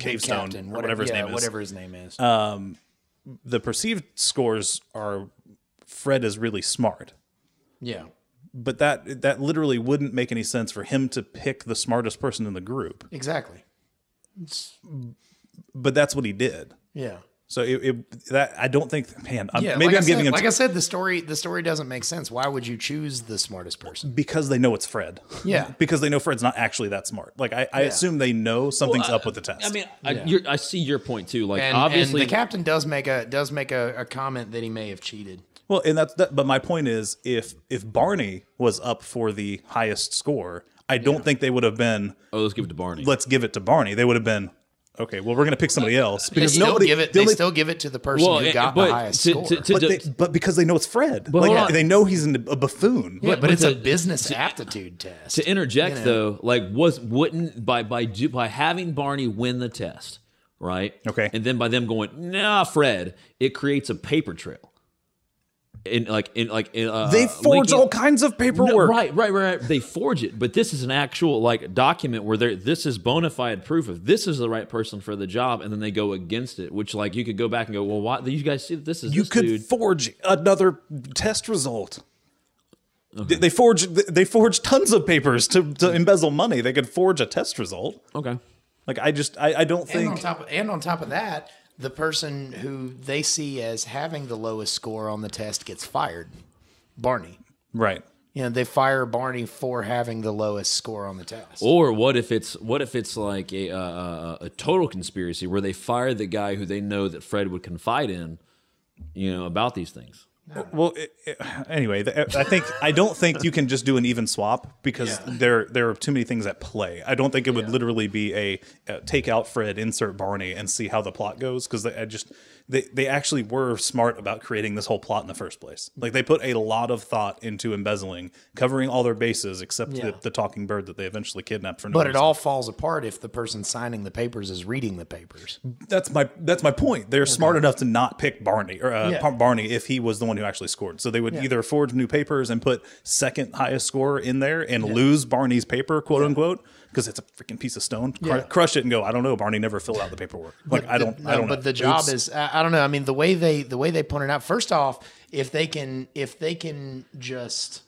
[SPEAKER 4] Cavestone
[SPEAKER 2] Captain,
[SPEAKER 4] or whatever his
[SPEAKER 2] yeah,
[SPEAKER 4] name is.
[SPEAKER 2] whatever his name is.
[SPEAKER 4] Uh, The perceived scores are Fred is really smart,
[SPEAKER 2] yeah,
[SPEAKER 4] but that that literally wouldn't make any sense for him to pick the smartest person in the group.
[SPEAKER 2] exactly.
[SPEAKER 4] But that's what he did.
[SPEAKER 2] Yeah.
[SPEAKER 4] So it, it that I don't think man I'm,
[SPEAKER 2] Yeah,
[SPEAKER 4] maybe
[SPEAKER 2] like
[SPEAKER 4] I'm
[SPEAKER 2] I
[SPEAKER 4] giving
[SPEAKER 2] said,
[SPEAKER 4] him
[SPEAKER 2] like I said, the story the story doesn't make sense. Why would you choose the smartest person?
[SPEAKER 4] because they know it's Fred.
[SPEAKER 2] Yeah.
[SPEAKER 4] because they know Fred's not actually that smart. Like I, I assume they know something's up with the test.
[SPEAKER 3] I mean, I, you're, I see your point too. Like
[SPEAKER 2] And,
[SPEAKER 3] obviously,
[SPEAKER 2] and the captain does make a does make a, a comment that he may have cheated.
[SPEAKER 4] Well, and that's that. But my point is, if if Barney was up for the highest score, I don't think they would have been.
[SPEAKER 3] oh, let's give it to Barney.
[SPEAKER 4] Let's give it to Barney. They would have been okay. Well, we're going to pick somebody else
[SPEAKER 2] They
[SPEAKER 4] because
[SPEAKER 2] still
[SPEAKER 4] nobody.
[SPEAKER 2] give it.
[SPEAKER 4] the
[SPEAKER 2] They
[SPEAKER 4] only-
[SPEAKER 2] still give it to the person who
[SPEAKER 3] and-
[SPEAKER 2] got
[SPEAKER 3] but
[SPEAKER 2] the highest
[SPEAKER 3] to-
[SPEAKER 2] score.
[SPEAKER 3] to- to
[SPEAKER 4] but,
[SPEAKER 3] de-
[SPEAKER 4] they, but because they know it's Fred, like
[SPEAKER 3] hold on.
[SPEAKER 4] they know he's an, a buffoon.
[SPEAKER 2] yeah, but,
[SPEAKER 3] but
[SPEAKER 2] it's a
[SPEAKER 3] to-
[SPEAKER 2] business aptitude test.
[SPEAKER 3] to interject though, like was wouldn't by by do- by having Barney win the test, right?
[SPEAKER 4] Okay.
[SPEAKER 3] and then by them going, nah, Fred, it creates a paper trail. In like in like in, uh,
[SPEAKER 4] They forge
[SPEAKER 3] Lincoln-
[SPEAKER 4] all kinds of
[SPEAKER 3] No,
[SPEAKER 4] paperwork.
[SPEAKER 3] right, right, right, right. They forge it, but this is an actual like document where they're this is bona fide proof of this is the right person for the job, and then they go against it, which like you could go back and go, well, why? You guys see that this is
[SPEAKER 4] You
[SPEAKER 3] this
[SPEAKER 4] could
[SPEAKER 3] dude.
[SPEAKER 4] forge another test result. They- They forge they forge tons of papers to, to embezzle money. They could forge a test result.
[SPEAKER 3] okay.
[SPEAKER 4] Like I just I, I don't
[SPEAKER 2] and
[SPEAKER 4] think
[SPEAKER 2] on top of, and on top of that, the person who they see as having the lowest score on the test gets fired. Barney.
[SPEAKER 4] right.
[SPEAKER 2] You know, they fire Barney for having the lowest score on the test.
[SPEAKER 3] Or what if it's what if it's like a uh, uh, a total conspiracy where they fire the guy who they know that Fred would confide in, you know, about these things.
[SPEAKER 4] Well, it, it, anyway, th- I think I don't think you can just do an even swap because there there are too many things at play. I don't think it would literally be a uh, take out Fred, insert Barney, and see how the plot goes because I just they they actually were smart about creating this whole plot in the first place. Like they put a lot of thought into embezzling, covering all their bases except the, the talking bird that they eventually kidnapped for no
[SPEAKER 2] But it
[SPEAKER 4] reason.
[SPEAKER 2] all falls apart if the person signing the papers is reading the papers.
[SPEAKER 4] that's my that's my point. They're smart enough to not pick Barney or uh,
[SPEAKER 2] Yeah.
[SPEAKER 4] Pump Barney if he was the one who actually scored. So they would either forge new papers and put second highest scorer in there and lose Barney's paper, quote unquote, because it's a freaking piece of stone. Cru-
[SPEAKER 2] Yeah.
[SPEAKER 4] Crush it and go. I don't know. Barney never filled out the paperwork. Like I don't. I
[SPEAKER 2] No,
[SPEAKER 4] don't. know.
[SPEAKER 2] but the job
[SPEAKER 4] Oops.
[SPEAKER 2] is I, I don't know. I mean, the way they the way they pointed out. First off, if they can if they can just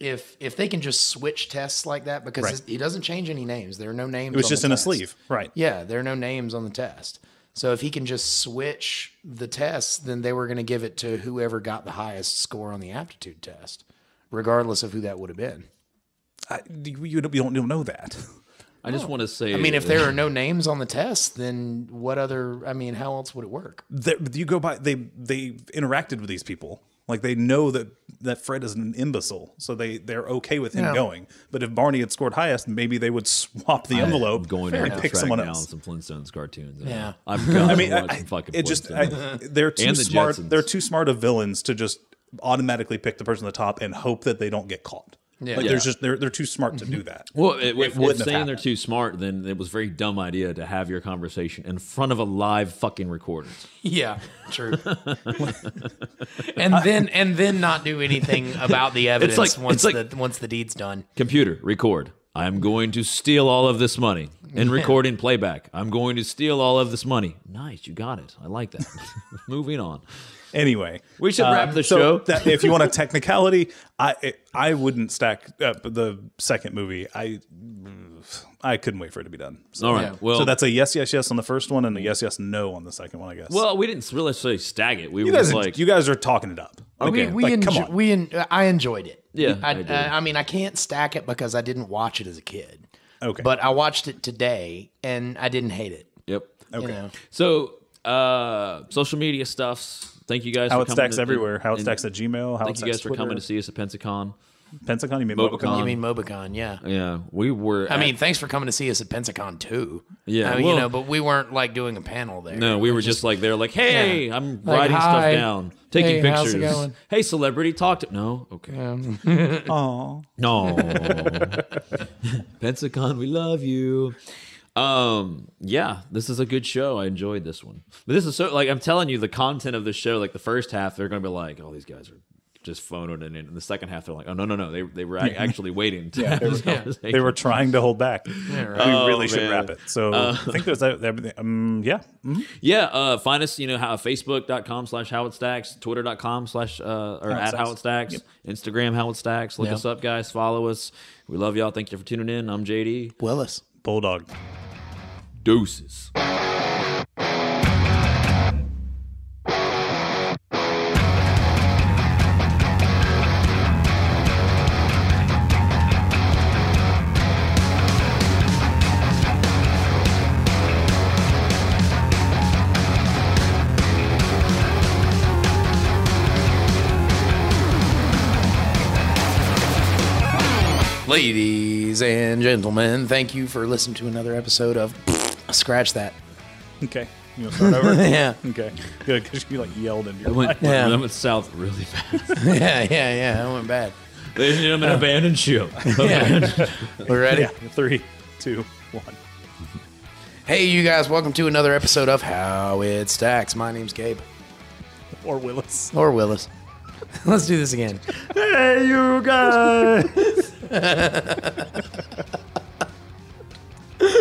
[SPEAKER 2] if if they can just switch tests like that because
[SPEAKER 4] Right.
[SPEAKER 2] he doesn't change any names. There are no names.
[SPEAKER 4] It was
[SPEAKER 2] on
[SPEAKER 4] just
[SPEAKER 2] the
[SPEAKER 4] in a
[SPEAKER 2] test.
[SPEAKER 4] sleeve, right?
[SPEAKER 2] Yeah, there are no names on the test. So if he can just switch the tests, then they were going to give it to whoever got the highest score on the aptitude test, regardless of who that would have been.
[SPEAKER 4] I, you, you don't you don't know that.
[SPEAKER 3] I just want to say.
[SPEAKER 2] I mean, if there are no names on the test, then what other? I mean, how else would it work?
[SPEAKER 4] They're- you go by they they interacted with these people. Like they know that that Fred is an imbecile, so they they're okay with him
[SPEAKER 2] Yeah.
[SPEAKER 4] going. But if Barney had scored highest, maybe they would swap the envelope
[SPEAKER 3] I'm going
[SPEAKER 4] and
[SPEAKER 3] to
[SPEAKER 4] pick someone else.
[SPEAKER 3] Some Flintstones cartoons.
[SPEAKER 2] Yeah.
[SPEAKER 3] I've got
[SPEAKER 4] I
[SPEAKER 3] I
[SPEAKER 4] mean,
[SPEAKER 3] mean,
[SPEAKER 4] I,
[SPEAKER 3] watch
[SPEAKER 4] I-
[SPEAKER 3] some fucking.
[SPEAKER 4] it just
[SPEAKER 3] Flintstones.
[SPEAKER 4] I, they're too
[SPEAKER 3] And the
[SPEAKER 4] smart.
[SPEAKER 3] Jetsons.
[SPEAKER 4] They're too smart of villains to just automatically pick the person at the top and hope that they don't get caught.
[SPEAKER 2] Yeah.
[SPEAKER 4] Like
[SPEAKER 2] Yeah.
[SPEAKER 4] there's just they're they're too smart to do that.
[SPEAKER 3] Well, it, if,
[SPEAKER 4] wouldn't
[SPEAKER 3] if
[SPEAKER 4] have
[SPEAKER 3] saying
[SPEAKER 4] happened.
[SPEAKER 3] they're too smart, then it was a very dumb idea to have your conversation in front of a live fucking recorder.
[SPEAKER 2] Yeah, true. and then and then not do anything about the evidence
[SPEAKER 3] like-
[SPEAKER 2] once
[SPEAKER 3] it's like-
[SPEAKER 2] the once the deed's done.
[SPEAKER 3] Computer, record. I'm going to steal all of this money and record in playback. I'm going to steal all of this money. Nice, you got it. I like that. Moving on.
[SPEAKER 4] Anyway,
[SPEAKER 3] We should wrap the
[SPEAKER 4] Uh, so
[SPEAKER 3] show.
[SPEAKER 4] That, if you want a technicality, I it, I wouldn't stack up the second movie. I I couldn't wait for it to be done. So,
[SPEAKER 3] All right.
[SPEAKER 2] Yeah.
[SPEAKER 3] Well,
[SPEAKER 4] so that's a yes, yes, yes on the first one, and a yes, yes, no on the second one. I guess.
[SPEAKER 3] well, we didn't really say stag it. We
[SPEAKER 4] you
[SPEAKER 3] were
[SPEAKER 4] guys,
[SPEAKER 3] just
[SPEAKER 4] are,
[SPEAKER 3] like,
[SPEAKER 4] you guys are talking it up.
[SPEAKER 3] Okay.
[SPEAKER 2] We we,
[SPEAKER 4] Like, come
[SPEAKER 2] enjo-
[SPEAKER 4] on.
[SPEAKER 2] we en- I enjoyed it.
[SPEAKER 3] Yeah,
[SPEAKER 2] I,
[SPEAKER 3] I did.
[SPEAKER 2] I, I mean, I can't stack it because I didn't watch it as a kid.
[SPEAKER 4] Okay.
[SPEAKER 2] but I watched it today and I didn't hate it.
[SPEAKER 3] yep.
[SPEAKER 4] Oh.
[SPEAKER 2] Okay. You know?
[SPEAKER 3] So Uh, social media stuffs. Thank you guys.
[SPEAKER 4] How
[SPEAKER 3] for
[SPEAKER 4] it
[SPEAKER 3] coming
[SPEAKER 4] stacks
[SPEAKER 3] to-
[SPEAKER 4] everywhere. How it
[SPEAKER 3] and
[SPEAKER 4] stacks at Gmail. How it
[SPEAKER 3] Thank you
[SPEAKER 4] stacks
[SPEAKER 3] guys for coming to
[SPEAKER 4] Twitter.
[SPEAKER 3] see us at Pensacon.
[SPEAKER 4] Pensacon. You mean
[SPEAKER 3] Mobicon.
[SPEAKER 4] Mobicon?
[SPEAKER 2] You mean Mobicon? Yeah.
[SPEAKER 3] Yeah, we were.
[SPEAKER 2] I
[SPEAKER 3] at-
[SPEAKER 2] mean, thanks for coming to see us at Pensacon too.
[SPEAKER 3] Yeah,
[SPEAKER 2] I mean,
[SPEAKER 3] well-
[SPEAKER 2] you know, but we weren't like doing a panel there.
[SPEAKER 3] no, we were just, like there, like, hey,
[SPEAKER 2] Yeah.
[SPEAKER 3] I'm
[SPEAKER 2] Like,
[SPEAKER 3] writing
[SPEAKER 2] hi.
[SPEAKER 3] stuff down, taking
[SPEAKER 2] Hey, how's
[SPEAKER 3] pictures.
[SPEAKER 2] it going?
[SPEAKER 3] Hey, celebrity, talk to. No, okay.
[SPEAKER 4] Aw.
[SPEAKER 3] No. Pensacon, we love you. Um, yeah, this is a good show. I enjoyed this one. But this is so like I'm telling you, the content of the show, like the first half, they're gonna be like, Oh, these guys are just phoning it in. And the second half, they're like, Oh no, no, no. They they were ac- actually waiting to have this conversation.
[SPEAKER 4] They were trying to hold back. We really
[SPEAKER 3] Oh,
[SPEAKER 4] should
[SPEAKER 3] man. Uh,
[SPEAKER 4] wrap it. So I think there's that. that- Um, yeah. Mhm.
[SPEAKER 3] Yeah, uh, find us, you know, how, facebook.com slash how it stacks, twitter.com slash uh, or at how it stacks, Instagram how it stacks. Look us up, guys. Follow us. We love y'all. Thank you for tuning in. I'm JD.
[SPEAKER 2] Willis.
[SPEAKER 4] Bulldog.
[SPEAKER 3] Deuces.
[SPEAKER 2] Ladies and gentlemen, thank you for listening to another episode of Scratch That.
[SPEAKER 4] Okay. You want to start over?
[SPEAKER 2] Yeah.
[SPEAKER 4] Okay. Good. Because you like yelled into your
[SPEAKER 3] I went,
[SPEAKER 4] mic.
[SPEAKER 2] Yeah.
[SPEAKER 3] I went south really fast.
[SPEAKER 2] yeah, yeah, yeah. That went bad.
[SPEAKER 3] Ladies and gentlemen, abandoned ship.
[SPEAKER 2] We ready?
[SPEAKER 4] Yeah. Three, two, one.
[SPEAKER 2] Hey, you guys, welcome to another episode of How It Stacks. My name's Gabe.
[SPEAKER 4] Or Willis.
[SPEAKER 2] Or Willis. Let's do this again.
[SPEAKER 4] Hey, you guys.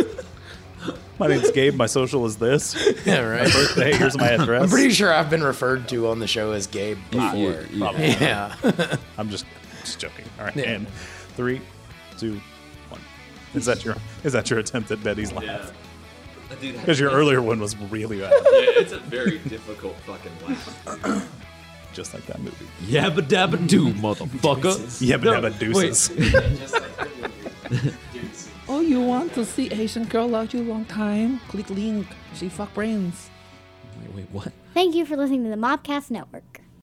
[SPEAKER 4] my name's Gabe. My social is this.
[SPEAKER 2] Yeah, right.
[SPEAKER 4] Hey, here's my address.
[SPEAKER 2] I'm pretty sure I've been referred to on the show as Gabe before. Yeah.
[SPEAKER 4] Oh, I'm just, just joking. All right. And three, two, one. Is that your is that your attempt at Betty's laugh? Because your earlier one was really bad,
[SPEAKER 3] It's a very difficult fucking laugh.
[SPEAKER 4] just like that movie.
[SPEAKER 3] Yabba dabba doo, motherfucker.
[SPEAKER 4] Yeah, but have a deuces.
[SPEAKER 5] Oh, you want to see Asian girl love you long time? Click link. She fuck brains.
[SPEAKER 3] Wait, what?
[SPEAKER 6] Thank you for listening to the Mobcast Network.